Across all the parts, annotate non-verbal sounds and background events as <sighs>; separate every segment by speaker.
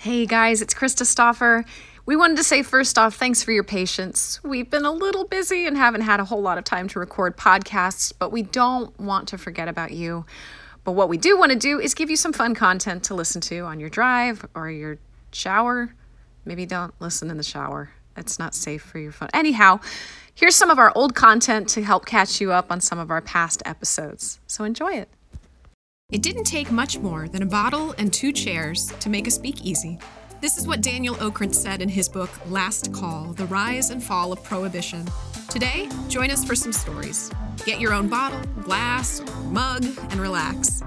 Speaker 1: Hey guys, it's Krista Stoffer. We wanted to say first off, thanks for your patience. We've been a little busy and haven't had a whole lot of time to record podcasts, but we don't want to forget about you. But what we do want to do is give you some fun content to listen to on your drive or your shower. Maybe don't listen in the shower. It's not safe for your phone. Anyhow, here's some of our old content to help catch you up on some of our past episodes. So enjoy it. It didn't take much more than a bottle and two chairs to make a speakeasy. This is what Daniel Okrent said in his book Last Call The Rise and Fall of Prohibition. Today, join us for some stories. Get your own bottle, glass, mug, and relax.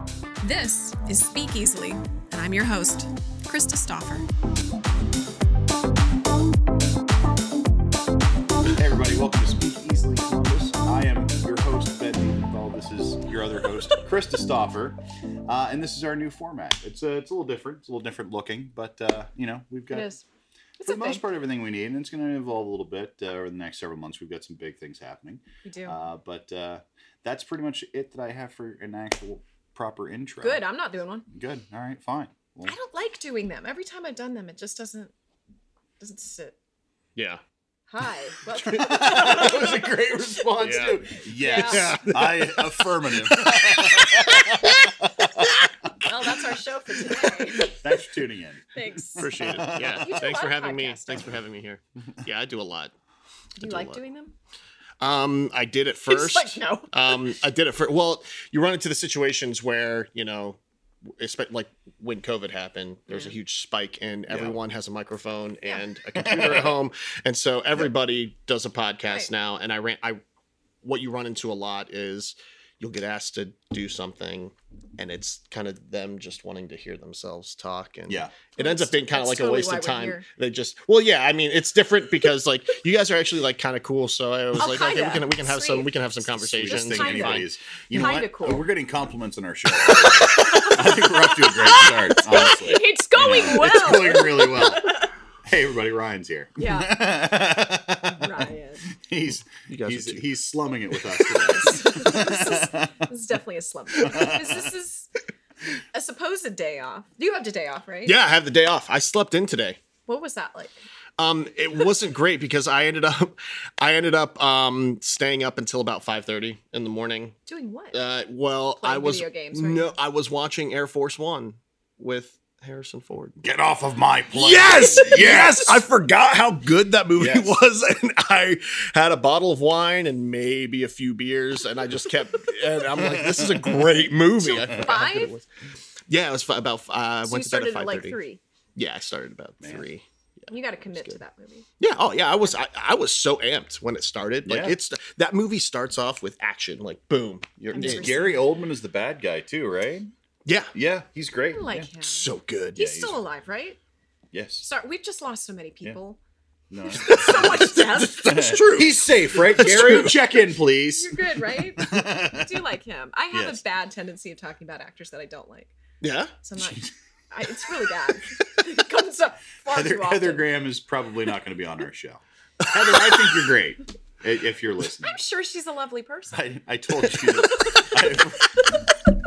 Speaker 1: This is Speak Easily, and I'm your host, Krista Stoffer.
Speaker 2: Hey everybody, welcome to Speak Easily Columbus. I am your host, Ben Liebenthal. This is your other host, Chris Stoffer. Uh, and this is our new format. It's, uh, it's a little different. It's a little different looking, but, uh, you know, we've got, for the most part, everything we need. And it's going to evolve a little bit uh, over the next several months. We've got some big things happening.
Speaker 1: We do.
Speaker 2: Uh, but uh, that's pretty much it that I have for an actual proper intro.
Speaker 1: Good, I'm not doing one.
Speaker 2: Good. All right, fine.
Speaker 1: <laughs>
Speaker 2: Well,
Speaker 1: I don't like doing them. Every time I've done them, it just doesn't doesn't sit.
Speaker 3: Yeah.
Speaker 2: <laughs>
Speaker 1: Hi. Well,
Speaker 2: that was a
Speaker 1: <laughs>
Speaker 2: great response,
Speaker 3: Yeah.
Speaker 2: too. Yes.
Speaker 3: Yeah.
Speaker 2: I affirmative.
Speaker 1: well, that's our show
Speaker 3: <laughs>
Speaker 1: for today.
Speaker 2: Thanks for tuning in.
Speaker 1: Thanks.
Speaker 3: Appreciate
Speaker 1: <laughs>
Speaker 3: it. Yeah.
Speaker 1: do a
Speaker 3: Thanks for
Speaker 1: lot of
Speaker 3: having me.
Speaker 1: podcasts,
Speaker 3: Thanks for having
Speaker 1: <laughs>
Speaker 3: me here. Yeah, I do a lot.
Speaker 1: Do you
Speaker 3: do a
Speaker 1: like
Speaker 3: lot.
Speaker 1: doing them?
Speaker 3: Um, I did
Speaker 1: <laughs>
Speaker 3: it
Speaker 1: He's
Speaker 3: first.
Speaker 1: like, no.
Speaker 3: Um, I did it for well, you run into the situations where, you know, expect like when COVID happened, there's a huge spike and everyone has a microphone
Speaker 1: Mm-hmm. Yeah.
Speaker 3: and
Speaker 1: <laughs>
Speaker 3: a computer at home. And so everybody does a podcast
Speaker 1: Right.
Speaker 3: now. And I ran I what you run into a lot is you'll get asked to do something and it's kind of them just wanting to hear themselves talk and
Speaker 2: Yeah.
Speaker 3: it ends up being kind of
Speaker 1: That's
Speaker 3: like
Speaker 1: totally
Speaker 3: a waste
Speaker 1: why
Speaker 3: of
Speaker 1: we're
Speaker 3: time.
Speaker 1: here.
Speaker 3: They just well, yeah. I mean, it's different because like <laughs> you guys are actually like kind of cool. So I was
Speaker 1: Oh,
Speaker 3: like, okay,
Speaker 1: kinda.
Speaker 3: we can we can have
Speaker 1: Sweet.
Speaker 3: some we can have some
Speaker 2: Sweetest
Speaker 3: conversations.
Speaker 2: thing
Speaker 1: Kinda.
Speaker 3: and
Speaker 2: anybody
Speaker 3: fine.
Speaker 2: is. You know
Speaker 1: Kinda
Speaker 2: what?
Speaker 1: cool.
Speaker 2: We're getting compliments on our show. <laughs> I think we're up to a great
Speaker 1: <laughs>
Speaker 2: start. Honestly,
Speaker 1: It's going well.
Speaker 2: it's going really well. Hey, everybody, Ryan's here.
Speaker 3: <laughs>
Speaker 1: yeah. Ryan.
Speaker 2: <laughs> He's
Speaker 3: You guys are
Speaker 2: he's
Speaker 3: too-
Speaker 2: he's slumming it with
Speaker 1: <laughs>
Speaker 2: us today.
Speaker 1: this, is, this is definitely a slump. This, this is a supposed day off. You have a day off, right?
Speaker 3: Yeah, I have the day off. I slept in today.
Speaker 1: What was that like?
Speaker 3: Um, it wasn't great because I ended up I ended up um staying up until about five thirty in the morning.
Speaker 1: Doing what?
Speaker 3: Uh, well,
Speaker 1: Playing
Speaker 3: I was
Speaker 1: video games, right?
Speaker 3: no, I was watching Air Force One with Harrison Ford.
Speaker 2: Get off of my plane.
Speaker 3: Yes! yes,
Speaker 2: Yes!
Speaker 3: I forgot how good that movie
Speaker 2: Yes.
Speaker 3: was, <laughs> and I had a bottle of wine and maybe a few beers, and I just kept. and I'm like, this is a great movie. I forgot how good
Speaker 1: five?
Speaker 3: it was. Yeah, it was fi- about. I uh,
Speaker 1: so you
Speaker 3: went to bed
Speaker 1: started
Speaker 3: at
Speaker 1: at
Speaker 3: five
Speaker 1: like
Speaker 3: thirty.
Speaker 1: three.
Speaker 3: yeah, I started about three.
Speaker 1: You got to commit to that movie.
Speaker 3: Yeah. Oh, yeah. I was I, I was so amped when it started. Like
Speaker 2: Yeah.
Speaker 3: it's that movie starts off with action. Like boom, you're
Speaker 1: I'm
Speaker 3: in.
Speaker 1: sorry.
Speaker 2: Gary Oldman is the bad guy too, right?
Speaker 3: Yeah.
Speaker 2: Yeah, he's great.
Speaker 1: I like
Speaker 2: Yeah.
Speaker 1: him.
Speaker 3: So good.
Speaker 1: he's
Speaker 2: he's-
Speaker 1: still alive, right?
Speaker 2: Yes.
Speaker 1: Sorry, we've just lost so many people. <laughs>
Speaker 2: No.
Speaker 1: So
Speaker 3: <laughs>
Speaker 1: much death.
Speaker 3: That's true.
Speaker 2: He's <laughs> safe, right? Gary, check in, please.
Speaker 1: You're good,
Speaker 3: <laughs>
Speaker 1: right? I do like him. I have
Speaker 2: Yes.
Speaker 1: a bad tendency of talking about actors that I don't like.
Speaker 3: yeah.
Speaker 1: So I'm not. I, it's really bad.
Speaker 3: <laughs>
Speaker 1: it comes up far too
Speaker 2: Heather,
Speaker 1: often.
Speaker 2: Heather Graham is probably not going to be on our show. Heather, I think you're great i- if you're listening.
Speaker 1: I'm sure she's a lovely person.
Speaker 2: I, I told you. <laughs> that- I-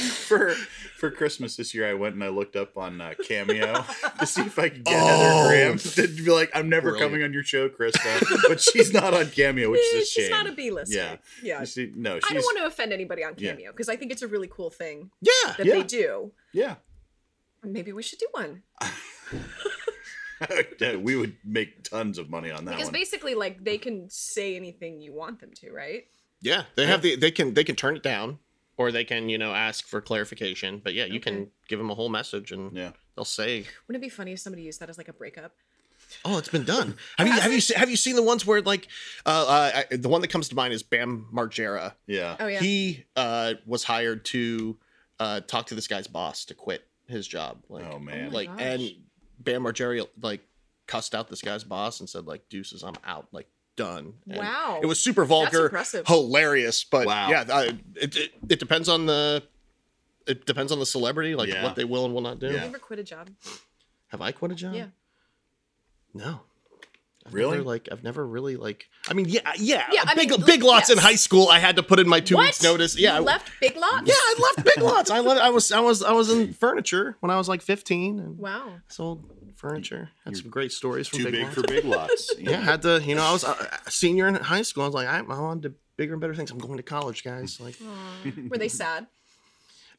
Speaker 2: for for Christmas this year, I went and I looked up on uh, Cameo to see if I could get
Speaker 3: Oh.
Speaker 2: Heather Graham to be like, "I'm never
Speaker 3: Brilliant.
Speaker 2: coming on your show, Krista," but she's not on Cameo, which
Speaker 1: Eh,
Speaker 2: is
Speaker 1: <laughs>
Speaker 2: a
Speaker 1: she's
Speaker 2: shame.
Speaker 1: not a B-lister.
Speaker 2: Yeah.
Speaker 1: yeah.
Speaker 2: She- no,
Speaker 1: I don't
Speaker 2: she's
Speaker 1: want to offend anybody on
Speaker 2: Yeah.
Speaker 1: Cameo because I think it's a really cool thing
Speaker 3: Yeah.
Speaker 1: that they
Speaker 2: Yeah.
Speaker 1: do.
Speaker 2: yeah. <laughs>
Speaker 1: Maybe we should do one
Speaker 2: Yeah, we would make tons of money on that
Speaker 1: because
Speaker 2: one.
Speaker 1: basically, like, they can say anything you want them to, right?
Speaker 3: Yeah. They have the they can they can turn it down or they can you know ask for clarification. But yeah, you can give them a whole message and
Speaker 2: yeah.
Speaker 3: they'll say,
Speaker 1: Wouldn't it be funny if somebody used that as like a breakup?
Speaker 3: "Oh, it's been done." Have you have you se- have you seen the ones where like uh, uh I- the one that comes to mind is Bam Margera.
Speaker 2: Yeah.
Speaker 1: Oh yeah,
Speaker 3: He uh was hired to uh talk to this guy's boss to quit his job. Like,
Speaker 2: oh man.
Speaker 1: my
Speaker 3: like
Speaker 1: gosh.
Speaker 3: and Bam Margera like cussed out this guy's boss and said like deuces I'm out like done. And
Speaker 1: Wow.
Speaker 3: It was super
Speaker 1: that's
Speaker 3: vulgar,
Speaker 1: impressive.
Speaker 3: hilarious, but
Speaker 2: Wow.
Speaker 3: yeah, I, it, it it depends on the it depends on the celebrity like
Speaker 2: Yeah.
Speaker 3: what they will and will not do.
Speaker 2: Yeah.
Speaker 1: You ever quit a job?
Speaker 3: Have I quit a job?
Speaker 1: Yeah.
Speaker 3: No. I've
Speaker 2: Really?
Speaker 3: never, like I've never really like. I mean, yeah, yeah.
Speaker 4: Yeah, I
Speaker 3: big
Speaker 4: mean,
Speaker 3: big lots in
Speaker 4: yes.
Speaker 3: high school. I had to put in my two
Speaker 4: What?
Speaker 3: weeks notice. Yeah,
Speaker 4: You
Speaker 3: I-
Speaker 4: left Big Lots.
Speaker 3: yeah. I left big lots. I left. I was I was I was in furniture when I was like 15 and
Speaker 4: Wow.
Speaker 3: sold furniture. Had some great stories from
Speaker 2: Too
Speaker 3: big,
Speaker 2: big,
Speaker 3: lots.
Speaker 2: for big
Speaker 3: <laughs>
Speaker 2: lots. you
Speaker 3: yeah,
Speaker 2: know?
Speaker 3: had to. You know, I was a a senior in high school. I was like, I'm on to bigger and better things. I'm going to college, guys. Like,
Speaker 4: Were they sad?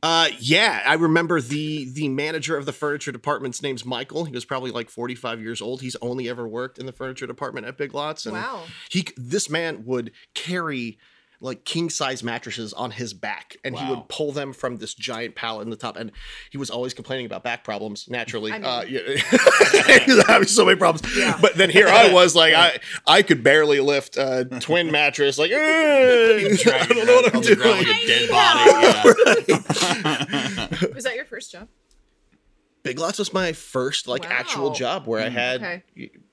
Speaker 3: uh, yeah, I remember the the manager of the furniture department's name's Michael. He was probably like 45 years old. He's only ever worked in the furniture department at Big Lots. And <laughs>
Speaker 4: Wow.
Speaker 3: He this man would carry like king size mattresses on his back, and he
Speaker 2: Wow.
Speaker 3: would pull them from this giant pallet in the top. And he was always complaining about back problems. Naturally,
Speaker 4: I mean-
Speaker 3: uh, yeah. <laughs> He was having so many problems.
Speaker 4: Yeah.
Speaker 3: But then here I was, like I I could barely lift a
Speaker 4: <laughs>
Speaker 3: twin mattress. Like "Eh, I
Speaker 2: Dragging
Speaker 3: don't
Speaker 2: it
Speaker 3: know
Speaker 2: out
Speaker 3: what I'm
Speaker 2: on the ground
Speaker 3: doing.
Speaker 2: Like a
Speaker 4: I
Speaker 2: dead
Speaker 4: need
Speaker 2: <laughs> body. yeah.
Speaker 4: Was that your first job?
Speaker 3: Big Lots was my first like actual
Speaker 4: Wow. Mm,
Speaker 3: job where I had
Speaker 4: Okay.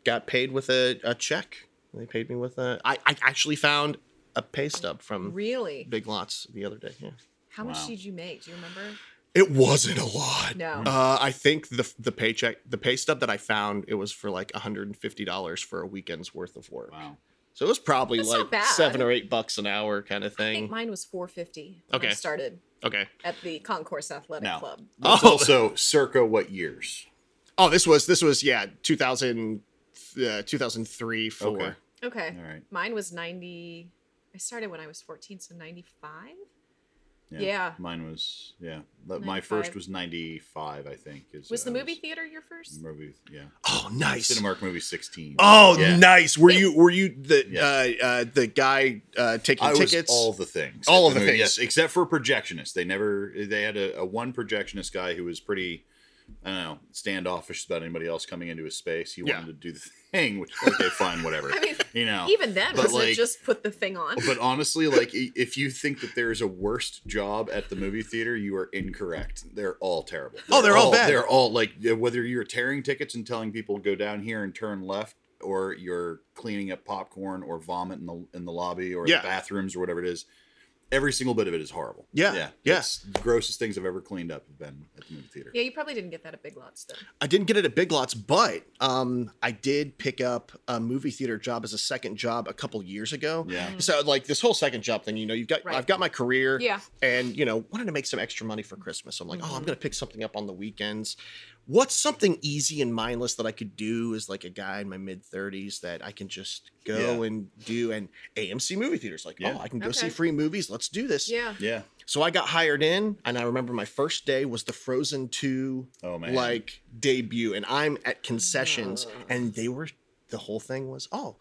Speaker 3: got paid with a, a check. They paid me with a. I, I actually found a pay stub from
Speaker 4: Really?
Speaker 3: Big Lots the other day. Yeah.
Speaker 4: How much
Speaker 2: Wow.
Speaker 4: did you make? Do you remember?
Speaker 3: It wasn't a lot.
Speaker 4: No.
Speaker 2: Mm.
Speaker 3: Uh, I think the the paycheck, the pay stub that I found, it was for like $150 for a weekend's worth of work.
Speaker 2: Wow.
Speaker 3: So it was probably
Speaker 4: That's not
Speaker 3: like
Speaker 4: bad.
Speaker 3: seven or eight bucks an hour kind of
Speaker 4: I think
Speaker 3: thing.
Speaker 4: mine was 450. when I
Speaker 3: Okay.
Speaker 4: started
Speaker 3: Okay.
Speaker 4: at the Concourse Athletic
Speaker 2: No.
Speaker 4: Club.
Speaker 2: That's
Speaker 3: Oh.
Speaker 2: also circa what years?
Speaker 3: Oh, this was, this was, yeah, 2000, uh, 2003, four.
Speaker 2: Okay.
Speaker 4: Okay.
Speaker 2: All right.
Speaker 4: Mine was 90. I started when I was 14, so 95. Yeah.
Speaker 2: Mine was yeah. But my
Speaker 4: 95.
Speaker 2: first was ninety five, I think. Is
Speaker 4: Was the
Speaker 2: I
Speaker 4: movie theater your first?
Speaker 2: movie yeah.
Speaker 3: Oh, nice.
Speaker 2: Cinemark movie sixteen.
Speaker 3: Oh,
Speaker 2: Yeah.
Speaker 3: nice. Were you were you the
Speaker 2: Yeah.
Speaker 3: uh, uh, the guy uh, taking
Speaker 2: I
Speaker 3: tickets?
Speaker 2: was all the things.
Speaker 3: All
Speaker 2: at
Speaker 3: of the
Speaker 2: movie,
Speaker 3: things.
Speaker 2: Yes, except for projectionists. They never they had a, a one projectionist guy who was pretty I don't know, standoffish about anybody else coming into his space. He
Speaker 3: Yeah.
Speaker 2: wanted to do the thing, which okay, fine, whatever.
Speaker 4: <laughs> I mean,
Speaker 2: <laughs> you know.
Speaker 4: Even then,
Speaker 2: But,
Speaker 4: was it
Speaker 2: like-
Speaker 4: just put the thing on?
Speaker 2: but honestly, like i- if you think that there is a worst job at the movie theater, you are incorrect. They're all terrible.
Speaker 3: Oh, they're all bad.
Speaker 2: They're all like whether you're tearing tickets and telling people to go down here and turn left, or you're cleaning up popcorn or vomit in the in the lobby or
Speaker 3: Yeah.
Speaker 2: the bathrooms or whatever it is. Every single bit of it is horrible.
Speaker 3: Yeah,
Speaker 2: yeah.
Speaker 3: yeah.
Speaker 2: It's the grossest things I've ever cleaned up have been at the movie theater.
Speaker 4: Yeah, you probably didn't get that at Big Lots, though.
Speaker 3: I didn't get it at Big Lots, but um, I did pick up a movie theater job as a second job a couple years ago.
Speaker 2: Yeah.
Speaker 3: So like this whole second job thing, you know, you've got
Speaker 4: Right.
Speaker 3: I've got my career.
Speaker 4: Yeah. Mm-hmm.
Speaker 3: And you know, wanted to make some extra money for Christmas. I'm like, oh, I'm gonna pick something up on the weekends. What's something easy and mindless that I could do as like a guy in my mid 30s that I can just go
Speaker 2: Yeah.
Speaker 3: and do? And AMC movie theaters, like,
Speaker 2: Yeah.
Speaker 3: oh, I can go
Speaker 4: Okay.
Speaker 3: see free movies. Let's do this.
Speaker 4: Yeah.
Speaker 2: Yeah.
Speaker 3: So I got hired in, and I remember my first day was the Frozen 2
Speaker 2: Oh, man.
Speaker 3: like debut, and I'm at concessions,
Speaker 4: Ah.
Speaker 3: and they were the whole thing was, oh,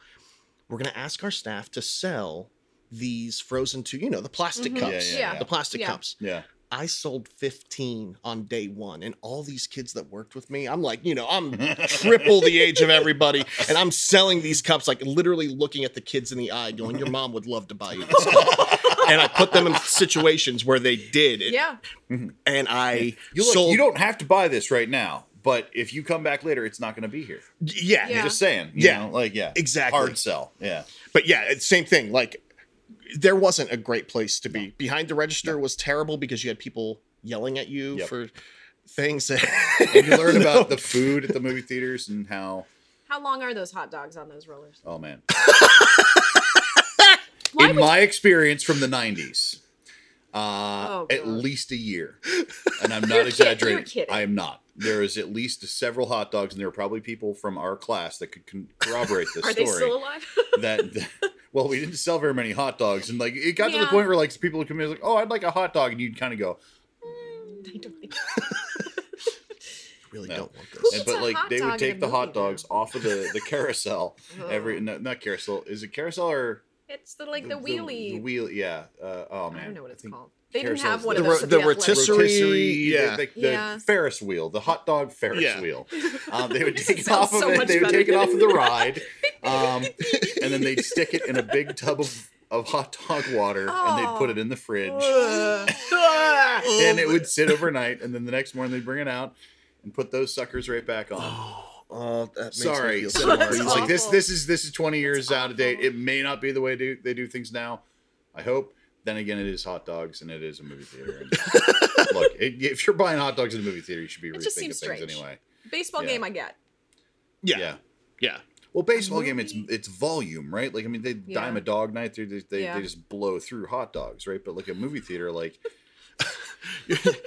Speaker 3: we're gonna ask our staff to sell these Frozen 2, you know, the plastic
Speaker 4: Mhm.
Speaker 3: cups.
Speaker 2: Yeah, yeah, yeah.
Speaker 3: The plastic
Speaker 4: Yeah.
Speaker 3: cups.
Speaker 2: Yeah.
Speaker 3: I sold 15 on day one, and all these kids that worked with me, I'm like, you know,
Speaker 2: <laughs>
Speaker 3: I'm triple the age of everybody, and I'm selling these cups, like literally looking at the kids in the eye, going, Your mom would love to buy you
Speaker 4: <laughs>
Speaker 3: this cup. and I put them in situations where they did. it,
Speaker 4: Yeah.
Speaker 3: And I
Speaker 2: You look,
Speaker 3: sold.
Speaker 2: you don't have to buy this right now, but if you come back later, it's not going to be here.
Speaker 3: yeah,
Speaker 4: Yeah.
Speaker 2: Just saying. you
Speaker 3: Yeah.
Speaker 2: know, like yeah.
Speaker 3: Exactly.
Speaker 2: Hard sell.
Speaker 3: <laughs>
Speaker 2: Yeah.
Speaker 3: But yeah, it's same thing. Like, there wasn't a great place to be. Behind the register was terrible because you had people yelling at you
Speaker 2: Yep.
Speaker 3: for things that
Speaker 2: And
Speaker 3: <laughs>
Speaker 2: you learn about the food at the movie theaters and how.
Speaker 4: How long are those hot dogs on those rollers?
Speaker 2: Oh man.
Speaker 4: Why
Speaker 2: In
Speaker 4: would-
Speaker 2: my experience from the '90s, uh,
Speaker 4: Oh,
Speaker 2: at
Speaker 4: God.
Speaker 2: least
Speaker 4: <laughs>
Speaker 2: a year, and I'm
Speaker 4: You're
Speaker 2: not
Speaker 4: kid-
Speaker 2: exaggerating.
Speaker 4: you're kidding.
Speaker 2: I am not. There is at least several hot dogs, and there are probably people from our class that could con- corroborate this
Speaker 4: <laughs> are
Speaker 2: story.
Speaker 4: they still alive?
Speaker 2: that, that- well, we didn't sell very many hot dogs, and like it got to the
Speaker 4: Yeah.
Speaker 2: point where like people would come in like, "Oh, I'd like a hot dog," and you'd kind of go,
Speaker 4: I don't think
Speaker 3: really
Speaker 2: No.
Speaker 3: don't want this.
Speaker 4: It's
Speaker 3: <laughs>
Speaker 2: and, but
Speaker 4: a
Speaker 2: like
Speaker 4: hot
Speaker 2: they
Speaker 4: dog
Speaker 2: would
Speaker 4: in
Speaker 2: take
Speaker 4: a
Speaker 2: the hot
Speaker 4: movie, though.
Speaker 2: dogs off of the the carousel
Speaker 4: <laughs>
Speaker 2: every
Speaker 4: Oh.
Speaker 2: no, not carousel is it carousel or
Speaker 4: it's the like the wheelie.
Speaker 2: the wheel yeah uh, oh man
Speaker 4: I don't know what it's
Speaker 2: think
Speaker 4: called. They didn't
Speaker 2: carousel
Speaker 4: have
Speaker 2: is
Speaker 4: one
Speaker 2: the-
Speaker 4: of
Speaker 3: The
Speaker 4: those. at
Speaker 3: ro- the
Speaker 4: the athletic
Speaker 3: rotisserie-
Speaker 2: rotisserie
Speaker 3: Yeah.
Speaker 2: the, the,
Speaker 4: Yeah.
Speaker 2: the Ferris wheel the hot dog Ferris
Speaker 3: Yeah.
Speaker 4: <laughs>
Speaker 2: wheel um, they would
Speaker 4: This
Speaker 2: take it
Speaker 4: sounds
Speaker 2: off of
Speaker 4: so
Speaker 2: it
Speaker 4: much
Speaker 2: they would
Speaker 4: better
Speaker 2: take it
Speaker 4: than-
Speaker 2: off of the ride
Speaker 4: <laughs>
Speaker 2: um, and then they'd stick it in a big tub of of hot dog water and they'd put
Speaker 4: Oh.
Speaker 2: it in the fridge
Speaker 3: Ah.
Speaker 2: and it would sit overnight and then the next morning they'd bring it out and put those suckers right back on.
Speaker 3: Oh, that makes
Speaker 4: <laughs>
Speaker 2: Sorry,
Speaker 3: me feel
Speaker 4: so
Speaker 3: so
Speaker 2: cinema
Speaker 4: That's
Speaker 2: is
Speaker 3: <laughs> hard.
Speaker 4: awful.
Speaker 2: like this. This is this is twenty years
Speaker 4: That's
Speaker 2: out of date.
Speaker 4: awful.
Speaker 2: It may not be the way do, they do things now. I hope. Then again, it is hot dogs and it is a movie theater.
Speaker 4: <laughs>
Speaker 2: And look, it, if you're buying hot dogs in a movie theater, you should be
Speaker 4: It just
Speaker 2: rethinking
Speaker 4: seems
Speaker 2: things
Speaker 4: strange.
Speaker 2: anyway.
Speaker 4: Baseball
Speaker 2: Yeah.
Speaker 4: game I get.
Speaker 3: yeah,
Speaker 2: Yeah.
Speaker 3: yeah.
Speaker 2: Well, baseball game, it's
Speaker 4: movie.
Speaker 2: it's volume, right? Like I mean, they
Speaker 4: Yeah.
Speaker 2: dime a dog night, they they, they,
Speaker 4: Yeah.
Speaker 2: they just blow through hot dogs, right? But like a movie theater, like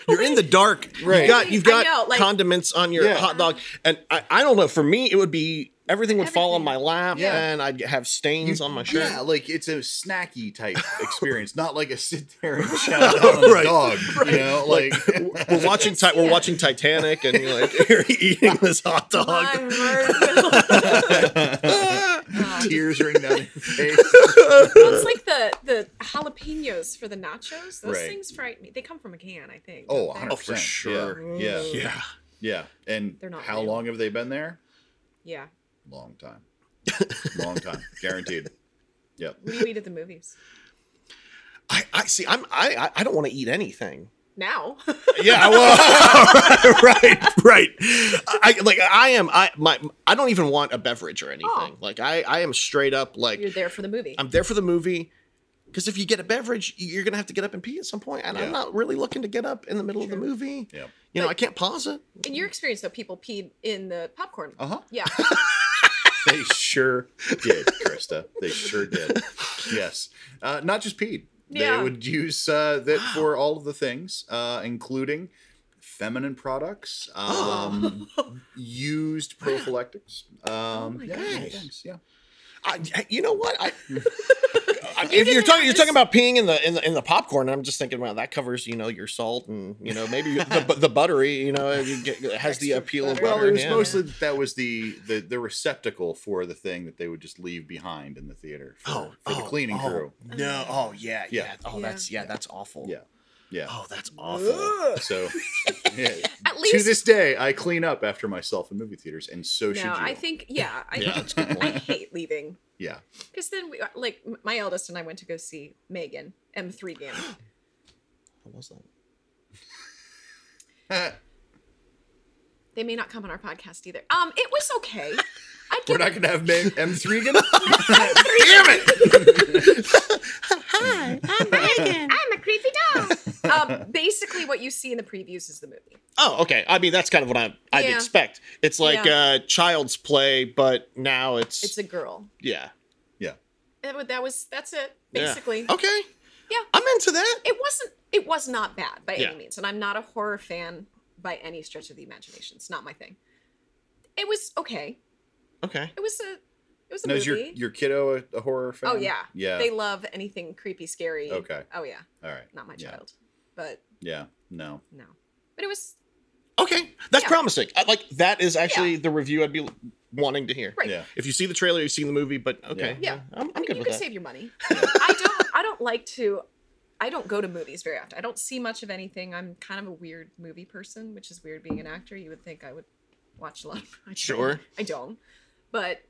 Speaker 3: You're in the dark.
Speaker 2: Right.
Speaker 3: You've got, you've
Speaker 4: I
Speaker 3: got
Speaker 4: know, like-
Speaker 3: condiments on your
Speaker 2: Yeah.
Speaker 3: hot dog. And I, I don't know. For me, it would be everything would fall on my lap
Speaker 2: Yeah.
Speaker 3: and I'd have stains on my shirt.
Speaker 2: yeah, like it's a snacky type
Speaker 4: <laughs>
Speaker 2: experience, not like a sit there and chat out on
Speaker 3: Right.
Speaker 2: a dog, you know, like.
Speaker 3: We're watching Ti- we're watching Titanic and you're like <laughs> you're eating this hot dog. <laughs>
Speaker 4: My word. <laughs>
Speaker 2: <laughs> Tears running down your face.
Speaker 1: That's like the the jalapenos for the nachos. Those
Speaker 2: Right.
Speaker 1: things frighten me. They come from a can, I think.
Speaker 2: Oh,
Speaker 1: don't they?
Speaker 2: 100%.
Speaker 3: for sure.
Speaker 2: Yeah. Yeah.
Speaker 3: yeah.
Speaker 2: yeah. And
Speaker 1: They're not
Speaker 2: how
Speaker 1: real.
Speaker 2: long have they been there?
Speaker 1: Oh, yeah.
Speaker 2: Long time. Long time. Guaranteed. Yep.
Speaker 1: What do you eat at the movies
Speaker 3: I, I see I'm I I- I don't want to eat anything.
Speaker 1: now? <laughs>
Speaker 3: <laughs> Yeah, well, right, right. I like I am I my I don't even want a beverage or anything.
Speaker 1: Oh.
Speaker 3: Like I I am straight up like
Speaker 1: You're there for the movie.
Speaker 3: I'm there for the movie. Because if you get a beverage, you're gonna have to get up and pee at some point, and
Speaker 2: Yeah.
Speaker 3: I'm not really looking to get up in the middle of the
Speaker 1: True.
Speaker 3: movie.
Speaker 2: Yep.
Speaker 3: You know,
Speaker 1: But-
Speaker 3: I can't pause it.
Speaker 1: in your experience, though, people peed in the popcorn.
Speaker 2: Uh huh.
Speaker 1: Yeah.
Speaker 2: They sure did, Krista. They sure did. Yes. Uh, not just peed.
Speaker 1: Yeah.
Speaker 2: They would use uh, that for all of the things, uh, including feminine products, um, used prophylactics. Um,
Speaker 1: my
Speaker 2: yeah, all
Speaker 3: gosh.
Speaker 2: things, yeah.
Speaker 3: I, I- you know <laughs> what? I, I- if you're talking, you're talking about peeing in the in the, in the popcorn. I'm just thinking, wow, that covers you know your salt and you know maybe the, <laughs> bu- the buttery. You know, you get, it has the
Speaker 1: Extra
Speaker 3: appeal of
Speaker 1: butter.
Speaker 3: butter.
Speaker 2: Well, it was
Speaker 3: yeah.
Speaker 2: mostly that that was the, the the receptacle for the thing that they would just leave behind in the theater for,
Speaker 3: oh,
Speaker 2: for the
Speaker 3: oh,
Speaker 2: cleaning
Speaker 3: oh,
Speaker 2: crew.
Speaker 3: No, oh yeah, yeah.
Speaker 2: Yeah.
Speaker 3: Oh,
Speaker 1: Yeah.
Speaker 3: that's yeah, that's awful.
Speaker 2: Yeah. Yeah.
Speaker 3: Oh, that's awful. <laughs>
Speaker 2: So yeah.
Speaker 1: At
Speaker 2: to
Speaker 1: least.
Speaker 2: this day, I clean up after myself in movie theaters, and so should you.
Speaker 1: no, I think, yeah. I,
Speaker 3: Yeah, that's a good
Speaker 1: I
Speaker 3: point.
Speaker 1: hate leaving.
Speaker 2: yeah. <laughs>
Speaker 1: Because then, we, like, m- my eldest and I went to go see Megan, M3 game.
Speaker 3: What was that?
Speaker 1: They may not come on our podcast either. Um, It was okay. I give
Speaker 2: We're not
Speaker 1: it
Speaker 2: gonna have
Speaker 3: <laughs>
Speaker 2: Meg M3 again.
Speaker 1: I'm a creepy dog. <laughs> um, basically, what you see in the previews is the movie.
Speaker 3: Oh, okay. I mean, that's kind of what I I'd
Speaker 1: Yeah.
Speaker 3: expect. It's like uh, child's play, but now it's,
Speaker 1: It's a girl.
Speaker 3: yeah,
Speaker 2: yeah.
Speaker 1: That wa- that was that's it
Speaker 3: yeah.
Speaker 1: basically.
Speaker 2: Oh.
Speaker 3: Okay,
Speaker 1: Yeah.
Speaker 3: I'm into that.
Speaker 1: It wasn't. It was not bad by
Speaker 3: Yeah.
Speaker 1: any means, and I'm not a horror fan by any stretch of the imagination. It's not my thing. It was okay.
Speaker 3: Okay.
Speaker 1: It was a. It was a
Speaker 2: Now, is
Speaker 1: movie.
Speaker 2: your your kiddo a, a horror fan?
Speaker 1: oh yeah.
Speaker 2: Yeah.
Speaker 1: They love anything creepy, scary.
Speaker 2: Okay.
Speaker 1: Oh yeah.
Speaker 2: All right.
Speaker 1: Not my
Speaker 2: Yeah.
Speaker 1: child, but
Speaker 2: Yeah. No.
Speaker 1: no. But it was
Speaker 3: Okay, that's
Speaker 1: Yeah.
Speaker 3: promising. I, like that is actually the review I'd be wanting to hear.
Speaker 1: Right.
Speaker 2: Yeah.
Speaker 3: If you see the trailer, you've seen the movie, but okay,
Speaker 1: Yeah.
Speaker 3: I'm,
Speaker 1: I
Speaker 3: I'm
Speaker 1: mean,
Speaker 3: good
Speaker 1: you
Speaker 3: with
Speaker 1: can
Speaker 3: that.
Speaker 1: save your
Speaker 3: <laughs>
Speaker 1: money. I don't. I don't like to. I don't go to movies very often. I don't see much of anything. I'm kind of a weird movie person, which is weird being an actor. You would think I would watch a lot. Of, I don't.
Speaker 3: Sure.
Speaker 1: <laughs> I don't. But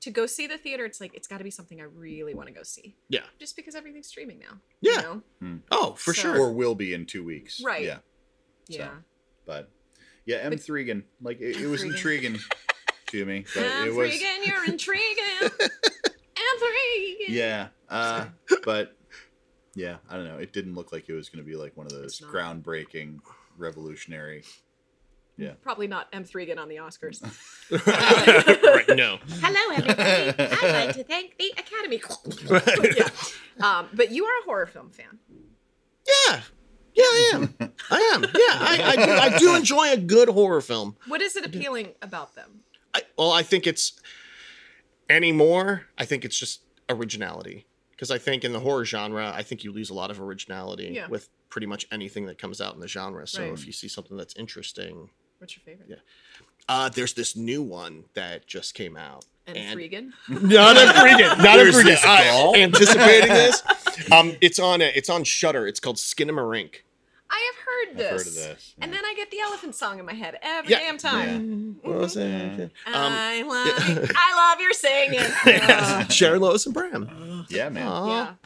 Speaker 1: to go see the theater, it's like it's got to be something I really want to go see.
Speaker 3: Yeah.
Speaker 1: Just because everything's streaming now.
Speaker 3: Yeah.
Speaker 1: You know?
Speaker 3: Oh, for
Speaker 1: So-
Speaker 3: sure.
Speaker 1: <laughs>
Speaker 3: <laughs>
Speaker 2: Or will be in two weeks.
Speaker 1: Right.
Speaker 2: Yeah.
Speaker 1: Yeah.
Speaker 2: But yeah, M3 again. Like it, it was
Speaker 1: M3
Speaker 2: intriguing to me,
Speaker 1: <laughs>
Speaker 2: but
Speaker 1: I'm
Speaker 2: it was.
Speaker 1: freaking.
Speaker 3: <laughs>
Speaker 1: You're intriguing. I'm freaking.
Speaker 2: Yeah.
Speaker 1: <laughs>
Speaker 2: Uh, but yeah, I don't know. It didn't look like it was going to be like one of those
Speaker 1: It's not.
Speaker 2: groundbreaking, revolutionary.
Speaker 1: Probably not M. Threegan on the Oscars.
Speaker 3: <laughs> right. No. <laughs>
Speaker 1: Hello, everybody. I'd like to thank the Academy. yeah. Um, but you are a horror film fan.
Speaker 3: Yeah. Yeah, I am. I am. Yeah, I, I, do, I do enjoy a good horror film.
Speaker 1: What is it appealing about them?
Speaker 3: I, well, I think it's anymore. I think it's just originality because I think in the horror genre, I think you lose a lot of originality
Speaker 1: Yeah.
Speaker 3: with pretty much anything that comes out in the genre. So
Speaker 1: Right.
Speaker 3: if you see something that's interesting,
Speaker 1: What's your favorite?
Speaker 3: Yeah. uh, there's this new one that just came out.
Speaker 1: And, Freegan?
Speaker 3: <laughs> Not a freaking, not a
Speaker 2: There's
Speaker 3: freaking.
Speaker 2: this doll.
Speaker 3: I'm anticipating this. Um, it's on a, it's on Shutter. It's called Skinamarink.
Speaker 1: I have heard
Speaker 2: I've
Speaker 1: this.
Speaker 2: heard of this,
Speaker 1: And
Speaker 2: yeah.
Speaker 1: then I get the elephant song in my head every
Speaker 3: Yeah.
Speaker 1: damn time.
Speaker 3: What was
Speaker 2: Yeah.
Speaker 3: it? Um,
Speaker 1: I, love, I love your singing. Uh,
Speaker 3: <laughs> Sharon Lois and Bram.
Speaker 2: Yeah, man.
Speaker 3: Aw.
Speaker 1: yeah.
Speaker 3: You're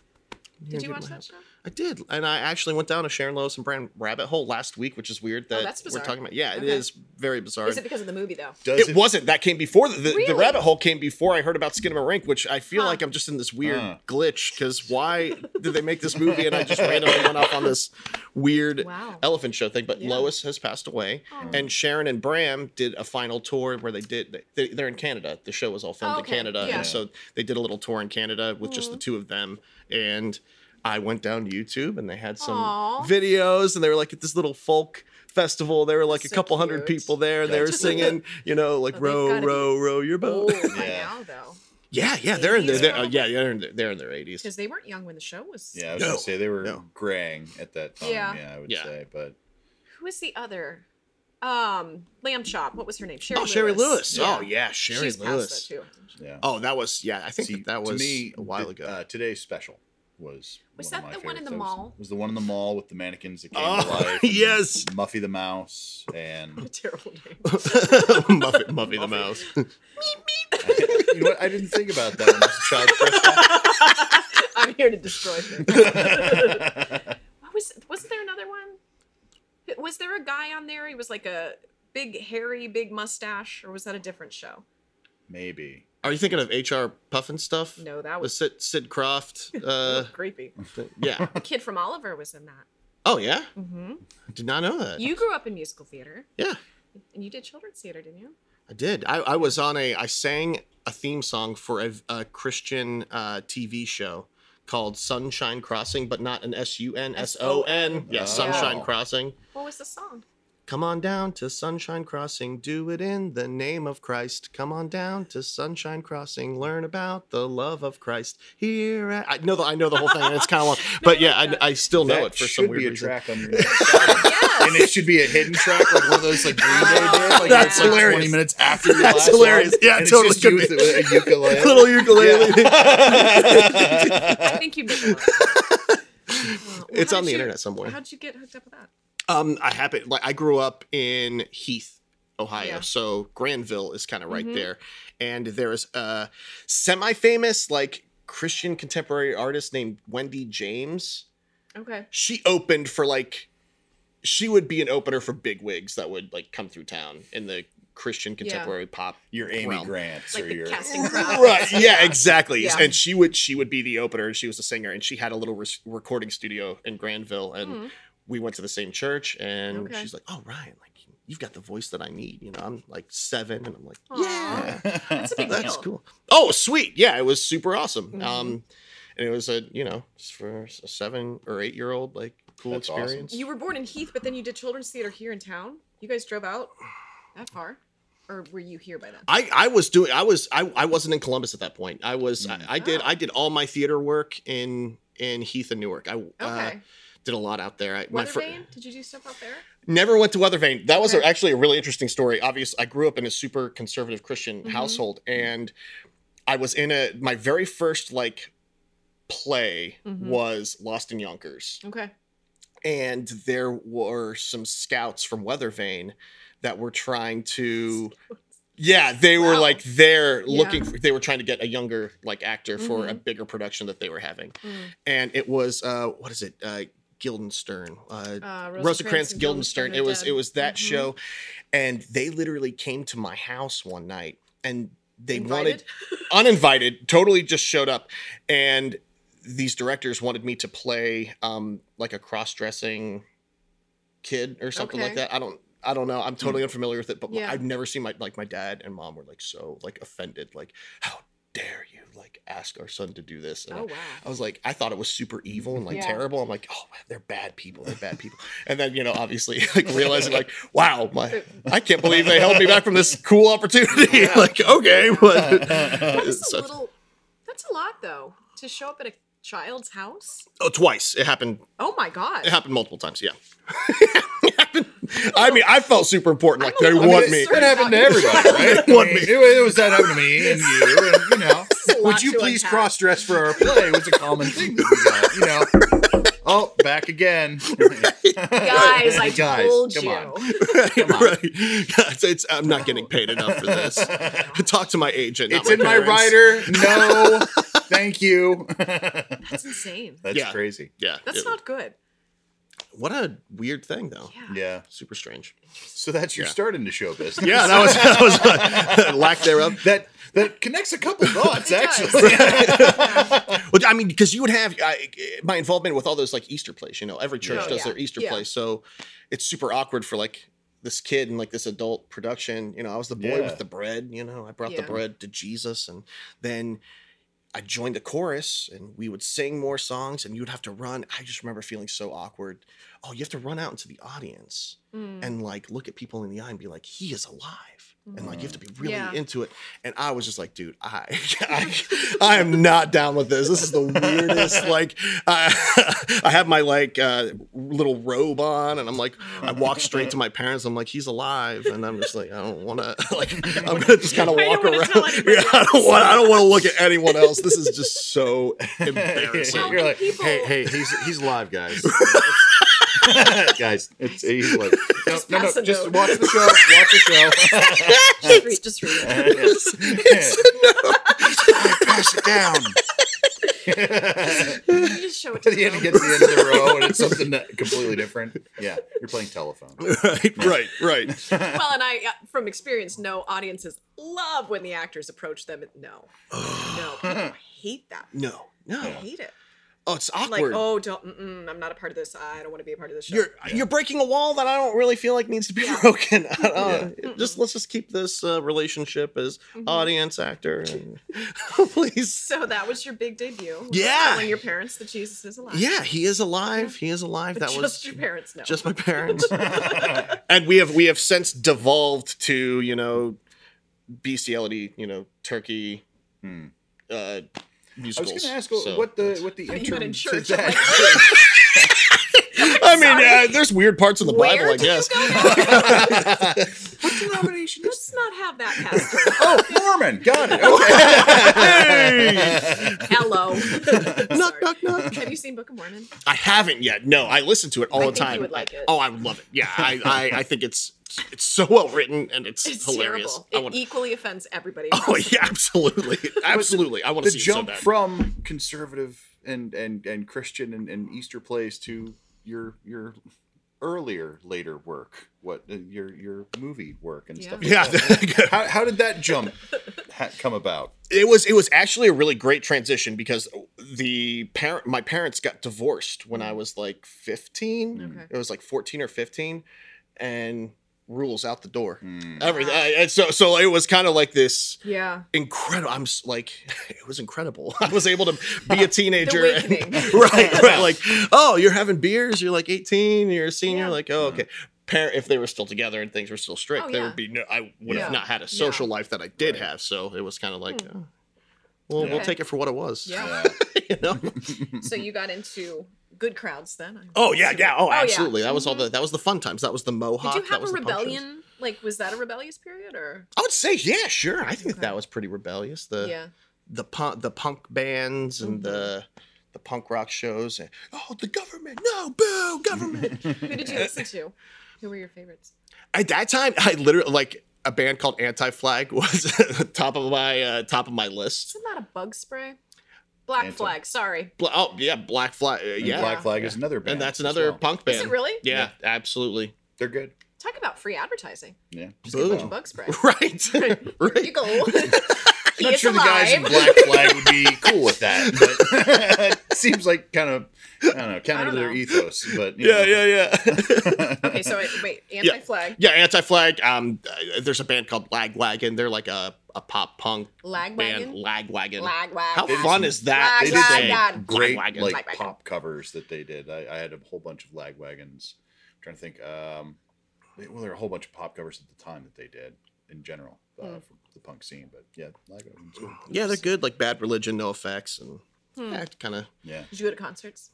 Speaker 1: Did you
Speaker 3: good
Speaker 1: watch
Speaker 3: one.
Speaker 1: that show?
Speaker 3: I did, and I actually went down a Sharon Lois and Brand rabbit hole last week, which is weird that
Speaker 1: Oh, that's
Speaker 3: we're
Speaker 1: bizarre.
Speaker 3: talking about. Yeah, it
Speaker 1: Okay.
Speaker 3: is very bizarre.
Speaker 1: Is it because of the movie though?
Speaker 2: Does
Speaker 3: it, wasn't. That came before the, the,
Speaker 1: Really?
Speaker 3: the rabbit hole came before I heard about Skinamarink, which I feel
Speaker 1: Huh.
Speaker 3: like I'm just in this weird
Speaker 2: Huh.
Speaker 3: glitch because why did they make this movie and I just randomly went off on this weird
Speaker 1: Wow.
Speaker 3: elephant show thing? But
Speaker 1: Yeah.
Speaker 3: Lois has passed away,
Speaker 1: Oh.
Speaker 3: and Sharon and Bram did a final tour where they did. They, they're in Canada. The show was all filmed
Speaker 1: Oh,
Speaker 3: in
Speaker 1: okay.
Speaker 3: Canada,
Speaker 1: Yeah.
Speaker 3: and so they did a little tour in Canada with just the two of them and. I went down YouTube and they had some
Speaker 1: Aw.
Speaker 3: videos and they were like at this little folk festival. They were like a
Speaker 1: So
Speaker 3: couple hundred
Speaker 1: cute.
Speaker 3: people there. and They were
Speaker 2: Gotcha.
Speaker 3: singing, you know, like
Speaker 1: Oh, they've
Speaker 3: row,
Speaker 1: gotta be
Speaker 3: row, row your boat.
Speaker 1: Old by
Speaker 2: Yeah.
Speaker 1: Oh, now though,
Speaker 3: Yeah, yeah, they're in their,
Speaker 1: 80s
Speaker 3: they're, uh,
Speaker 1: probably?
Speaker 3: yeah, they're in their, they're in their eighties.
Speaker 1: because they weren't young when the show was.
Speaker 2: Yeah, I was
Speaker 3: No.
Speaker 2: gonna say they were
Speaker 3: No.
Speaker 2: graying at that time. Yeah,
Speaker 1: Yeah.
Speaker 2: I would
Speaker 3: Yeah.
Speaker 2: say, but
Speaker 1: Who was the other? Um, Lamb Chop. What was her name? Sherry
Speaker 3: Oh,
Speaker 1: Lewis.
Speaker 3: Sherry Lewis. Oh yeah, Sherry
Speaker 1: She's
Speaker 3: Lewis. <laughs>
Speaker 1: Past that too. <laughs>
Speaker 2: yeah.
Speaker 3: Oh, that was yeah. I think
Speaker 2: See,
Speaker 3: that that
Speaker 2: to
Speaker 3: was
Speaker 2: me,
Speaker 3: a while
Speaker 2: the-
Speaker 3: ago.
Speaker 2: Uh, today's special was
Speaker 1: Was
Speaker 2: one
Speaker 1: that
Speaker 2: of my
Speaker 1: the one in the
Speaker 2: favorites. That was-
Speaker 1: mall?
Speaker 2: Was the one in the mall with the mannequins that came to
Speaker 3: Oh, <laughs>
Speaker 2: life? and
Speaker 3: yes.
Speaker 2: Muffy the mouse and <laughs>
Speaker 1: terrible name.
Speaker 3: <laughs>
Speaker 1: <laughs>
Speaker 3: Muffy, Muffy the mouse.
Speaker 2: you know what? I didn't think about that when I was a child. Krista.
Speaker 1: I'm here to destroy things.
Speaker 3: <laughs>
Speaker 1: what was? Wasn't there another one? Was there a guy on there? He was like a big hairy, big mustache, or was that a different show?
Speaker 2: <laughs> Maybe.
Speaker 3: Are you thinking of H.R. Puffin stuff?
Speaker 1: No, that
Speaker 3: was
Speaker 1: was
Speaker 3: Sid,
Speaker 1: <laughs>
Speaker 3: Sid Croft. Uh,
Speaker 1: creepy.
Speaker 3: th- yeah.
Speaker 1: Kid from Oliver was in that.
Speaker 3: Oh yeah,
Speaker 1: hmm
Speaker 3: I did not know that.
Speaker 1: You grew up in musical theater,
Speaker 3: yeah.
Speaker 1: and you did children's theater, didn't you?
Speaker 3: I did. I, I was on a. I sang a theme song for a, a Christian uh, TV show called Sunshine Crossing, but not an S U N S O N. Yeah,
Speaker 2: Oh.
Speaker 3: Sunshine Crossing.
Speaker 1: What was the song?
Speaker 3: Come on down to Sunshine Crossing, do it in the name of Christ. Come on down to Sunshine Crossing, learn about the love of Christ. Here, at, I know the I know the whole thing, and
Speaker 2: <laughs>
Speaker 3: it's kind of long, but yeah, I, I still know
Speaker 2: That
Speaker 3: it for some
Speaker 2: should
Speaker 3: weird
Speaker 2: be a
Speaker 3: reason.
Speaker 1: <laughs>
Speaker 2: track on your next album.
Speaker 1: Yes.
Speaker 2: and it should be a hidden track, like one of those like Green Day
Speaker 1: Wow.
Speaker 2: did. Like
Speaker 1: That's
Speaker 2: it's, like,
Speaker 3: hilarious.
Speaker 2: Twenty minutes after your
Speaker 3: That's
Speaker 2: last
Speaker 3: hilarious.
Speaker 2: one,
Speaker 3: Yeah,
Speaker 2: and it's
Speaker 3: totally
Speaker 2: just
Speaker 3: could
Speaker 2: you
Speaker 3: be.
Speaker 2: with a ukulele.
Speaker 3: <laughs> <laughs> Little ukulele.
Speaker 1: I think you did.
Speaker 3: <laughs> Uh, It's on the internet somewhere.
Speaker 1: How'd you get hooked up with that?
Speaker 3: Um, I happen like I grew up in Heath, Ohio,
Speaker 1: Yeah.
Speaker 3: so Granville is kind of right
Speaker 1: Mhm.
Speaker 3: there, and there is a semi-famous like Christian contemporary artist named Wendy James.
Speaker 1: Okay.
Speaker 3: She opened for like, she would be an opener for big wigs that would like come through town in the Christian
Speaker 1: <laughs>
Speaker 3: contemporary pop.
Speaker 2: Your Amy
Speaker 3: realm.
Speaker 2: Grants
Speaker 1: Like
Speaker 2: or
Speaker 1: the
Speaker 2: your
Speaker 1: casting <laughs>
Speaker 2: <laughs>
Speaker 1: crowd.
Speaker 3: right yeah exactly
Speaker 1: Yeah.
Speaker 3: and she would she would be the opener and she was a singer and she had a little re- recording studio in granville and
Speaker 1: Mhm.
Speaker 3: we went to the same church and
Speaker 1: Okay.
Speaker 3: she's like oh ryan like you've got the voice that i need you know i'm like seven and i'm like
Speaker 1: Aw.
Speaker 3: yeah
Speaker 1: That's a big
Speaker 3: that's <laughs>
Speaker 1: deal.
Speaker 3: cool oh sweet yeah it was super awesome
Speaker 1: Mhm.
Speaker 3: um and it was a you know s- for a seven or eight year old like cool
Speaker 2: That's awesome.
Speaker 3: experience
Speaker 1: You were born in Heath, but then you did children's theater here in town. You guys drove out that far, or were you here by then?
Speaker 3: I, I was doing I was I, I wasn't in Columbus at that point. I was
Speaker 2: Mm.
Speaker 3: I, I did
Speaker 1: Oh.
Speaker 3: I did all my theater work in in Heath and Newark. I uh,
Speaker 1: Okay.
Speaker 3: did a lot out there. I,
Speaker 1: Weather
Speaker 3: fir-
Speaker 1: vane? Did you do stuff out there?
Speaker 3: never went to Weather Vane. That was a-
Speaker 1: Okay.
Speaker 3: actually a really interesting story. Obviously, I grew up in a super conservative Christian
Speaker 1: Mhm.
Speaker 3: household, and I was in a my very first like play
Speaker 1: Mhm.
Speaker 3: was Lost in Yonkers,
Speaker 1: Okay.
Speaker 3: and there were some scouts from Weather Vane that were
Speaker 1: <laughs>
Speaker 3: trying to. Yeah, they were
Speaker 1: Wow.
Speaker 3: like there
Speaker 1: Yeah.
Speaker 3: looking for, they were trying to get a younger like actor for a
Speaker 1: Mhm.
Speaker 3: bigger production that they were having.
Speaker 1: Mm.
Speaker 3: And it was uh what is it? Uh Guildenstern. Uh
Speaker 1: Uh,
Speaker 3: Rosencrantz
Speaker 1: and
Speaker 3: Guildenstern. It
Speaker 1: are
Speaker 3: was
Speaker 1: dead.
Speaker 3: it was that
Speaker 1: Mhm.
Speaker 3: show and they literally came to my house one night and they wanted
Speaker 1: Invited?
Speaker 3: uninvited, totally just showed up and these directors wanted me to play um like a cross-dressing kid or something like
Speaker 1: Okay. Mm.
Speaker 3: that. I don't I don't know. I'm totally unfamiliar with it, but my-
Speaker 1: Yeah.
Speaker 3: I've never seen my like my dad and mom were like so like offended like how dare you like ask our son to do this and I-
Speaker 1: Oh wow.
Speaker 3: I was like, I thought it was super evil and like
Speaker 1: Yeah.
Speaker 3: terrible. I'm like, oh, they're bad people. They're bad people. And then, you know, obviously, <laughs> like realizing, like, wow, my, I can't believe they held me back from this cool opportunity. <laughs> like, okay, <laughs>
Speaker 2: Uh,
Speaker 1: That
Speaker 3: but
Speaker 1: is a
Speaker 3: so-
Speaker 1: little. That's a lot though to show up at a child's house.
Speaker 3: oh, twice it happened.
Speaker 1: Oh my god.
Speaker 3: It happened multiple times. Yeah. <laughs> It happened. I mean, I felt super important. Like they
Speaker 1: I mean,
Speaker 3: want
Speaker 1: it's
Speaker 3: me.
Speaker 1: sort
Speaker 2: That happened to everybody, right?
Speaker 3: One
Speaker 2: I mean,
Speaker 3: minute.
Speaker 2: it was that happened to me and you, and you
Speaker 3: <laughs>
Speaker 2: know.
Speaker 1: is a lot
Speaker 2: Would you
Speaker 1: to
Speaker 2: please
Speaker 1: unpack.
Speaker 2: cross dress for our play? Was a common thing that we
Speaker 3: <laughs>
Speaker 2: got, you know. Oh, back again,
Speaker 1: Guys, I
Speaker 2: Guys,
Speaker 1: told
Speaker 2: come
Speaker 1: you.
Speaker 2: on.
Speaker 3: <laughs> right. It's, it's- I'm <laughs> not getting paid enough for this. Talk to my agent. not
Speaker 2: It's in my <laughs> rider.
Speaker 3: parents.
Speaker 2: No Thank you. <laughs>
Speaker 1: That's insane.
Speaker 2: That's
Speaker 3: Yeah.
Speaker 2: crazy.
Speaker 3: Yeah.
Speaker 1: That's
Speaker 3: it-
Speaker 1: not good.
Speaker 3: what a weird thing though.
Speaker 1: Yeah.
Speaker 2: Yeah.
Speaker 3: Super strange.
Speaker 2: So that's your
Speaker 3: Yeah.
Speaker 2: start into show business.
Speaker 3: Yeah, that was that
Speaker 2: <laughs>
Speaker 3: was lack thereof.
Speaker 2: that that connects a <laughs> couple dots
Speaker 1: It
Speaker 2: actually. <laughs>
Speaker 3: <laughs> Well, I mean, because you would have I, my involvement with all those like Easter plays. You know, every church
Speaker 1: Yeah.
Speaker 3: does
Speaker 1: Oh, Yeah.
Speaker 3: their Easter
Speaker 1: Yeah.
Speaker 3: plays, so it's super awkward for like this kid and like this adult production. You know, I was the boy
Speaker 2: Yeah.
Speaker 3: with the bread. You know, I brought
Speaker 1: Yeah.
Speaker 3: the bread to Jesus, and then I joined a chorus, and we would sing more songs, and you would have to run. I just remember feeling so awkward. Oh, you have to run out into the audience
Speaker 1: Mm.
Speaker 3: and like look at people in the eye and be like, he is alive. And like you have to be really
Speaker 1: Mm-hmm. Yeah.
Speaker 3: into it. And I was just like, dude, I, <laughs> I I am not down with this. This is the weirdest. like uh, I <laughs> have my like uh, little robe on and I'm like, I walk straight to my parents. I'm like, he's alive. And I'm just like, I don't wanna <laughs> like I'm gonna just kind
Speaker 1: <laughs>
Speaker 3: of
Speaker 1: I don't
Speaker 3: walk
Speaker 1: wanna
Speaker 3: around.
Speaker 1: tell anybody
Speaker 3: Yeah, I don't want I don't wanna look at anyone else. This is just
Speaker 1: <laughs>
Speaker 3: so embarrassing.
Speaker 1: Well,
Speaker 2: You're like,
Speaker 1: people-
Speaker 2: hey, hey, he's he's live, <laughs> guys. guys, it's he's like, no,
Speaker 1: Just
Speaker 2: no,
Speaker 1: pass
Speaker 2: no,
Speaker 1: the
Speaker 2: just
Speaker 1: note.
Speaker 2: watch the show, watch the <laughs> show.
Speaker 1: just read, just read
Speaker 2: <laughs>
Speaker 1: it.
Speaker 2: Yes. Pass it down. <laughs>
Speaker 1: You just show it to
Speaker 2: At the end,
Speaker 1: them.
Speaker 2: it gets to the end of the row, and it's
Speaker 3: <laughs>
Speaker 2: something that, completely different. Yeah, you're playing telephone.
Speaker 3: <laughs> right, right, right.
Speaker 1: Well, and I, uh, from experience, know audiences love when the actors approach them. No, no, people hate that.
Speaker 3: No, no.
Speaker 1: I hate it.
Speaker 3: Oh, it's
Speaker 1: Like,
Speaker 3: awkward.
Speaker 1: oh, don't. Mm-mm, I'm not a part of this. I don't want to be a part of this show.
Speaker 3: you're you're breaking a wall that I don't really feel like needs to be <laughs> broken. I don't-
Speaker 1: Yeah.
Speaker 3: Just let's just keep this uh, relationship as
Speaker 1: Mhm.
Speaker 3: audience actor, and <laughs> please.
Speaker 1: <laughs> So that was your big debut. was
Speaker 3: Yeah.
Speaker 1: telling your parents that Jesus is alive.
Speaker 3: Yeah, he is alive. He is alive. That
Speaker 1: just
Speaker 3: was
Speaker 1: your parents know.
Speaker 3: just my <laughs>
Speaker 1: <laughs>
Speaker 3: parents. and we have we have since devolved to you know bestiality. You know turkey
Speaker 2: Hmm.
Speaker 3: uh,
Speaker 2: I was going
Speaker 3: musicals.
Speaker 2: to ask uh,
Speaker 3: so-
Speaker 2: what the what the
Speaker 1: Not even
Speaker 2: intern
Speaker 1: in
Speaker 2: to
Speaker 1: church.
Speaker 2: that-
Speaker 3: <laughs>
Speaker 1: <laughs>
Speaker 3: I mean,
Speaker 1: Sorry.
Speaker 3: uh, there's weird parts in the
Speaker 1: Where
Speaker 3: Bible, I
Speaker 1: do you
Speaker 3: guess. <laughs>
Speaker 2: what denomination is?
Speaker 1: Let's not have that, Pastor.
Speaker 2: Oh, Mormon. Got it. Okay.
Speaker 1: Hello.
Speaker 3: <laughs> knock,
Speaker 1: Sorry.
Speaker 3: knock, knock.
Speaker 1: Have you seen Book of Mormon?
Speaker 3: I haven't yet. No, I listen to it all
Speaker 1: I
Speaker 3: the
Speaker 1: think you
Speaker 3: time.
Speaker 1: would like it.
Speaker 3: Oh, I would love it. Yeah,
Speaker 1: <laughs>
Speaker 3: I, I, I think it's it's so well written and it's,
Speaker 1: It's
Speaker 3: hilarious.
Speaker 1: terrible.
Speaker 3: I
Speaker 1: It
Speaker 3: want.
Speaker 1: equally offends everybody.
Speaker 3: <laughs> Oh yeah,
Speaker 1: <laughs>
Speaker 3: absolutely, absolutely. I want
Speaker 2: the
Speaker 3: to see
Speaker 2: jump
Speaker 3: it so bad.
Speaker 2: from conservative and and and Christian and, and Easter plays to your your earlier later work, what uh, your your movie work and stuff.
Speaker 3: <laughs> yeah,
Speaker 2: How, how did
Speaker 1: <laughs>
Speaker 2: that jump ha- come about?
Speaker 3: <laughs> it was it was actually a really great transition because the parent my parents got divorced when I was like fifteen.
Speaker 1: Okay.
Speaker 3: It was like fourteen or fifteen, and rules out the door.
Speaker 2: Hmm.
Speaker 3: Everything. and so so it was kind of like this.
Speaker 1: Yeah.
Speaker 3: incredible. I'm s- like, <laughs> it was incredible. <laughs> I was able to be
Speaker 1: <laughs>
Speaker 3: a teenager. and-
Speaker 1: awakening.
Speaker 3: <laughs> right, right. Like, oh, you're having beers. You're like 18. You're a senior.
Speaker 1: Yeah.
Speaker 3: Like, oh, okay. Parent, if they were still together and things were still strict,
Speaker 1: Oh,
Speaker 3: there
Speaker 1: yeah.
Speaker 3: would be no. I would have
Speaker 1: Yeah.
Speaker 3: not had a social
Speaker 1: Yeah.
Speaker 3: life that I did
Speaker 2: Right.
Speaker 3: have. So it was kind of like, oh, well, we'll
Speaker 2: Okay.
Speaker 3: take it for what it was.
Speaker 1: Yeah.
Speaker 2: Yeah.
Speaker 3: <laughs> you
Speaker 1: <laughs>
Speaker 3: know.
Speaker 2: <laughs>
Speaker 1: So you got into good crowds then. I-
Speaker 3: Mm-hmm. Oh yeah, yeah. Oh,
Speaker 1: yeah. Mm-hmm.
Speaker 3: absolutely. That was all the. That was the fun times. That was the
Speaker 1: Did
Speaker 3: mohawk.
Speaker 1: you
Speaker 3: that
Speaker 1: have a
Speaker 3: was the punk shows.
Speaker 1: rebellion? Like, was that a rebellious period or?
Speaker 3: I would say, yeah, sure. I think
Speaker 1: Okay.
Speaker 3: that was pretty rebellious. The
Speaker 1: yeah.
Speaker 3: the punk the punk bands and
Speaker 1: Mhm.
Speaker 3: the
Speaker 2: Mm-hmm.
Speaker 3: the punk rock shows and oh the government
Speaker 2: <laughs>
Speaker 3: no boo government
Speaker 1: Who did you listen to? Who were your favorites?
Speaker 3: at that time i literally like a band called anti flag <laughs> was top of my uh, top of my list
Speaker 1: Isn't that a bug spray? Black
Speaker 2: Anti-
Speaker 1: Flag. Sorry.
Speaker 3: Bla- oh yeah black flag uh,
Speaker 2: And
Speaker 3: yeah
Speaker 2: Black Flag is another band.
Speaker 3: and that's
Speaker 2: as
Speaker 3: another
Speaker 2: well.
Speaker 3: punk band
Speaker 1: Is it really?
Speaker 3: yeah,
Speaker 2: <laughs>
Speaker 3: absolutely <laughs>
Speaker 2: They're good.
Speaker 1: Talk about free advertising.
Speaker 2: Yeah.
Speaker 1: Just get a bunch of
Speaker 3: Boom.
Speaker 1: bug
Speaker 3: <laughs>
Speaker 1: spray.
Speaker 2: <laughs>
Speaker 3: right
Speaker 1: Here you
Speaker 3: right <laughs>
Speaker 1: go. <laughs> He
Speaker 2: Not
Speaker 1: is
Speaker 2: sure the guys in
Speaker 1: alive.
Speaker 2: Black Flag
Speaker 1: <laughs>
Speaker 2: would be cool with that, but <laughs> it seems like kind of I don't know counter
Speaker 1: I don't
Speaker 2: to their
Speaker 1: know.
Speaker 2: ethos. But you know. <laughs>
Speaker 3: yeah yeah <laughs> yeah
Speaker 1: okay, so wait,
Speaker 3: <laughs>
Speaker 1: wait anti-flag,
Speaker 3: yeah anti flag um uh, there's a band called lagwagon they're like a, a pop punk band
Speaker 1: lagwagon,
Speaker 3: lagwagon
Speaker 1: lagwagon.
Speaker 3: how fun is that
Speaker 1: They
Speaker 2: They
Speaker 3: to
Speaker 2: did
Speaker 1: Lagwagon.
Speaker 3: say?
Speaker 2: some great
Speaker 3: Lagwagon.
Speaker 2: like
Speaker 1: Lagwagon.
Speaker 2: pop covers that they did. I, I had a whole bunch of lagwagons. I'm trying to think. Um, they- well, there were a whole bunch of pop covers at the time that they did in general uh,
Speaker 1: Hmm.
Speaker 2: from the punk scene. But yeah, lagwagons.
Speaker 3: Yeah, they're good. Like Bad Religion, No Effects, and
Speaker 1: Hmm.
Speaker 3: yeah, kind of.
Speaker 2: Yeah.
Speaker 1: Did you go to concerts?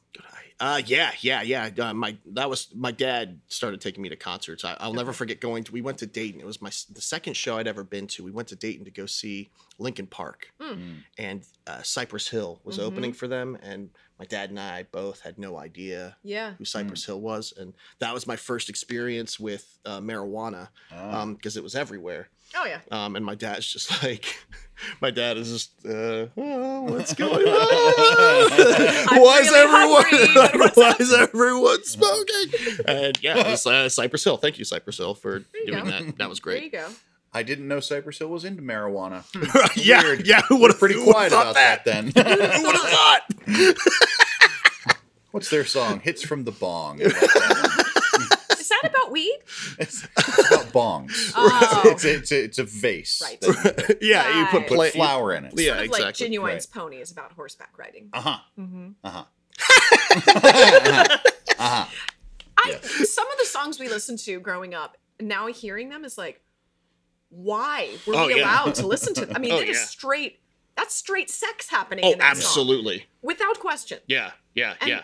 Speaker 3: Uh, yeah, yeah, yeah. Uh, my that was my dad started taking me to concerts. I, I'll never forget going to. We went to Dayton. It was my s- the second show I'd ever been to. We went to Dayton to go see Lincoln Park,
Speaker 1: Hmm.
Speaker 2: Mm.
Speaker 3: and uh, Cypress Hill was
Speaker 1: Mhm.
Speaker 3: opening for them. And my dad and I both had no idea
Speaker 1: Yeah.
Speaker 3: who Cypress Hill was, and that was my first experience with uh, marijuana
Speaker 2: Ah.
Speaker 3: because it was everywhere.
Speaker 1: Oh yeah.
Speaker 3: Um, and my dad's just <laughs> like, my dad is just, uh, oh, what's going on?
Speaker 1: <laughs> I'm
Speaker 3: Why is
Speaker 1: really
Speaker 3: everyone, <laughs>
Speaker 1: hungry.
Speaker 3: like, why is everyone smoking? And yeah, it was, uh, Cypress Hill. Thank you, Cypress Hill, for
Speaker 1: you
Speaker 3: doing
Speaker 1: go.
Speaker 3: that. That was
Speaker 1: There you
Speaker 3: great.
Speaker 1: go.
Speaker 2: I didn't know Cypress Hill was into marijuana. Hmm,
Speaker 3: <laughs> yeah,
Speaker 2: Weird.
Speaker 3: yeah. Who would have
Speaker 2: Pretty quiet about that,
Speaker 3: <laughs> Who
Speaker 2: then.
Speaker 3: would have thought?
Speaker 2: What's their song? Hits from the bong.
Speaker 1: Is that about
Speaker 3: <laughs>
Speaker 1: weed?
Speaker 2: It's, it's about bongs.
Speaker 1: Oh.
Speaker 2: It's, it's, a, it's a vase.
Speaker 1: Right.
Speaker 2: that you
Speaker 3: yeah, you put
Speaker 1: Right.
Speaker 2: Put
Speaker 3: play,
Speaker 2: flour in it.
Speaker 3: Yeah,
Speaker 1: sort of
Speaker 3: exactly.
Speaker 1: like Genuine's
Speaker 2: Right.
Speaker 1: Pony is about horseback riding.
Speaker 2: Uh huh.
Speaker 1: hmm
Speaker 2: Uh huh.
Speaker 3: <laughs>
Speaker 2: uh huh.
Speaker 1: I
Speaker 2: Yeah.
Speaker 1: some of the songs we listened to growing up, now hearing them is like, why were
Speaker 3: Oh,
Speaker 1: we
Speaker 3: yeah.
Speaker 1: allowed to listen
Speaker 3: <laughs>
Speaker 1: to? I mean,
Speaker 3: Oh,
Speaker 1: that is
Speaker 3: yeah.
Speaker 1: straight. That's straight sex happening.
Speaker 3: Oh,
Speaker 1: in that song,
Speaker 3: absolutely.
Speaker 1: without question.
Speaker 3: Yeah, yeah,
Speaker 1: And
Speaker 3: yeah.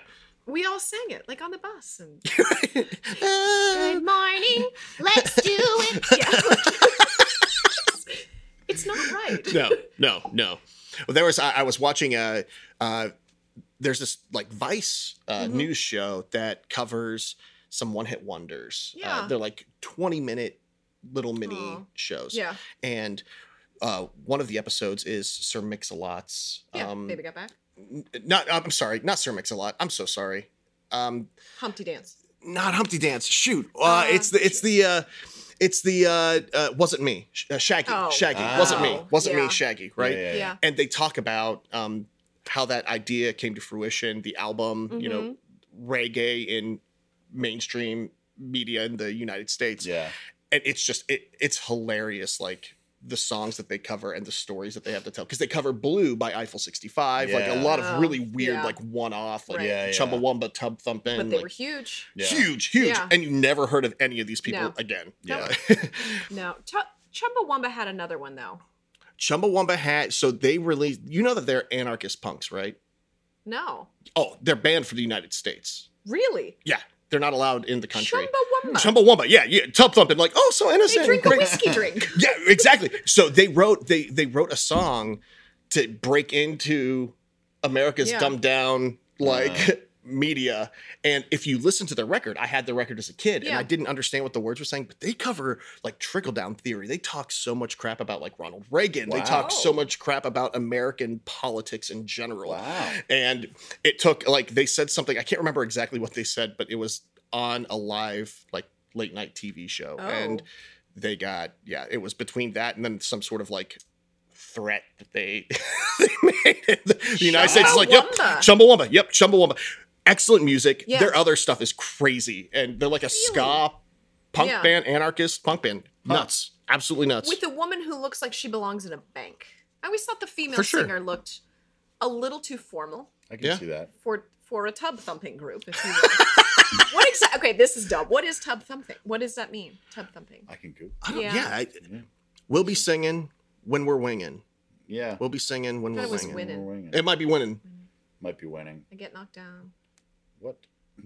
Speaker 1: We all sang it like on the bus
Speaker 3: <laughs>
Speaker 1: and
Speaker 3: Uh,
Speaker 1: good morning.
Speaker 3: <laughs>
Speaker 1: Let's do <laughs> it. Yeah. it's not right.
Speaker 3: no, no, no. Well, there was I, I was watching a uh, there's this like Vice uh,
Speaker 1: Mhm.
Speaker 3: news show that covers some one hit wonders.
Speaker 1: Yeah.
Speaker 3: Uh, they're like 20 minute little mini
Speaker 1: Aw.
Speaker 3: shows.
Speaker 1: Yeah.
Speaker 3: And uh, one of the episodes is Sir Mix-a-Lot's.
Speaker 1: Yeah.
Speaker 3: um,
Speaker 1: Baby got back.
Speaker 3: n- not I'm sorry, not Sir Mix-a-Lot. I'm so sorry. Um,
Speaker 1: Humpty dance.
Speaker 3: not Humpty Dance. Shoot, uh,
Speaker 1: Uh,
Speaker 3: it's the it's the uh, it's the uh, uh, wasn't me. Sh- uh, Shaggy,
Speaker 1: Oh.
Speaker 3: Shaggy, wasn't me,
Speaker 1: Oh,
Speaker 3: wasn't
Speaker 1: yeah.
Speaker 3: me. Shaggy, right?
Speaker 2: Yeah.
Speaker 1: Yeah.
Speaker 3: and they talk about um, how that idea came to fruition, the album, you know,
Speaker 1: Mm-hmm.
Speaker 3: reggae in mainstream media in the United States.
Speaker 2: Yeah.
Speaker 3: And it's just it it's hilarious, like the songs that they cover and the stories that they have to tell. Because they cover Blue by Eiffel 65, like a
Speaker 2: Yeah.
Speaker 3: lot
Speaker 1: Oh,
Speaker 3: of really weird,
Speaker 1: yeah.
Speaker 3: like one-off, like
Speaker 1: Right.
Speaker 2: Yeah, yeah.
Speaker 3: Chumbawamba Tub Thumpin'.
Speaker 1: But they
Speaker 3: like,
Speaker 1: were huge.
Speaker 2: Yeah.
Speaker 3: Huge, huge.
Speaker 1: Yeah.
Speaker 3: And you never heard of any of these people
Speaker 1: No.
Speaker 3: again. <laughs>
Speaker 2: Yeah.
Speaker 1: No. Ch- Chumbawamba had another one though.
Speaker 3: Chumbawamba had so they released you know that they're anarchist punks, right?
Speaker 1: No.
Speaker 3: Oh, they're banned from the United States.
Speaker 1: Really?
Speaker 3: Yeah, they're not allowed in the country.
Speaker 1: Chumbawamba.
Speaker 3: Chumbawamba, yeah, yeah, tub thumping, like oh, so innocent.
Speaker 1: they drink a
Speaker 3: great.
Speaker 1: whiskey drink.
Speaker 3: <laughs> yeah, exactly. So they wrote they they wrote a song to break into America's
Speaker 1: Yeah.
Speaker 3: dumbed down like
Speaker 2: Uh.
Speaker 3: <laughs> media. And if you listen to the record, I had the record as a kid, and
Speaker 1: Yeah.
Speaker 3: I didn't understand what the words were saying, but they cover like trickle down theory. They talk so much crap about like Ronald Reagan. They
Speaker 2: Wow.
Speaker 3: talk so much crap about American politics in general
Speaker 2: Wow.
Speaker 3: and it took like they said something i can't remember exactly what they said but it was on a live like late night tv show
Speaker 1: Oh.
Speaker 3: and they got yeah it was between that and then some sort of like threat that they <laughs> they made the united states is like yep
Speaker 1: Chumbawamba.
Speaker 3: chumbawamba yep chumbawamba excellent music
Speaker 1: Yeah.
Speaker 3: their other stuff is crazy and they're like a ska punk
Speaker 1: Yeah.
Speaker 3: band anarchist punk band
Speaker 2: Huh.
Speaker 3: nuts absolutely nuts
Speaker 1: With a woman who looks like she belongs in a bank. I always thought the female
Speaker 3: For sure.
Speaker 1: singer looked a little too formal
Speaker 2: I can
Speaker 3: Yeah.
Speaker 2: see that.
Speaker 1: for for a tub thumping group, if you will. <laughs> what exactly? Okay, this is dumb. What is tub thumping? What does that mean? Tub thumping.
Speaker 2: I can go.
Speaker 3: I don't,
Speaker 1: Yeah.
Speaker 3: yeah, I- we'll be singing when we're winging
Speaker 2: Yeah.
Speaker 3: we'll be singing when
Speaker 1: I
Speaker 3: we're
Speaker 1: thought it was
Speaker 3: winging
Speaker 1: win- Winning.
Speaker 2: We're winning.
Speaker 3: it might be winning
Speaker 2: Might be winning.
Speaker 1: I get knocked down.
Speaker 2: What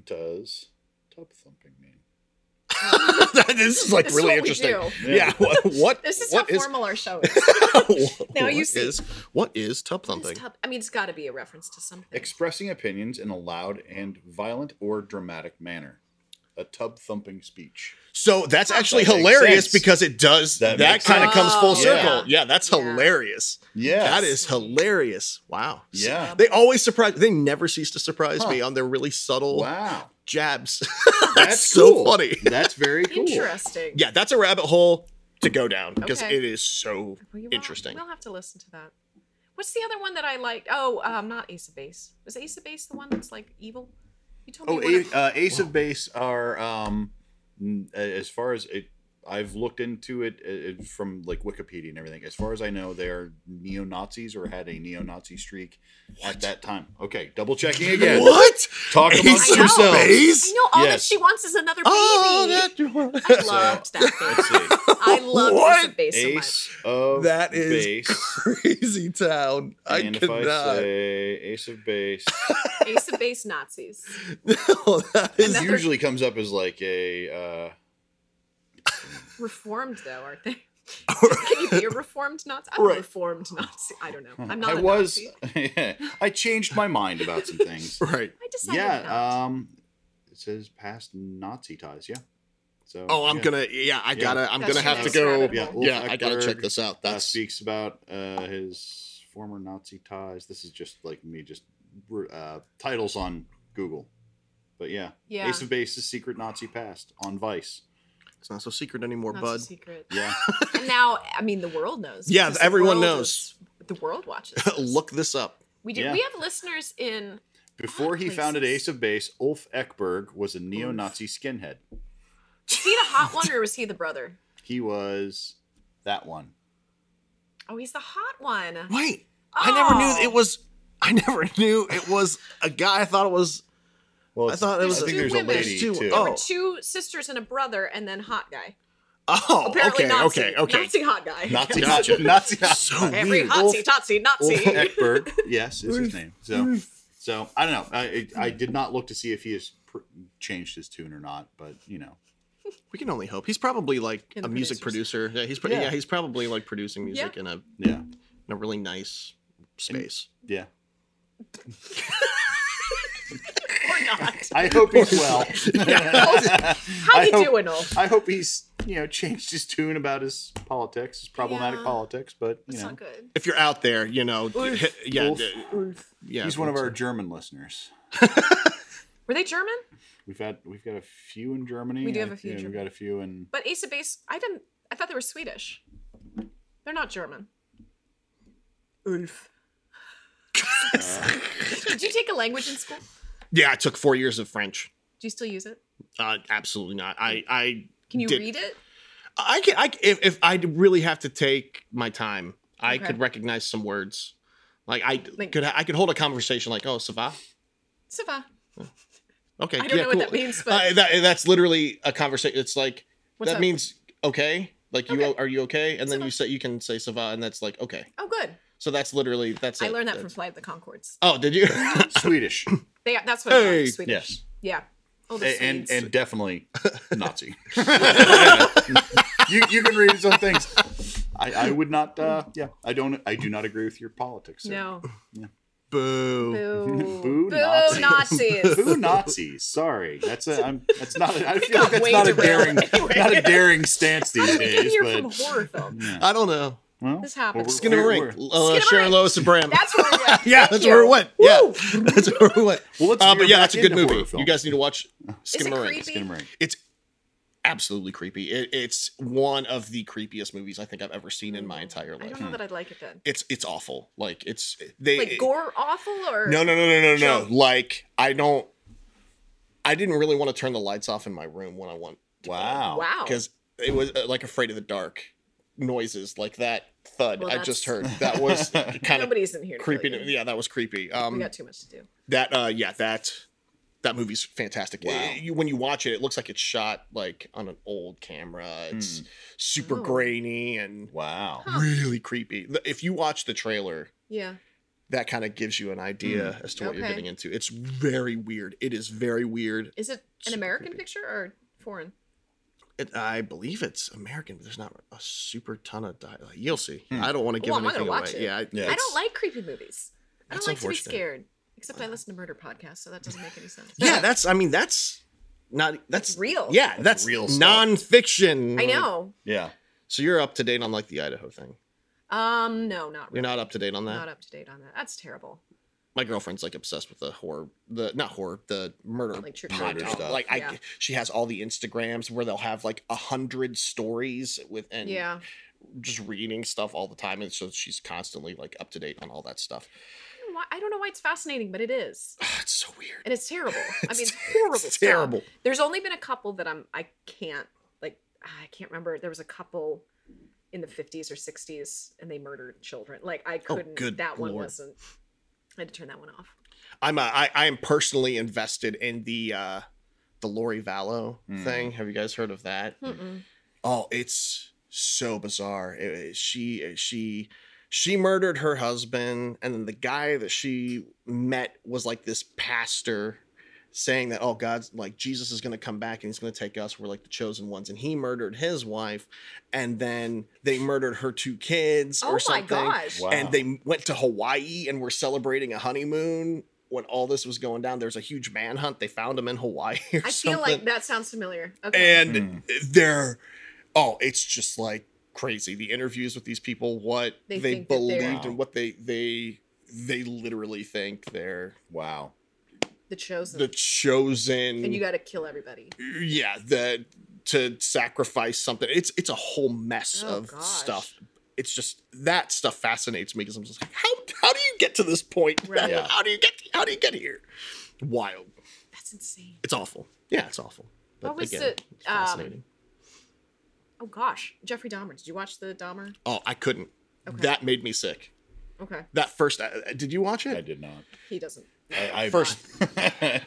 Speaker 2: does tub thumping mean?
Speaker 3: <laughs> this is like
Speaker 1: This is
Speaker 3: really
Speaker 1: what we
Speaker 3: interesting.
Speaker 2: do.
Speaker 3: Yeah. What? What?
Speaker 1: This is
Speaker 3: what
Speaker 1: how
Speaker 3: is-
Speaker 1: formal our show is. Now
Speaker 3: <laughs> what
Speaker 1: you see.
Speaker 3: is- what is tub
Speaker 1: What
Speaker 3: thumping?
Speaker 1: is tub- I mean, it's got to be a reference to something.
Speaker 2: Expressing opinions in a loud and violent or dramatic manner. A tub thumping speech.
Speaker 3: so that's actually
Speaker 2: That makes
Speaker 3: hilarious
Speaker 2: sense.
Speaker 3: because it does
Speaker 2: That
Speaker 3: that,
Speaker 2: makes
Speaker 3: kind of
Speaker 1: sense.
Speaker 3: comes
Speaker 1: Oh,
Speaker 2: yeah.
Speaker 3: full circle. Yeah, that's
Speaker 1: Yeah.
Speaker 3: hilarious.
Speaker 2: Yeah.
Speaker 3: That is hilarious. Wow. So-
Speaker 2: Yeah.
Speaker 3: They always surprise. They never cease to surprise
Speaker 2: Huh.
Speaker 3: me on their really subtle
Speaker 2: Wow.
Speaker 3: jabs. <coughs> <laughs> that's
Speaker 2: cool.
Speaker 3: so funny.
Speaker 2: That's very cool.
Speaker 1: Interesting.
Speaker 3: Yeah, that's a rabbit hole to go down because
Speaker 1: Okay.
Speaker 3: it is so
Speaker 1: Well, you will-
Speaker 3: interesting.
Speaker 1: We'll have to listen to that. What's the other one that I liked? Oh, um, not Ace of Base. Was Ace of Base the one that's like evil? You told me.
Speaker 2: Oh,
Speaker 1: one
Speaker 2: A-
Speaker 1: of-
Speaker 2: uh, Ace of Base are um, n- as far as it, I've looked into it, uh, uh, from like Wikipedia and everything. As far as I know, they are neo Nazis or had a neo Nazi streak at that time. Okay, double
Speaker 3: <laughs>
Speaker 2: checking again.
Speaker 3: What?
Speaker 2: Talk
Speaker 3: Ace
Speaker 2: amongst
Speaker 1: I know.
Speaker 2: yourselves.
Speaker 1: I
Speaker 3: Space?
Speaker 1: know all that
Speaker 2: Yes.
Speaker 1: she wants is another baby.
Speaker 3: Oh, that
Speaker 1: I loved that
Speaker 2: Let's
Speaker 1: baby.
Speaker 2: see.
Speaker 1: I loved Ace
Speaker 3: What?
Speaker 1: of Base so much.
Speaker 2: Ace of
Speaker 3: That is
Speaker 2: base.
Speaker 3: crazy town. I
Speaker 2: and if I
Speaker 3: cannot.
Speaker 2: say Ace of Base,
Speaker 1: Ace of Base Nazis.
Speaker 3: <laughs> No, that is
Speaker 2: it usually comes up as like a. Uh,
Speaker 1: Reformed though, aren't they?
Speaker 3: <laughs>
Speaker 1: Can you be a reformed Nazi? I'm
Speaker 2: Right.
Speaker 1: a reformed Nazi. I don't know.
Speaker 3: Hmm.
Speaker 1: I'm not.
Speaker 2: I
Speaker 1: a
Speaker 2: was.
Speaker 1: Nazi.
Speaker 2: <laughs> I changed my mind about
Speaker 1: <laughs>
Speaker 2: some things.
Speaker 3: right.
Speaker 1: I decided not.
Speaker 3: uh,
Speaker 2: yeah. Um, it says past Nazi ties. Yeah. So.
Speaker 3: Oh, I'm
Speaker 2: yeah.
Speaker 3: gonna. Yeah, I
Speaker 2: Yeah.
Speaker 3: gotta. I'm
Speaker 1: That's
Speaker 3: gonna have to
Speaker 1: next
Speaker 3: go.
Speaker 1: rabbit
Speaker 2: Yeah,
Speaker 1: hole.
Speaker 2: Wolf
Speaker 3: Yeah, I gotta
Speaker 2: Eckberg,
Speaker 3: check this out.
Speaker 2: uh,
Speaker 3: That's
Speaker 2: speaks about uh, his former Nazi ties. This is just like me, just uh, titles on Google. But yeah,
Speaker 1: Yeah.
Speaker 2: Ace of Base's secret Nazi past on Vice.
Speaker 3: it's not so secret anymore,
Speaker 1: Nazi
Speaker 3: bud. <laughs>
Speaker 1: secret.
Speaker 2: Yeah.
Speaker 1: <laughs> And now, I mean, the world knows.
Speaker 3: Yeah,
Speaker 1: because the
Speaker 3: everyone
Speaker 1: world
Speaker 3: knows.
Speaker 1: is- the world watches.
Speaker 3: <laughs> Look this up.
Speaker 1: We do.
Speaker 2: Yeah.
Speaker 1: We have listeners in.
Speaker 2: Before he
Speaker 1: Places.
Speaker 2: founded Ace of Base, Ulf Ekberg was a neo-Nazi skinhead.
Speaker 1: Was he the hot one or was he the brother?
Speaker 2: He was that one.
Speaker 1: Oh, he's the hot one.
Speaker 3: Wait, I never
Speaker 1: Oh.
Speaker 3: knew it was. I never <laughs> knew it was a guy. I thought it was.
Speaker 2: Well,
Speaker 3: I thought it was.
Speaker 2: I think
Speaker 1: two
Speaker 2: there's
Speaker 1: women.
Speaker 2: a lady
Speaker 3: There's two-
Speaker 2: too.
Speaker 1: There
Speaker 3: oh.
Speaker 1: were two sisters and a brother, and then hot guy.
Speaker 3: Oh,
Speaker 1: Apparently
Speaker 3: okay,
Speaker 1: Nazi.
Speaker 3: okay, okay,
Speaker 1: Nazi hot guy.
Speaker 2: Nazi,
Speaker 3: Gotcha.
Speaker 2: Nazi, Nazi,
Speaker 1: <laughs>
Speaker 3: So
Speaker 1: Every
Speaker 3: weird.
Speaker 1: hotsy totsy
Speaker 2: Ulf
Speaker 1: Nazi.
Speaker 2: Ekberg, yes, is his name. So, so I don't know. I, it- I did not look to see if he has pr- changed his tune or not, but you know,
Speaker 3: We can only hope. He's probably like
Speaker 1: And
Speaker 3: a
Speaker 1: the
Speaker 3: music producer. Yeah, he's pro- yeah.
Speaker 2: Yeah.
Speaker 3: he's probably like producing music in a in
Speaker 2: yeah,
Speaker 3: a really nice space.
Speaker 2: yeah.
Speaker 1: or not.
Speaker 2: <laughs> I hope he's well.
Speaker 1: How
Speaker 2: I
Speaker 1: you
Speaker 2: hope-
Speaker 1: doing, Ulf?
Speaker 2: <laughs> I hope he's you know changed his tune about his politics, his problematic
Speaker 1: Yeah.
Speaker 2: politics. But you
Speaker 1: It's
Speaker 2: know,
Speaker 1: not good.
Speaker 3: If you're out there, you know, d- hit- yeah,
Speaker 2: Oof.
Speaker 3: d- yeah.
Speaker 2: he's one of our German listeners.
Speaker 1: Were they German?
Speaker 2: We've had we've got a few in Germany.
Speaker 1: We do
Speaker 2: I-
Speaker 1: have a few in
Speaker 2: yeah, We've
Speaker 1: Germany.
Speaker 2: got a few
Speaker 1: <coughs>
Speaker 2: in. <coughs>
Speaker 1: But Ace of Base, I didn't. I thought they were Swedish. They're not German. Ulf. <laughs> Did you take a language in school? Do
Speaker 3: Yeah, I took four years of French.
Speaker 1: you still use it?
Speaker 3: Uh, absolutely not. I I
Speaker 1: Can you
Speaker 3: did-
Speaker 1: read it?
Speaker 3: I can. I if if I really have to take my time, I
Speaker 1: Okay.
Speaker 3: could recognize some words. Like I
Speaker 1: Like-
Speaker 3: could I could hold a conversation like oh ça va?
Speaker 1: Siva.
Speaker 3: okay
Speaker 1: I don't
Speaker 3: yeah,
Speaker 1: know what that
Speaker 3: cool.
Speaker 1: means,
Speaker 3: Uh,
Speaker 1: but
Speaker 3: that, that's literally a conversation. It's like
Speaker 1: What's
Speaker 3: that
Speaker 1: up?
Speaker 3: means okay. Like you
Speaker 1: Okay.
Speaker 3: are you okay? And then
Speaker 1: Ça
Speaker 3: you
Speaker 1: va.
Speaker 3: say you can say ça va, and that's like okay.
Speaker 1: oh, good.
Speaker 3: So that's literally that's.
Speaker 1: I
Speaker 3: it.
Speaker 1: learned that from
Speaker 3: That's-
Speaker 1: Flight of the Concords.
Speaker 3: Oh,
Speaker 1: <laughs>
Speaker 3: did you? <coughs>
Speaker 2: Swedish,
Speaker 1: They, that's what I
Speaker 3: Hey,
Speaker 1: learned. Swedish.
Speaker 2: yes,
Speaker 1: Yeah. Oh, the
Speaker 2: A- and
Speaker 1: Swedes.
Speaker 2: and
Speaker 3: <laughs>
Speaker 2: definitely Nazi. <laughs> you you can read some things. I, I would not. Uh, yeah, I don't. I do not agree with your politics. Sir.
Speaker 1: no.
Speaker 3: <laughs> Boo.
Speaker 1: Boo.
Speaker 2: Boo,
Speaker 1: Boo, Nazis.
Speaker 2: Who Nazis? Sorry, that's a. I'm, that's
Speaker 1: <laughs>
Speaker 2: not. A, I feel
Speaker 1: got
Speaker 2: like that's
Speaker 1: <laughs> way
Speaker 2: not a daring,
Speaker 1: derailed anyway.
Speaker 2: not a daring stance
Speaker 1: <laughs>
Speaker 2: these
Speaker 1: We're getting
Speaker 2: days.
Speaker 1: here from
Speaker 2: But
Speaker 1: horror film.
Speaker 3: I don't know.
Speaker 2: well,
Speaker 1: This happened.
Speaker 2: we're-
Speaker 1: Skin
Speaker 3: Skin of a
Speaker 2: we're-
Speaker 3: ring.
Speaker 2: we're-
Speaker 3: Uh,
Speaker 1: of a
Speaker 3: Sharon
Speaker 1: Ring.
Speaker 3: Lois and Bram.
Speaker 1: That's where we're at.
Speaker 3: <laughs> yeah,
Speaker 1: Thank
Speaker 3: that's
Speaker 1: you.
Speaker 3: where it went. Yeah,
Speaker 1: Woo.
Speaker 3: <laughs> that's where it went.
Speaker 2: Well, let's
Speaker 3: Uh, but
Speaker 2: veer
Speaker 3: yeah,
Speaker 2: back
Speaker 3: that's a good
Speaker 2: into horror
Speaker 3: movie.
Speaker 2: film.
Speaker 3: You guys need to watch Skin
Speaker 1: it
Speaker 3: of a Ring.
Speaker 1: creepy?
Speaker 2: Skin of a ring.
Speaker 3: It's absolutely creepy. It, it's one of the creepiest movies I think I've ever seen in my entire
Speaker 1: I
Speaker 3: life.
Speaker 1: don't know that I'd like it then.
Speaker 3: It's it's awful. Like it's they
Speaker 1: Like gore awful or
Speaker 3: No, no, no, no, no, no.
Speaker 1: Jump.
Speaker 3: Like I don't. I didn't really want to turn the lights off in my room when I went
Speaker 2: Wow.
Speaker 1: Wow.
Speaker 3: because it was uh, like afraid of the dark noises, like that thud
Speaker 1: Well,
Speaker 3: I just heard.
Speaker 1: that's-
Speaker 3: That
Speaker 1: <laughs>
Speaker 3: was kind of
Speaker 1: nobody's in here. to kill
Speaker 3: creepy.
Speaker 1: you.
Speaker 3: Yeah, that was creepy.
Speaker 1: We
Speaker 3: Um,
Speaker 1: got too much to do.
Speaker 3: that uh, yeah, that that movie's fantastic.
Speaker 2: Wow.
Speaker 3: It- you, when you watch it, it looks like it's shot like on an old camera. It's super
Speaker 1: Oh.
Speaker 3: grainy
Speaker 2: <laughs>
Speaker 3: and
Speaker 2: Wow.
Speaker 1: Huh.
Speaker 3: really creepy. The- If you watch the trailer,
Speaker 1: Yeah.
Speaker 3: that kind of gives you an idea as to what you're
Speaker 1: Okay.
Speaker 3: getting into. It's very weird. It is very weird.
Speaker 1: Is it an
Speaker 3: Super
Speaker 1: American
Speaker 3: creepy.
Speaker 1: picture or foreign?
Speaker 3: It, I believe it's American, but there's not a super ton of dialogue. You'll see. I don't want to give
Speaker 1: Well, I'm gonna
Speaker 3: anything
Speaker 1: watch
Speaker 3: away.
Speaker 1: it.
Speaker 3: Hmm. Yeah, I,
Speaker 2: Yeah.
Speaker 1: I
Speaker 3: it's-
Speaker 1: don't like creepy movies. I
Speaker 3: That's
Speaker 1: don't like to be
Speaker 3: unfortunate.
Speaker 1: scared. Except I listen to murder podcasts, so that doesn't make any sense.
Speaker 3: Yeah, that's. I mean, that's not. That's
Speaker 1: It's real.
Speaker 3: Yeah, that's,
Speaker 2: real
Speaker 3: real
Speaker 2: stuff.
Speaker 3: nonfiction.
Speaker 1: I know.
Speaker 2: Yeah.
Speaker 3: So you're up to date on like the Idaho thing.
Speaker 1: Um, no, not really.
Speaker 3: You're not up to date on that.
Speaker 1: Not up to date on that. That's terrible.
Speaker 3: My girlfriend's like obsessed with the horror, the not horror, the murder,
Speaker 1: Like true
Speaker 3: pod-
Speaker 2: crime stuff.
Speaker 3: Like
Speaker 1: Yeah.
Speaker 3: I, she has all the Instagrams where they'll have like a hundred stories with and
Speaker 1: yeah.
Speaker 3: just reading stuff all the time, and so she's constantly like up to date on all that stuff. <sighs>
Speaker 1: I don't know why- I don't know why it's fascinating, but it is,
Speaker 3: it's so weird.
Speaker 1: and it's terrible. I mean, it's
Speaker 3: It's
Speaker 1: horrible. stuff.
Speaker 3: terrible.
Speaker 1: There's only been a couple that I'm I can't like. I can't remember. There was a couple in the 50s or 60s and they murdered children. Like I
Speaker 3: Oh,
Speaker 1: couldn't.
Speaker 3: good
Speaker 1: that one
Speaker 3: lord.
Speaker 1: wasn't. I had to turn that one off.
Speaker 3: I'm a, I, I am personally invested in the uh the Lori Vallow
Speaker 2: Hmm.
Speaker 3: thing. Have you guys heard of that?
Speaker 1: Hmm.
Speaker 3: Oh, it's so bizarre. It- it- she eh, she she murdered her husband, and then the guy that she met was like this pastor saying that oh god's like jesus is going to come back and he's going to take us we're like the chosen ones and he murdered his wife and then they murdered her two kids
Speaker 1: Oh
Speaker 3: or
Speaker 1: my
Speaker 3: something
Speaker 1: gosh.
Speaker 2: Wow.
Speaker 3: and they went to Hawaii and were celebrating a honeymoon when all this was going down. There's a huge manhunt. They found him in Hawaii. <laughs> Or
Speaker 1: I
Speaker 3: something.
Speaker 1: feel like that sounds familiar. Okay.
Speaker 3: and they're oh, it's just like crazy. The interviews with these people, what
Speaker 1: They
Speaker 3: they,
Speaker 1: think that they're-
Speaker 3: believed and what they they they literally think they're
Speaker 2: Wow.
Speaker 1: the chosen.
Speaker 3: the chosen.
Speaker 1: and you got to kill everybody.
Speaker 3: yeah, the to sacrifice something. It's it's a whole mess
Speaker 1: Oh,
Speaker 3: of
Speaker 1: gosh.
Speaker 3: stuff. It's just that stuff fascinates me because I'm just like, how how do you get to this point? <laughs>
Speaker 1: Right.
Speaker 2: Yeah.
Speaker 3: how do you get how do you get here? Wild.
Speaker 1: That's insane.
Speaker 3: It's awful. Yeah, it's awful. But
Speaker 1: What was
Speaker 3: again,
Speaker 1: the,
Speaker 3: it's
Speaker 1: um,
Speaker 3: fascinating.
Speaker 1: Oh gosh, Jeffrey Dahmer. Did you watch the Dahmer?
Speaker 3: oh, I couldn't.
Speaker 1: um, Okay.
Speaker 3: That made me sick.
Speaker 1: Okay,
Speaker 3: That first, uh, did you watch it?
Speaker 2: I did not.
Speaker 1: he doesn't.
Speaker 2: I, I
Speaker 3: First,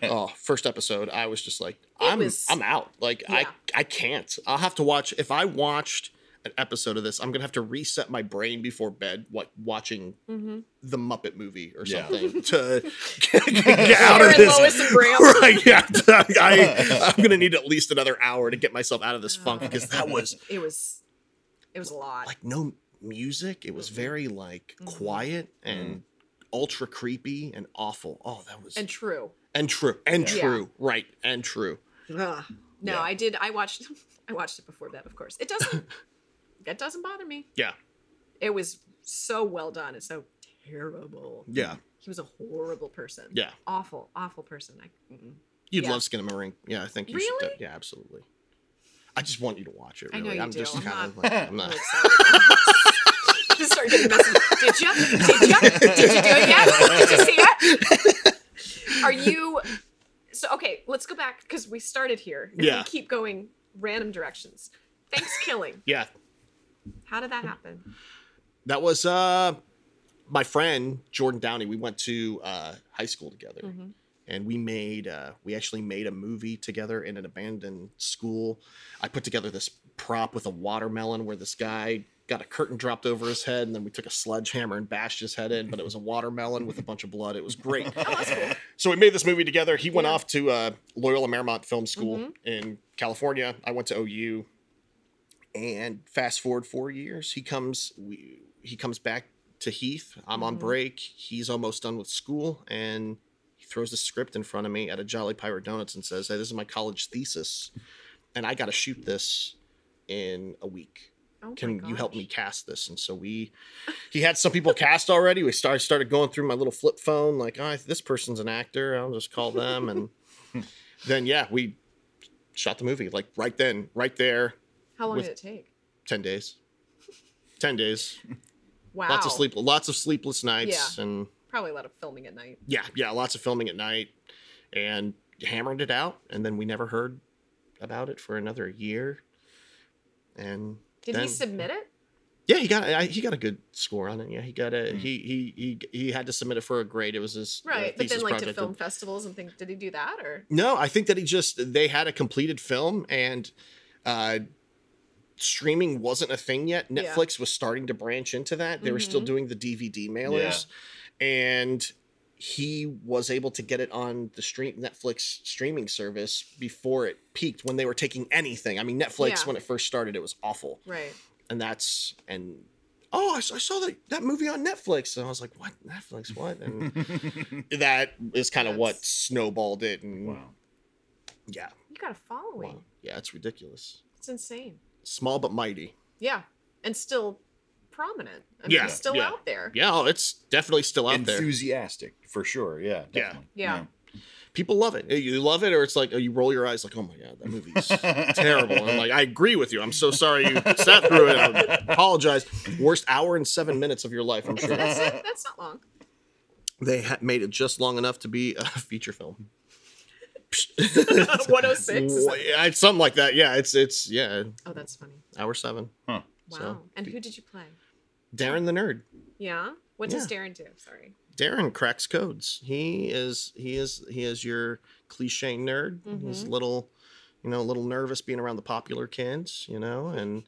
Speaker 3: oh, first episode, I was just like, I'm,
Speaker 1: was-
Speaker 3: I'm out. Like,
Speaker 1: Yeah.
Speaker 3: I, I can't. I'll have to watch. If I watched an episode of this, I'm gonna have to reset my brain before bed, like watching
Speaker 1: Mm-hmm.
Speaker 3: the Muppet movie or
Speaker 2: Yeah.
Speaker 3: something
Speaker 1: <laughs>
Speaker 3: to <laughs> get, get out of this.
Speaker 1: Lois and Bram.
Speaker 3: <laughs> right? Yeah, <laughs> I, I'm gonna need at least another hour to get myself out of this funk because
Speaker 1: Oh.
Speaker 3: that was
Speaker 1: It was, it was a lot.
Speaker 3: like no music. It was
Speaker 1: Mhm.
Speaker 3: very like
Speaker 1: Mhm.
Speaker 3: quiet and ultra creepy and awful. Oh, that was
Speaker 1: and true.
Speaker 3: and true and
Speaker 1: Yeah.
Speaker 3: true right and true
Speaker 1: Ugh. No,
Speaker 3: Yeah.
Speaker 1: I did. I watched. <laughs> I watched it before bed. Of course, it
Speaker 3: <laughs>
Speaker 1: doesn't. that doesn't bother me.
Speaker 3: yeah
Speaker 1: It was so well done. It's so terrible.
Speaker 3: yeah
Speaker 1: He was a horrible person.
Speaker 3: yeah
Speaker 1: Awful, awful person. I, mm, mm-mm.
Speaker 3: you'd
Speaker 1: Yeah.
Speaker 3: love skinamarink yeah i think you should
Speaker 1: Really?
Speaker 3: do- yeah absolutely i just want you to watch it
Speaker 1: I know
Speaker 3: really
Speaker 1: you
Speaker 3: i'm
Speaker 1: do.
Speaker 3: just
Speaker 1: I'm
Speaker 3: kind of
Speaker 1: not- <laughs>
Speaker 3: like i'm
Speaker 1: I'm
Speaker 3: not
Speaker 1: excited. <laughs> Just start getting messages. Did you? Did you? Did you do it yet? Did you see it? Are you? So okay, let's go back because we started here. and
Speaker 3: Yeah.
Speaker 1: We keep going random directions. Thanks killing.
Speaker 3: <laughs> yeah
Speaker 1: How did that happen?
Speaker 3: that was uh my friend jordan downey we went to uh high school together
Speaker 1: Mm-hmm.
Speaker 3: and we made uh, we actually made a movie together in an abandoned school i put together this prop with a watermelon where this guy got a curtain dropped over his head and then we took a sledgehammer and bashed his head in but it was a watermelon with a bunch of blood it was great
Speaker 1: <laughs> Oh,
Speaker 3: so we made this movie together he went
Speaker 1: Yeah.
Speaker 3: off to uh, loyola marymount film school in california i went to ou and fast forward four years he comes we, he comes back to heath i'm on
Speaker 1: Mhm.
Speaker 3: break he's almost done with school and he throws the script in front of me at a jolly pirate donuts and says hey this is my college thesis and i got to shoot this in a week
Speaker 1: Oh my
Speaker 3: can you help
Speaker 1: gosh.
Speaker 3: me cast this and so we he had some people cast already we started started going through my little flip phone like oh, this person's an actor i'll just call them and
Speaker 1: <laughs>
Speaker 3: then yeah we shot the movie like right then right there
Speaker 1: How long
Speaker 3: with-
Speaker 1: did it take?
Speaker 3: 10 days 10 days
Speaker 1: Wow.
Speaker 3: lots of sleep lots of sleepless nights
Speaker 1: Yeah.
Speaker 3: and
Speaker 1: Probably a lot of filming at night.
Speaker 3: yeah yeah lots of filming at night and hammered it out and then we never heard about it for another year and
Speaker 1: Did he
Speaker 3: then-
Speaker 1: submit it?
Speaker 3: Yeah, he got I, he got a good score on it. Yeah, he got a
Speaker 2: Hmm.
Speaker 3: he he he he had to submit it for a grade. It was his uh,
Speaker 1: Right, but then
Speaker 3: thesis
Speaker 1: like to
Speaker 3: project.
Speaker 1: film festivals and things. Did he do that or?
Speaker 3: No, I think that he just they had a completed film and uh streaming wasn't a thing yet.
Speaker 1: Yeah.
Speaker 3: Netflix was starting to branch into that. They were still
Speaker 1: Mhm.
Speaker 3: doing the DVD mailers and he was able to get it on the stream Netflix streaming service before it peaked when they were taking anything. I mean Netflix
Speaker 1: Yeah.
Speaker 3: when it first started it was awful
Speaker 1: Right.
Speaker 3: and that's and oh I, s- I saw that that movie on Netflix and I was like what Netflix what
Speaker 2: <laughs>
Speaker 3: and that is kind of what
Speaker 1: That's-
Speaker 3: snowballed it and
Speaker 2: <laughs> wow.
Speaker 3: yeah
Speaker 1: You got a following.
Speaker 3: wow. yeah it's ridiculous
Speaker 1: It's insane.
Speaker 3: small but mighty
Speaker 1: Yeah, and still prominent. I mean,
Speaker 3: Yeah,
Speaker 1: it's still
Speaker 3: yeah.
Speaker 1: out there.
Speaker 3: yeah oh, it's definitely still out there
Speaker 2: Enthusiastic for sure. Yeah. Definitely.
Speaker 1: Yeah.
Speaker 3: people love it you love it or it's like oh, you roll your eyes like oh my god that movie's <laughs> terrible and I'm like I agree with you I'm so sorry you sat through it I apologize worst hour and seven minutes of your life I'm
Speaker 1: <laughs>
Speaker 3: sure
Speaker 1: That's it.
Speaker 3: <laughs>
Speaker 1: That's not long. <laughs>
Speaker 3: <laughs> they ha- made it just long enough to be a feature film
Speaker 1: One oh six.
Speaker 3: Wha- yeah, it's something like that. Yeah, it's it's yeah,
Speaker 1: Oh, that's funny.
Speaker 3: hour seven.
Speaker 2: Huh.
Speaker 1: Wow.
Speaker 3: So-
Speaker 1: and who did you play?
Speaker 3: Darren the nerd.
Speaker 1: Yeah. What does Darren do?
Speaker 3: <laughs>
Speaker 1: Sorry.
Speaker 3: Darren cracks codes. He is he is he is your cliche nerd. He's
Speaker 1: Mm-hmm.
Speaker 3: a little, you know, a little nervous being around the popular kids, you know, and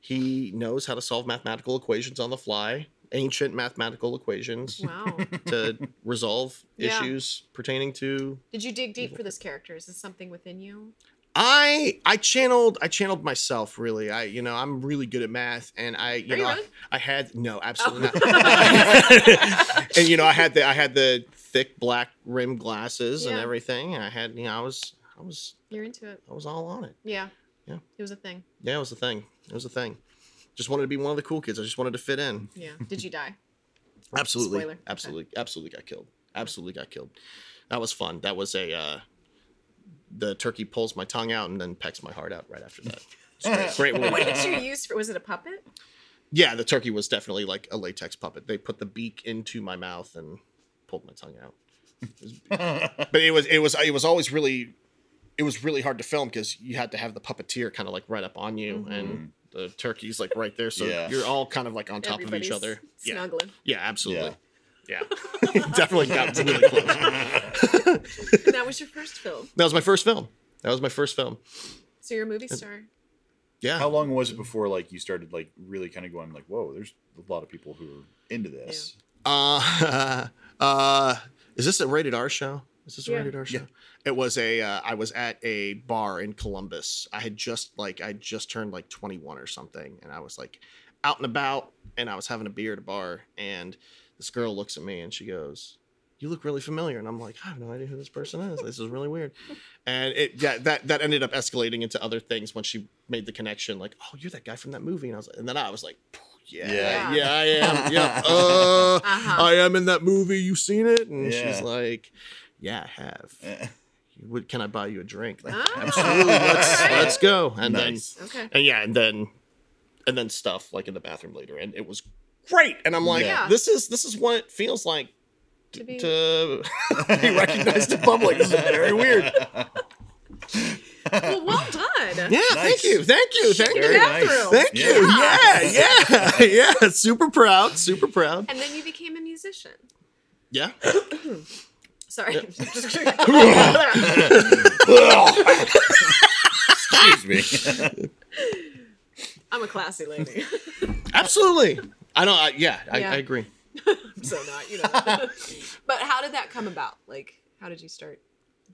Speaker 3: he knows how to solve mathematical equations on the fly, ancient mathematical equations
Speaker 1: Wow.
Speaker 3: to resolve
Speaker 1: <laughs> Yeah.
Speaker 3: issues pertaining to
Speaker 1: did you dig deep for this character? Is this something within you?
Speaker 3: I I channeled I channeled myself really. I you know, I'm really good at math and I you
Speaker 1: Are you
Speaker 3: know I-
Speaker 1: really?
Speaker 3: I, had no, absolutely
Speaker 1: Oh.
Speaker 3: not. <laughs> and you know, I had the I had the thick black rim glasses and
Speaker 1: Yeah.
Speaker 3: everything. And I had you know, I was I was
Speaker 1: You're into it.
Speaker 3: I was all on it.
Speaker 1: Yeah.
Speaker 3: Yeah.
Speaker 1: It was a thing.
Speaker 3: Yeah, it was a thing. It was a thing. Just wanted to be one of the cool kids. I just wanted to fit in.
Speaker 1: Yeah. Did you die?
Speaker 3: Absolutely.
Speaker 1: Spoiler. Okay.
Speaker 3: Absolutely. Absolutely got killed. Absolutely got killed. That was fun. That was a uh the turkey pulls my tongue out and then pecks my heart out right after that. It's great. great way to
Speaker 1: <laughs> What did you use for? Was it a puppet?
Speaker 3: Yeah, the turkey was definitely like a latex puppet. They put the beak into my mouth and pulled my tongue out.
Speaker 2: <laughs>
Speaker 3: It was- but it was it was it was always really it was really hard to film because you had to have the puppeteer kind of like right up on you and the turkey's like right there, so
Speaker 2: Yeah.
Speaker 3: you're all kind of like on top
Speaker 1: Everybody's
Speaker 3: of each other. Yeah,
Speaker 1: Snuggling.
Speaker 3: yeah, absolutely. Yeah, <laughs> definitely got really close. That
Speaker 1: And that was your first film.
Speaker 3: was my first film. That was my first film.
Speaker 1: So you're a
Speaker 3: Uh,
Speaker 1: movie star.
Speaker 2: <laughs>
Speaker 3: Yeah,
Speaker 2: How long was it before like you started like really kind of going like, whoa, there's a lot of people who are into
Speaker 3: <laughs>
Speaker 2: this.
Speaker 3: uh, <laughs> uh, is this a rated R show? Is this a
Speaker 1: Yeah.
Speaker 3: rated R show? It was a. Uh, I was at a bar in Columbus. I had just like I just turned like 21 or something, and I was like out and about, and I was having a beer at a bar, and this girl looks at me and she goes, "You look really familiar," and I'm like, "I have no idea who this person is. This is really weird." And it yeah, that that ended up escalating into other things when she made the connection, like, "Oh, you're that guy from that movie," and I was, and then I was like. Yeah,
Speaker 2: Yeah.
Speaker 3: yeah, I am. Yeah, uh,
Speaker 1: Uh-huh.
Speaker 3: I am in that movie. You seen it? And
Speaker 2: Yeah.
Speaker 3: she's like, Yeah, I have. Would, can I buy you a drink? Like,
Speaker 1: Ah.
Speaker 3: absolutely. Let's,
Speaker 1: Alright.
Speaker 3: let's go. And
Speaker 2: Nice. <laughs>
Speaker 3: then,
Speaker 1: Okay.
Speaker 3: and yeah, and then, and then stuff like in the bathroom later, and it was great. And I'm like,
Speaker 1: Yeah.
Speaker 3: this is this is what it feels like
Speaker 1: To be-
Speaker 3: to <laughs> be recognized in public. <laughs> This is very weird.
Speaker 1: Well, well done.
Speaker 3: Yeah,
Speaker 2: Nice.
Speaker 3: thank you, thank you, thank
Speaker 2: Very
Speaker 3: you,
Speaker 2: nice.
Speaker 1: bathroom.
Speaker 3: thank you.
Speaker 1: Yeah.
Speaker 3: Yeah, <laughs> yeah, yeah. Super proud, super proud.
Speaker 1: And then you became a musician. <laughs>
Speaker 3: Yeah. <laughs>
Speaker 1: Sorry.
Speaker 2: Excuse me. <laughs>
Speaker 1: I'm a classy lady. <laughs>
Speaker 3: Absolutely. I don't. I, yeah, I,
Speaker 1: Yeah.
Speaker 3: I agree.
Speaker 1: so not, you know. <laughs> but how did that come about? Like, how did you start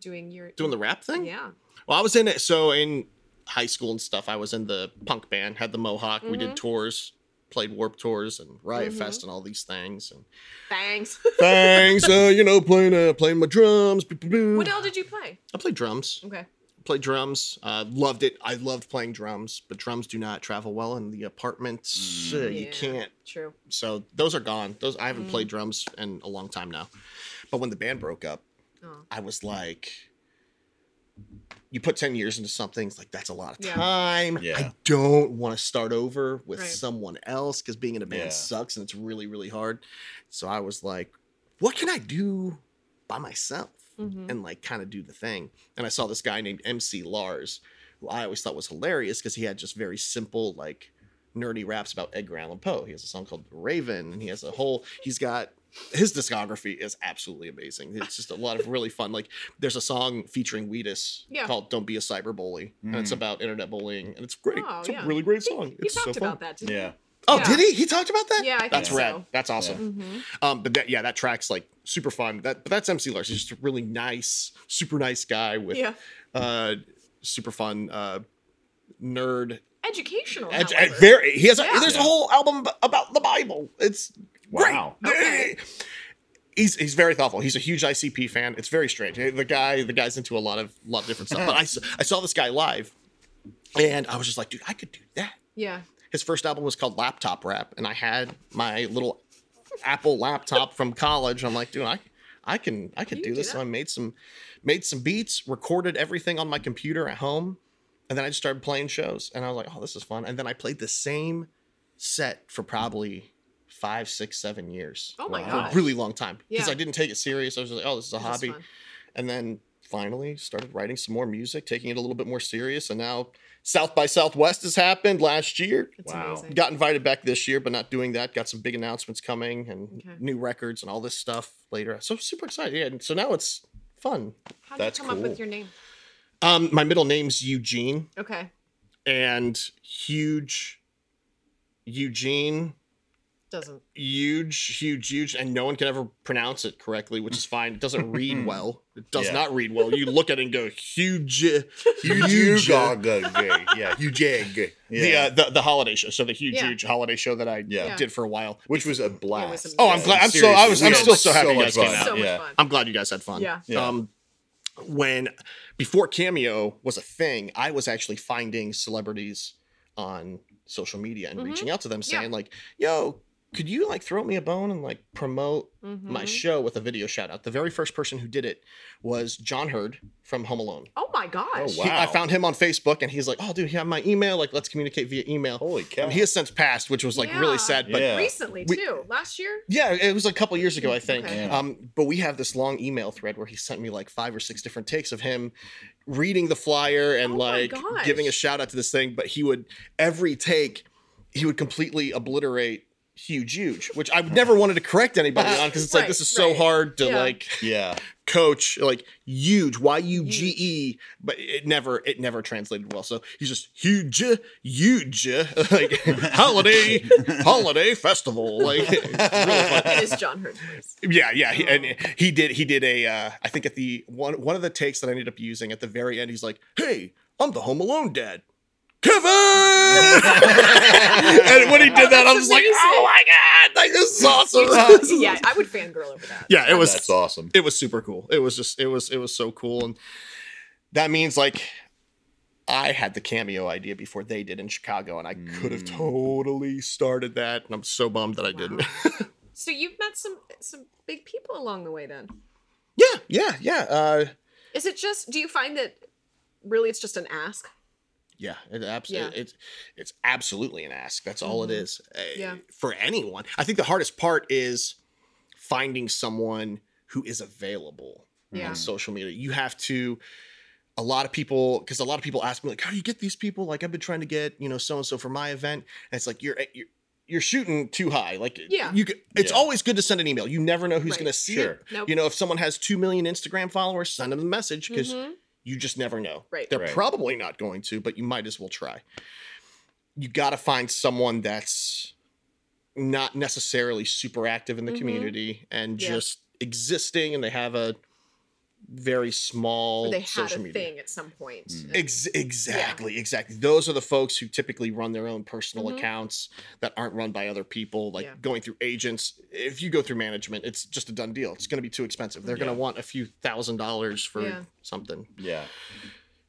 Speaker 1: doing your
Speaker 3: Doing the rap thing.
Speaker 1: Yeah.
Speaker 3: Well, I was in it. So in high school and stuff, I was in the punk band. Had the mohawk. We
Speaker 1: Mm-hmm.
Speaker 3: did tours, played Warp tours and Riot Fest and all these things. And <laughs>
Speaker 1: Thanks.
Speaker 3: things, uh, you know, playing uh, playing my drums. blah, blah, blah.
Speaker 1: what all did you play?
Speaker 3: I played drums.
Speaker 1: Okay.
Speaker 3: Played drums. Uh, loved it. I loved playing drums, but drums do not travel well in the apartments. Uh, You
Speaker 1: Yeah.
Speaker 3: can't
Speaker 1: True.
Speaker 3: so those are gone. Those I haven't
Speaker 1: Mm.
Speaker 3: played drums in a long time now. But when the band broke up,
Speaker 1: Oh.
Speaker 3: I was like, you put 10 years into something, it's like that's a lot of
Speaker 1: Yeah.
Speaker 3: time.
Speaker 2: Yeah.
Speaker 3: I don't want to start over with
Speaker 1: Right.
Speaker 3: someone else because being in a band
Speaker 2: Yeah.
Speaker 3: sucks and it's really, really hard. So I was like, what can I do by myself
Speaker 1: Mhm.
Speaker 3: and like kind of do the thing? And I saw this guy named MC Lars, who I always thought was hilarious because he had just very simple, like, nerdy raps about Edgar Allan Poe. He has a song called Raven, and he has a whole. He's got his discography is absolutely amazing. It's just a lot of really fun. Like there's a song featuring Wheatus
Speaker 1: Yeah.
Speaker 3: called "Don't Be a Cyber Bully," and it's
Speaker 2: Mm.
Speaker 3: about internet bullying, and it's great.
Speaker 1: Oh,
Speaker 3: it's a
Speaker 1: yeah.
Speaker 3: really great song.
Speaker 1: You
Speaker 3: It's so
Speaker 1: talked
Speaker 3: fun.
Speaker 1: about that, didn't
Speaker 3: <laughs>
Speaker 2: yeah.
Speaker 3: Oh,
Speaker 1: Yeah.
Speaker 3: did he? He talked about that?
Speaker 1: Yeah, I think
Speaker 3: that's
Speaker 1: so.
Speaker 3: rad. That's awesome.
Speaker 1: you? hmm
Speaker 3: Um, but that, yeah, that track's like super fun. That, but that's MC Lars. He's just a really nice, super nice guy with
Speaker 1: Yeah.
Speaker 3: uh, super fun uh, nerd
Speaker 1: Educational.
Speaker 3: Ed-
Speaker 1: however.
Speaker 3: ed- very. He has. A,
Speaker 1: Yeah.
Speaker 3: There's
Speaker 2: Yeah.
Speaker 3: a whole album ab- about the Bible. It's great.
Speaker 2: Wow.
Speaker 1: Okay.
Speaker 3: He's, he's very thoughtful. He's a huge ICP fan. It's very strange. The guy the guy's into a lot of lot of different stuff. But I, s- I saw this guy live, and I was just like, dude, I could do that.
Speaker 1: Yeah.
Speaker 3: His first album was called Laptop Rap, and I had my little Apple laptop from college. I'm like, dude, I I can I could
Speaker 1: You
Speaker 3: do
Speaker 1: can do
Speaker 3: this. So
Speaker 1: that.
Speaker 3: I made some made some beats, recorded everything on my computer at home, and then I just started playing shows. And I was like, oh, this is fun. And then I played the same set for probably five, six, seven years.
Speaker 1: Oh my
Speaker 3: For
Speaker 2: Wow.
Speaker 3: a
Speaker 1: gosh.
Speaker 3: really long time because
Speaker 1: Yeah.
Speaker 3: I didn't take it serious. I was just like, oh, this is a
Speaker 1: This is
Speaker 3: hobby.
Speaker 1: fun.
Speaker 3: And then finally started writing some more music, taking it a little bit more serious, and now South by Southwest has happened last year.
Speaker 1: It's
Speaker 2: Wow.
Speaker 1: amazing.
Speaker 3: Got invited back this year, but not doing that. Got some big announcements coming and
Speaker 1: Okay.
Speaker 3: new records and all this stuff later. So super excited. Yeah, and so now it's fun.
Speaker 1: How'd
Speaker 2: That's
Speaker 1: you come up
Speaker 2: cool.
Speaker 1: with your name?
Speaker 3: Um, my middle name's Eugene,
Speaker 1: Okay.
Speaker 3: and huge Eugene
Speaker 1: Doesn't.
Speaker 3: huge, huge, huge, and no one can ever pronounce it correctly, which is fine.
Speaker 1: <laughs>
Speaker 3: It doesn't read well. It does
Speaker 2: Yeah.
Speaker 3: not read well. You look at it and go huge.
Speaker 2: Huge.
Speaker 3: Huge.
Speaker 2: Yeah. Huge.
Speaker 3: The, uh,
Speaker 2: Yeah.
Speaker 3: the the holiday show, so the huge,
Speaker 1: Yeah.
Speaker 3: huge holiday show that I
Speaker 2: Yeah.
Speaker 3: did for a while.
Speaker 2: Which was a
Speaker 1: It
Speaker 2: blast.
Speaker 1: was a- Oh, I'm
Speaker 3: glad- I'm so-
Speaker 2: Seriously,
Speaker 3: I was-
Speaker 2: we
Speaker 3: I'm
Speaker 2: had
Speaker 3: still so happy you
Speaker 2: much
Speaker 3: guys came
Speaker 2: fun.
Speaker 3: out.
Speaker 1: So
Speaker 2: yeah.
Speaker 1: much fun.
Speaker 3: I'm glad you guys had fun.
Speaker 1: Yeah.
Speaker 2: Yeah.
Speaker 3: Um, when before Cameo was a thing, I was actually finding celebrities on social media and
Speaker 1: Mhm.
Speaker 3: reaching out to them,
Speaker 1: Yeah.
Speaker 3: saying like, "Yo." Could you like throw me a bone and like promote my
Speaker 1: Mhm.
Speaker 3: show with a video shout out? The very first person who did it was John Hurd from Home Alone.
Speaker 1: oh my gosh.
Speaker 2: Oh, wow.
Speaker 3: He- I found him on Facebook, and he's like, "Oh, dude, you have my email. Like, let's communicate via email."
Speaker 2: Holy
Speaker 3: I
Speaker 2: cow.
Speaker 3: mean, he has since passed, which was like really
Speaker 1: Yeah.
Speaker 3: sad. But
Speaker 2: Yeah.
Speaker 3: yeah.
Speaker 1: Recently
Speaker 3: We-
Speaker 1: too. Last
Speaker 2: <laughs>
Speaker 1: year.
Speaker 3: it was a couple years ago, I think.
Speaker 1: Okay.
Speaker 2: Yeah.
Speaker 3: Um, but we have this long email thread where he sent me like five or six different takes of him reading the flyer and
Speaker 1: Oh my
Speaker 3: like
Speaker 1: gosh.
Speaker 3: giving a shout out to this thing. But he would every take, he would completely obliterate huge huge which i never wanted to correct anybody on because it's
Speaker 1: <laughs>
Speaker 3: like
Speaker 1: Right,
Speaker 3: this is so
Speaker 1: right.
Speaker 3: hard to
Speaker 1: Yeah.
Speaker 3: like
Speaker 2: yeah.
Speaker 3: coach like huge y-u-g-e E, but it never it never translated well so he's just huge huge <laughs> like holiday holiday
Speaker 1: <laughs>
Speaker 3: festival like
Speaker 1: it is John Hurt's
Speaker 2: <laughs>
Speaker 1: voice.
Speaker 3: yeah yeah he, and he did he did a uh, i think at the one one of the takes that i ended up using at the very end he's like hey i'm the home alone dad Kevin! <laughs> and when he did that, I was like,
Speaker 1: Amazing.
Speaker 3: "Oh my god! Like this
Speaker 1: <laughs>
Speaker 3: is awesome!" <laughs>
Speaker 1: yeah, I
Speaker 2: <laughs>
Speaker 1: would fangirl over that.
Speaker 3: yeah, it was
Speaker 2: That's awesome.
Speaker 3: it was super cool. It was just it was it was so cool, and that means like I had the cameo idea before they did in Chicago, and I could have
Speaker 2: Mm.
Speaker 3: totally started that, and I'm so bummed that I didn't.
Speaker 1: So you've met some some big people along the way then.
Speaker 3: <laughs> yeah, yeah, yeah, uh,
Speaker 1: Is it just do you find that really it's just an ask?
Speaker 3: yeah. It abs-
Speaker 1: Yeah.
Speaker 3: It's it's absolutely an ask. That's all it
Speaker 1: Mhm.
Speaker 3: is uh,
Speaker 1: Yeah.
Speaker 3: for anyone. I think the hardest part is finding someone who is available.
Speaker 1: Yeah.
Speaker 3: on social media. You have to a lot of people because a lot of people ask me like, how do you get these people? Like I've been trying to get you know so and so for my event, and it's like you're eh, you're you're shooting too high. Like eh,
Speaker 1: Yeah.
Speaker 3: you. c- It's
Speaker 2: Yeah.
Speaker 3: always good to send an email. You never know who's
Speaker 1: Right.
Speaker 3: going to see
Speaker 2: Sure.
Speaker 3: it.
Speaker 1: Nope.
Speaker 3: You know, if someone has two million Instagram followers, send them a message because
Speaker 1: Mhm.
Speaker 3: you just never know.
Speaker 1: Right.
Speaker 3: They're
Speaker 2: Right.
Speaker 3: probably not going to, but you might as well try. You got to find someone that's not necessarily super active in the
Speaker 1: Mhm.
Speaker 3: community and
Speaker 1: Yeah.
Speaker 3: just existing and they have a very
Speaker 1: Or
Speaker 3: small
Speaker 1: they had a
Speaker 3: social media.
Speaker 1: thing at some point.
Speaker 2: Mm.
Speaker 1: and-
Speaker 3: Ex- exactly, exactly. Those are the folks who typically run their own personal
Speaker 1: Mhm.
Speaker 3: accounts that aren't run by other people, like
Speaker 1: Yeah.
Speaker 3: going through agents. If you go through management, it's just a done deal. It's going to be too expensive. They're going
Speaker 2: Yeah.
Speaker 3: to want a few thousand dollars for
Speaker 1: Yeah.
Speaker 3: something.
Speaker 2: Yeah.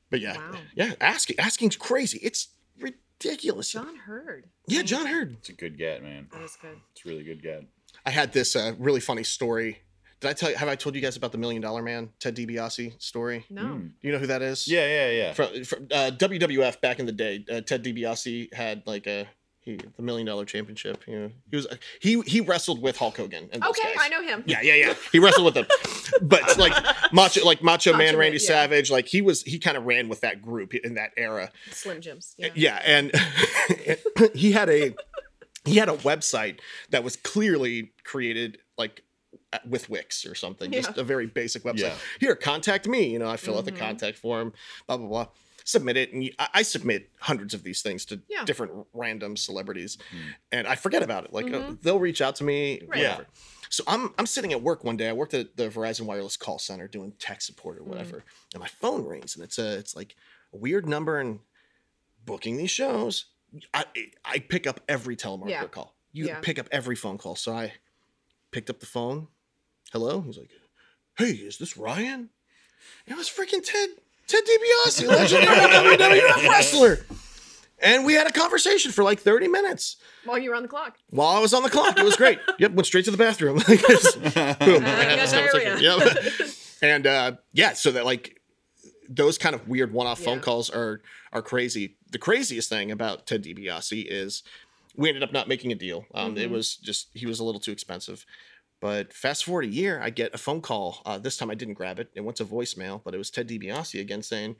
Speaker 3: But yeah,
Speaker 1: Wow.
Speaker 3: yeah, asking asking's crazy. It's ridiculous.
Speaker 1: John Hurd.
Speaker 3: yeah, John Heard.
Speaker 2: It's a good get, man.
Speaker 1: That was good.
Speaker 2: It's a really good get.
Speaker 3: I had this uh, really funny story. Did I tell you? Have I told you guys about the Million Dollar Man, Ted DiBiase story?
Speaker 1: No.
Speaker 2: Mm.
Speaker 3: Do you know who that is?
Speaker 2: Yeah, yeah, yeah.
Speaker 3: From, from uh, WWF back in the day, uh, Ted DiBiase had like a he, the Million Dollar Championship. You know, he was he he wrestled with Hulk Hogan. And those
Speaker 1: Okay,
Speaker 3: guys.
Speaker 1: I know him.
Speaker 3: Yeah, yeah, yeah. He wrestled with them, but like macho, like macho,
Speaker 1: Macho
Speaker 3: man,
Speaker 1: Man,
Speaker 3: Randy
Speaker 1: yeah.
Speaker 3: Savage, like he was, he kind of ran with that group in that era.
Speaker 1: Slim Jims. Yeah.
Speaker 3: yeah, and <laughs> he had a he had a website that was clearly created like at- with Wix or something, just
Speaker 1: Yeah.
Speaker 3: a very basic website.
Speaker 2: Yeah.
Speaker 3: Here, contact me. You know, I fill out the
Speaker 1: Mhm.
Speaker 3: contact form, blah blah blah. Submit it, and you, I, I submit hundreds of these things to
Speaker 1: Yeah.
Speaker 3: different random celebrities,
Speaker 2: Mm.
Speaker 3: and I forget about it. Like oh,
Speaker 1: Mhm.
Speaker 3: they'll reach out to me,
Speaker 1: Right.
Speaker 2: Yeah.
Speaker 3: whatever. So I'm I'm sitting at work one day. I worked at the Verizon Wireless call center doing tech support
Speaker 1: Hmm.
Speaker 3: or whatever, and my phone rings, and it's a it's like a weird number, and booking these shows, I I pick up every telemarketer
Speaker 1: Yeah.
Speaker 3: call. You
Speaker 1: Yeah.
Speaker 3: pick up every phone call. So I picked up the phone. Hello. He's like, "Hey, is this Ryan?" And it was freaking Ted Ted DiBiase, legendary WWF wrestler. And we had a conversation for like thirty minutes
Speaker 1: While you were on the clock.
Speaker 3: while I was on the clock. It was great. yep, went straight to the bathroom. <laughs> Like,
Speaker 1: <laughs>
Speaker 3: just- boom. I had this
Speaker 1: Uh,
Speaker 3: conversation.
Speaker 1: gonorrhea.
Speaker 3: Yep. And uh, yeah, so that like those kind of weird one-off phone
Speaker 1: Yeah.
Speaker 3: calls are are crazy. The craziest thing about Ted DiBiase is we ended up not making a deal. Um, It
Speaker 1: Mhm.
Speaker 3: was just he was a little too expensive. But fast forward a year, I get a phone call. Uh, this time I didn't grab it. It went to voicemail, but it was Ted DiBiase again saying,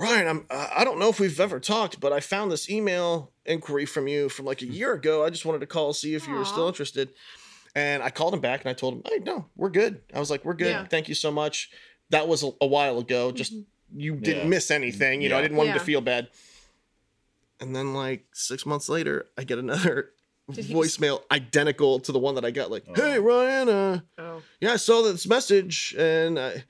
Speaker 3: Ryan, I'm, uh, I don't know if we've ever talked, but I found this email inquiry from you from like a year ago. I just wanted to call, see if you were still
Speaker 1: Mm. Aw.
Speaker 3: interested. And I called him back and I told him, hey, no, we're good. I was like, we're good.
Speaker 1: Yeah. Mm-hmm.
Speaker 3: Thank you so much. That was a, a while ago. Just you didn't
Speaker 2: Yeah.
Speaker 3: miss anything. You know, I
Speaker 2: Yeah.
Speaker 3: didn't want him
Speaker 1: Yeah.
Speaker 3: to feel bad. And then like six months later, I get another
Speaker 1: <laughs> Did he just-
Speaker 3: voicemail identical to the one that I got. Like,
Speaker 2: Oh.
Speaker 3: hey, Ryan, uh,
Speaker 1: Oh.
Speaker 3: yeah, I saw this message, and I,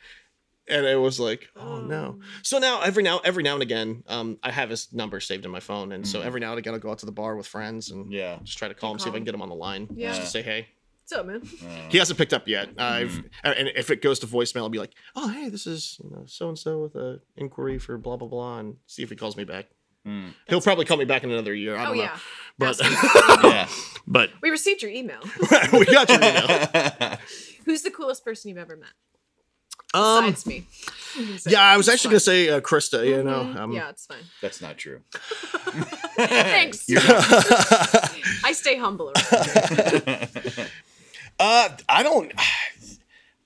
Speaker 3: and it was like, oh no. So now every now every now and again, um, I have his number saved in my phone, and so
Speaker 2: Mhm.
Speaker 3: every now and again, I'll go out to the bar with friends and <laughs>
Speaker 2: Yeah.
Speaker 3: just try to call him, see if I can get him on the line,
Speaker 1: Yeah.
Speaker 3: just to say hey.
Speaker 1: What's up, man?
Speaker 2: Uh,
Speaker 3: He hasn't picked up yet. I've uh, and if it goes to voicemail, I'll be like, oh hey, this is you know so and so with a inquiry for blah blah blah, and see if he calls me back.
Speaker 2: mm.
Speaker 3: He'll probably call me back in another year. I
Speaker 1: Oh
Speaker 3: don't know.
Speaker 1: yeah.
Speaker 3: But
Speaker 2: Yeah.
Speaker 3: <laughs> but <laughs>
Speaker 1: We received your email.
Speaker 3: we
Speaker 2: <laughs>
Speaker 3: got your email.
Speaker 1: Who's the coolest person you've ever met?
Speaker 3: Um,
Speaker 1: <laughs> Besides me.
Speaker 3: yeah, I was actually gonna say uh, Krista. You know, um,
Speaker 1: Mm-hmm. yeah, it's fine.
Speaker 2: That's not true. <laughs>
Speaker 1: Thanks.
Speaker 3: <laughs>
Speaker 1: I stay humble. Around.
Speaker 3: Uh, I don't. <sighs>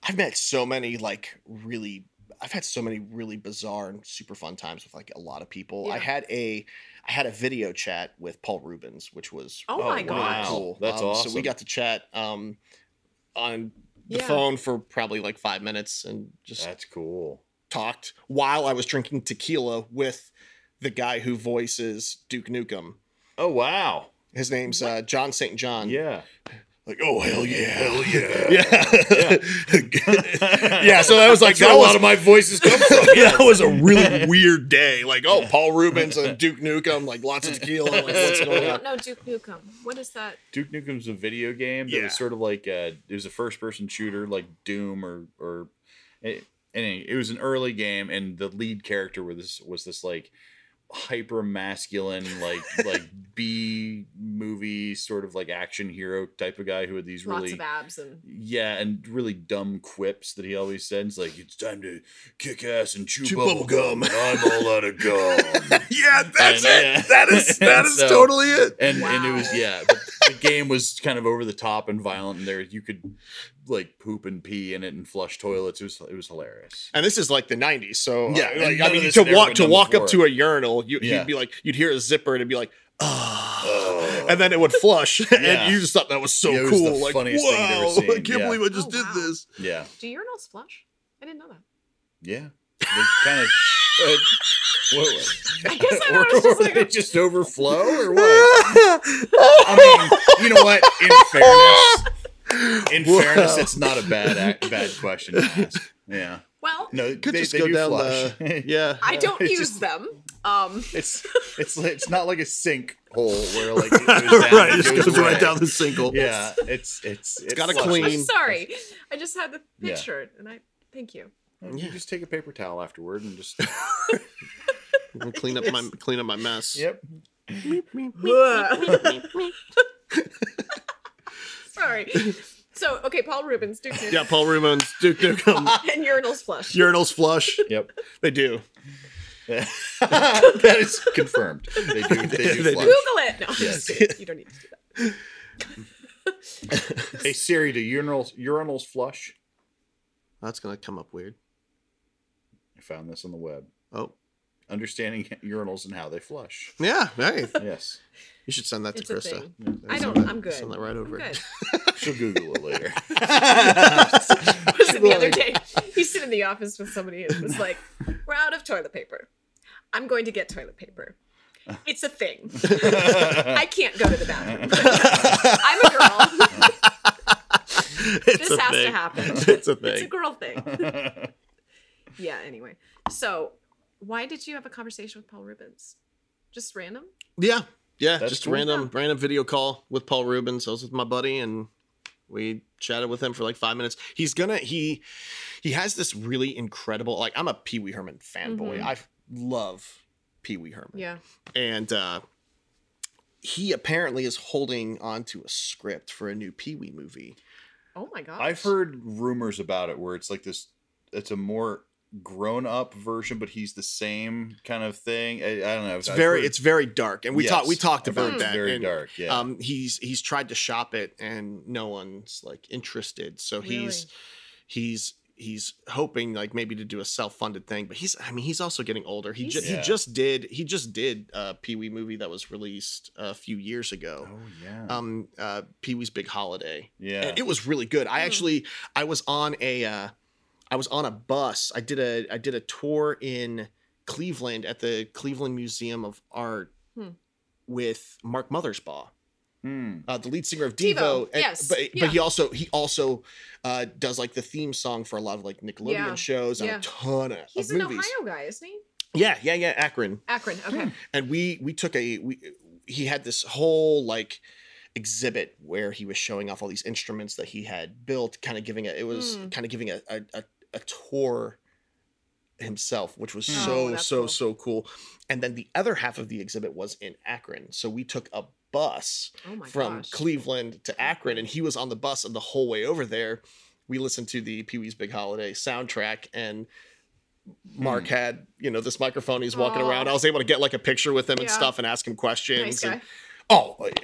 Speaker 3: I've met so many like really. I've had so many really bizarre and super fun times with like a lot of people. I
Speaker 1: Yeah.
Speaker 3: had a I had a video chat with Paul Rubens, which was
Speaker 1: Oh,
Speaker 2: Oh,
Speaker 1: my
Speaker 2: wow.
Speaker 1: gosh.
Speaker 3: cool.
Speaker 2: That's
Speaker 3: Um, So we
Speaker 2: awesome.
Speaker 3: got to chat um on the
Speaker 1: Yeah.
Speaker 3: phone for probably like five minutes and just
Speaker 2: That's cool.
Speaker 3: talked while I was drinking tequila with the guy who voices Duke Nukem.
Speaker 2: Oh wow.
Speaker 3: His name's uh, John St. John.
Speaker 2: Yeah.
Speaker 3: Like, oh hell yeah. Hell
Speaker 2: yeah.
Speaker 3: Yeah. <laughs> <laughs>
Speaker 2: <laughs>
Speaker 3: Yeah. so that was like
Speaker 2: That's where
Speaker 3: that
Speaker 2: a
Speaker 3: was,
Speaker 2: lot of my voices come from.
Speaker 3: <laughs> yeah, that was
Speaker 2: <laughs>
Speaker 3: a really weird day. Like, oh, Paul Rubens and Duke Nukem, like lots of tequila. Like,
Speaker 2: <laughs>
Speaker 3: what's
Speaker 1: I
Speaker 3: going
Speaker 1: don't
Speaker 3: on?
Speaker 1: know Duke Nukem. What is that?
Speaker 2: Duke Nukem's a video game that
Speaker 3: Yeah.
Speaker 2: was sort of like a, it was a first person shooter like Doom or or it, anyway, it was an early game and the lead character was this was this like hyper masculine like like B movie sort of like action hero type of guy who had these
Speaker 1: Lots
Speaker 2: really
Speaker 1: of abs and
Speaker 2: yeah and really dumb quips that he always said. It's like it's time to kick ass and chew,
Speaker 3: Chew
Speaker 2: bubble
Speaker 3: bubble
Speaker 2: gum.
Speaker 3: gum."
Speaker 2: and I'm all out of gum.
Speaker 3: <laughs> Yeah, that's
Speaker 2: And,
Speaker 3: it.
Speaker 2: yeah.
Speaker 3: That
Speaker 2: <laughs>
Speaker 3: is that is
Speaker 2: So-
Speaker 3: totally it.
Speaker 2: and and it was
Speaker 1: Wow.
Speaker 2: yeah but the game was kind of over the top and violent and there you could like poop and pee in it and flush toilets it was it was hilarious
Speaker 3: And this is like the '90s, so
Speaker 2: Yeah,
Speaker 3: yeah.
Speaker 2: and
Speaker 3: Like,
Speaker 2: none
Speaker 3: I
Speaker 2: of
Speaker 3: mean,
Speaker 2: this
Speaker 3: to
Speaker 2: had ever
Speaker 3: walk
Speaker 2: been
Speaker 3: to
Speaker 2: done
Speaker 3: walk
Speaker 2: before.
Speaker 3: up to a urinal, you,
Speaker 2: Yeah.
Speaker 3: you'd be like, you'd hear a zipper, and it'd be like, oh,
Speaker 2: Oh.
Speaker 3: and then it would flush, <laughs>
Speaker 2: Yeah.
Speaker 3: and you just thought that was so
Speaker 2: Yeah, it was
Speaker 3: cool.
Speaker 2: the
Speaker 3: like,
Speaker 2: funniest thing you'd ever
Speaker 3: wow,
Speaker 2: seen,
Speaker 3: <laughs> I can't
Speaker 2: yeah.
Speaker 3: believe I just
Speaker 1: Oh,
Speaker 3: did
Speaker 1: wow.
Speaker 3: this.
Speaker 2: yeah
Speaker 1: do urinals flush? I didn't know
Speaker 3: <laughs>
Speaker 1: that.
Speaker 2: yeah they kind of uh, what,
Speaker 1: I <laughs> guess I
Speaker 2: or,
Speaker 1: was just
Speaker 2: were
Speaker 3: <laughs>
Speaker 2: they
Speaker 1: like,
Speaker 2: just overflow or
Speaker 1: <laughs>
Speaker 2: what i mean you know what in fairness in
Speaker 3: Wow.
Speaker 2: fairness it's not a bad ac- bad question to ask yeah
Speaker 1: well,
Speaker 2: no
Speaker 3: Could
Speaker 2: they,
Speaker 3: just
Speaker 2: they
Speaker 3: go
Speaker 2: do
Speaker 3: down
Speaker 2: flush.
Speaker 3: <laughs>
Speaker 2: <laughs>
Speaker 3: the yeah.
Speaker 1: I don't
Speaker 2: It's
Speaker 1: use
Speaker 2: just-
Speaker 1: them. Um, <laughs>
Speaker 2: it's it's it's not like a sink hole where like <laughs> it
Speaker 3: <laughs>
Speaker 2: goes down
Speaker 3: right,
Speaker 2: and
Speaker 3: it just goes
Speaker 2: away.
Speaker 3: right down the
Speaker 2: <laughs>
Speaker 3: single.
Speaker 2: yeah it's it's it's
Speaker 3: gotta
Speaker 2: flushes.
Speaker 3: clean.
Speaker 1: I'm sorry. I just had the
Speaker 2: Yeah.
Speaker 1: picture, and I thank
Speaker 3: <laughs>
Speaker 1: you. <laughs>
Speaker 2: You just take a paper towel afterward and just.
Speaker 3: We'll clean up my clean up my mess.
Speaker 2: yep.
Speaker 3: <laughs>
Speaker 1: sorry. So okay, Paul Rubens, Duke Nukem,
Speaker 3: Yeah, Paul Rubens, Duke <laughs> Nukem,
Speaker 1: <laughs> and urinals flush.
Speaker 3: urinals flush.
Speaker 2: Yep.
Speaker 3: They do.
Speaker 2: <laughs> that is confirmed. They
Speaker 3: <laughs>
Speaker 2: do. They do.
Speaker 3: They do.
Speaker 2: flush.
Speaker 1: Google it. No, I'm
Speaker 2: Yes.
Speaker 1: just kidding. you don't need to do that.
Speaker 2: Hey Siri, do urinals urinals flush?
Speaker 3: That's gonna come up weird.
Speaker 2: I found this on the web.
Speaker 3: Oh,
Speaker 2: Understanding <laughs> urinals and how they flush.
Speaker 3: yeah. Hey,
Speaker 2: Yes.
Speaker 3: you should send that
Speaker 1: It's
Speaker 3: to
Speaker 1: a
Speaker 3: Krista.
Speaker 1: thing. I
Speaker 3: Send
Speaker 1: don't.
Speaker 3: that-
Speaker 1: I'm good.
Speaker 3: Send that right
Speaker 1: I'm
Speaker 3: over.
Speaker 1: good.
Speaker 2: <laughs> She'll Google it <laughs> later.
Speaker 1: was it the other day? He's sitting in the office with somebody and was like, We're out of toilet paper. I'm going to get toilet paper. It's a
Speaker 3: <laughs>
Speaker 1: thing. I can't go to the bathroom. I'm a girl.
Speaker 3: <laughs> It's
Speaker 1: This
Speaker 3: a
Speaker 1: has to
Speaker 3: thing.
Speaker 1: happen.
Speaker 3: <laughs> It's
Speaker 1: It's
Speaker 3: a
Speaker 1: a
Speaker 3: thing.
Speaker 1: girl thing. Yeah, anyway. So, why did you have a conversation with Paul Rubens? Just random?
Speaker 3: Yeah, yeah.
Speaker 2: That's
Speaker 3: just
Speaker 2: cool.
Speaker 3: random, random video call with Paul Rubens. I was with my buddy, and we chatted with him for like five minutes. He's gonna he he has this really incredible. Like I'm a Pee Wee Herman fanboy.
Speaker 1: Mhm.
Speaker 3: I love Pee Wee Herman.
Speaker 1: Yeah.
Speaker 3: and uh, he apparently is holding onto a script for a new Pee Wee movie.
Speaker 1: Oh my gosh.
Speaker 2: I've heard rumors about it where it's like this. It's a more grown up version, but he's the same kind of thing. I, I don't know.
Speaker 3: It's very it's very dark, and we talked we talked about
Speaker 2: it's
Speaker 3: that.
Speaker 2: Very
Speaker 3: and,
Speaker 2: dark. Yeah.
Speaker 3: Um, he's he's tried to shop it, and no one's like interested. So he's he's he's hoping like maybe to do a self funded thing. But he's I mean he's also getting older. He just
Speaker 2: He's- Yeah.
Speaker 3: he just did he just did a Pee Wee movie that was released a few years ago.
Speaker 2: oh yeah.
Speaker 3: Um, uh, Pee Wee's Big Holiday.
Speaker 2: yeah.
Speaker 3: And it was really good.
Speaker 2: Hmm.
Speaker 3: I
Speaker 1: Mm.
Speaker 3: actually I was on a uh, I was on a bus. I did a I did a tour in Cleveland at the Cleveland Museum of Art
Speaker 1: Hmm.
Speaker 3: with Mark Mothersbaugh,
Speaker 2: Hmm.
Speaker 3: uh, the lead singer of Devo.
Speaker 1: Devo,
Speaker 3: and-
Speaker 1: yes,
Speaker 3: but
Speaker 1: yeah.
Speaker 3: but he also he also uh, does like the theme song for a lot of like Nickelodeon
Speaker 1: Yeah,
Speaker 3: shows and
Speaker 1: yeah.
Speaker 3: a ton of,
Speaker 1: He's
Speaker 3: of
Speaker 1: an
Speaker 3: movies. Hmm.
Speaker 1: Ohio guy, isn't he?
Speaker 3: Yeah, yeah, yeah. Akron
Speaker 1: Akron. Okay.
Speaker 3: and we we took a we he had this whole like exhibit where he was showing off all these instruments that he had built kind of giving a it was
Speaker 1: Mm.
Speaker 3: kind of giving a, a, a, a tour himself which was
Speaker 2: Oh,
Speaker 3: so
Speaker 1: that's
Speaker 3: so
Speaker 1: cool.
Speaker 3: so cool and then the other half of the exhibit was in akron so we took a bus
Speaker 1: Oh my
Speaker 3: from
Speaker 1: gosh.
Speaker 3: cleveland to akron and he was on the bus and the whole way over there we listened to the pee-wee's big holiday soundtrack and Mark had, you know, this microphone. He's walking
Speaker 1: Aw.
Speaker 3: around. I was able to get like a picture with him and
Speaker 1: Yeah.
Speaker 3: stuff and ask him questions.
Speaker 1: nice
Speaker 3: and-
Speaker 1: guy.
Speaker 3: oh, uh,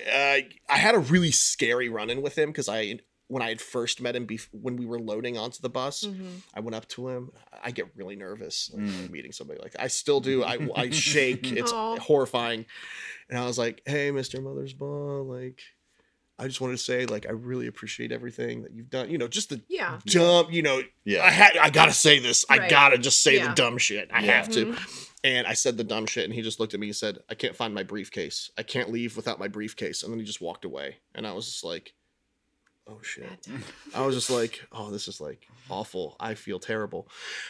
Speaker 3: I had a really scary run in with him because I, when I had first met him, bef- when we were loading onto the bus,
Speaker 1: Mhm.
Speaker 3: I went up to him. I get really nervous like,
Speaker 2: Mm.
Speaker 3: meeting somebody like that. I still
Speaker 2: <laughs>
Speaker 3: do. I, I shake. It's
Speaker 1: Aw.
Speaker 3: horrifying. And I was like, hey, Mr. Mothersbaugh, like, I just wanted to say, like, I really appreciate everything that you've done. You know, just the
Speaker 1: Yeah.
Speaker 3: dumb, you know, I
Speaker 2: Yeah.
Speaker 3: had I gotta say this. I
Speaker 1: Right.
Speaker 3: gotta just say the
Speaker 1: Yeah. Mm-hmm.
Speaker 3: dumb shit. I
Speaker 2: Yeah.
Speaker 3: have to. And I said the dumb shit, and he just looked at me and said, "I can't find my briefcase. I can't leave without my briefcase." And then he just walked away, and I was just like, "Oh <laughs> shit."
Speaker 1: Bad
Speaker 2: Yeah.
Speaker 3: I was just like, "Oh, this is like awful. I feel terrible."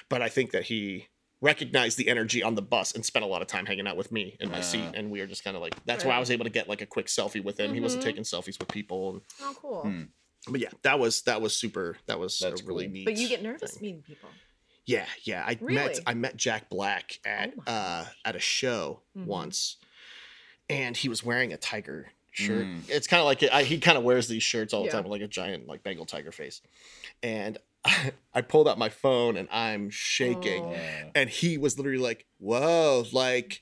Speaker 3: But I think that he recognized the energy on the bus and spent a lot of time hanging out with me in my seat
Speaker 2: Uh.
Speaker 3: and we were just kind of like that's why I
Speaker 1: Right.
Speaker 3: was able to get like a quick selfie with him. He wasn't
Speaker 1: Mhm.
Speaker 3: taking selfies with people. And,
Speaker 1: Oh, cool.
Speaker 2: Hmm.
Speaker 3: but yeah, that was that was super that was
Speaker 2: That's
Speaker 3: a really
Speaker 2: cool.
Speaker 3: neat
Speaker 1: But you get nervous
Speaker 3: thing.
Speaker 1: meeting
Speaker 3: <laughs>
Speaker 1: people.
Speaker 3: Yeah, yeah. I met
Speaker 1: Really? Oh
Speaker 3: I met Jack Black at
Speaker 1: my
Speaker 3: uh at a show
Speaker 1: Mhm.
Speaker 3: once, and he was wearing a tiger shirt.
Speaker 2: Mm.
Speaker 3: It's kind of like I, he kind of wears these shirts all the
Speaker 1: Yeah.
Speaker 3: time, with like a giant like Bengal tiger face. And <laughs> I, pulled out my phone and I'm shaking,
Speaker 1: Oh.
Speaker 2: <laughs> Yeah.
Speaker 3: and he was literally like, "Whoa, like."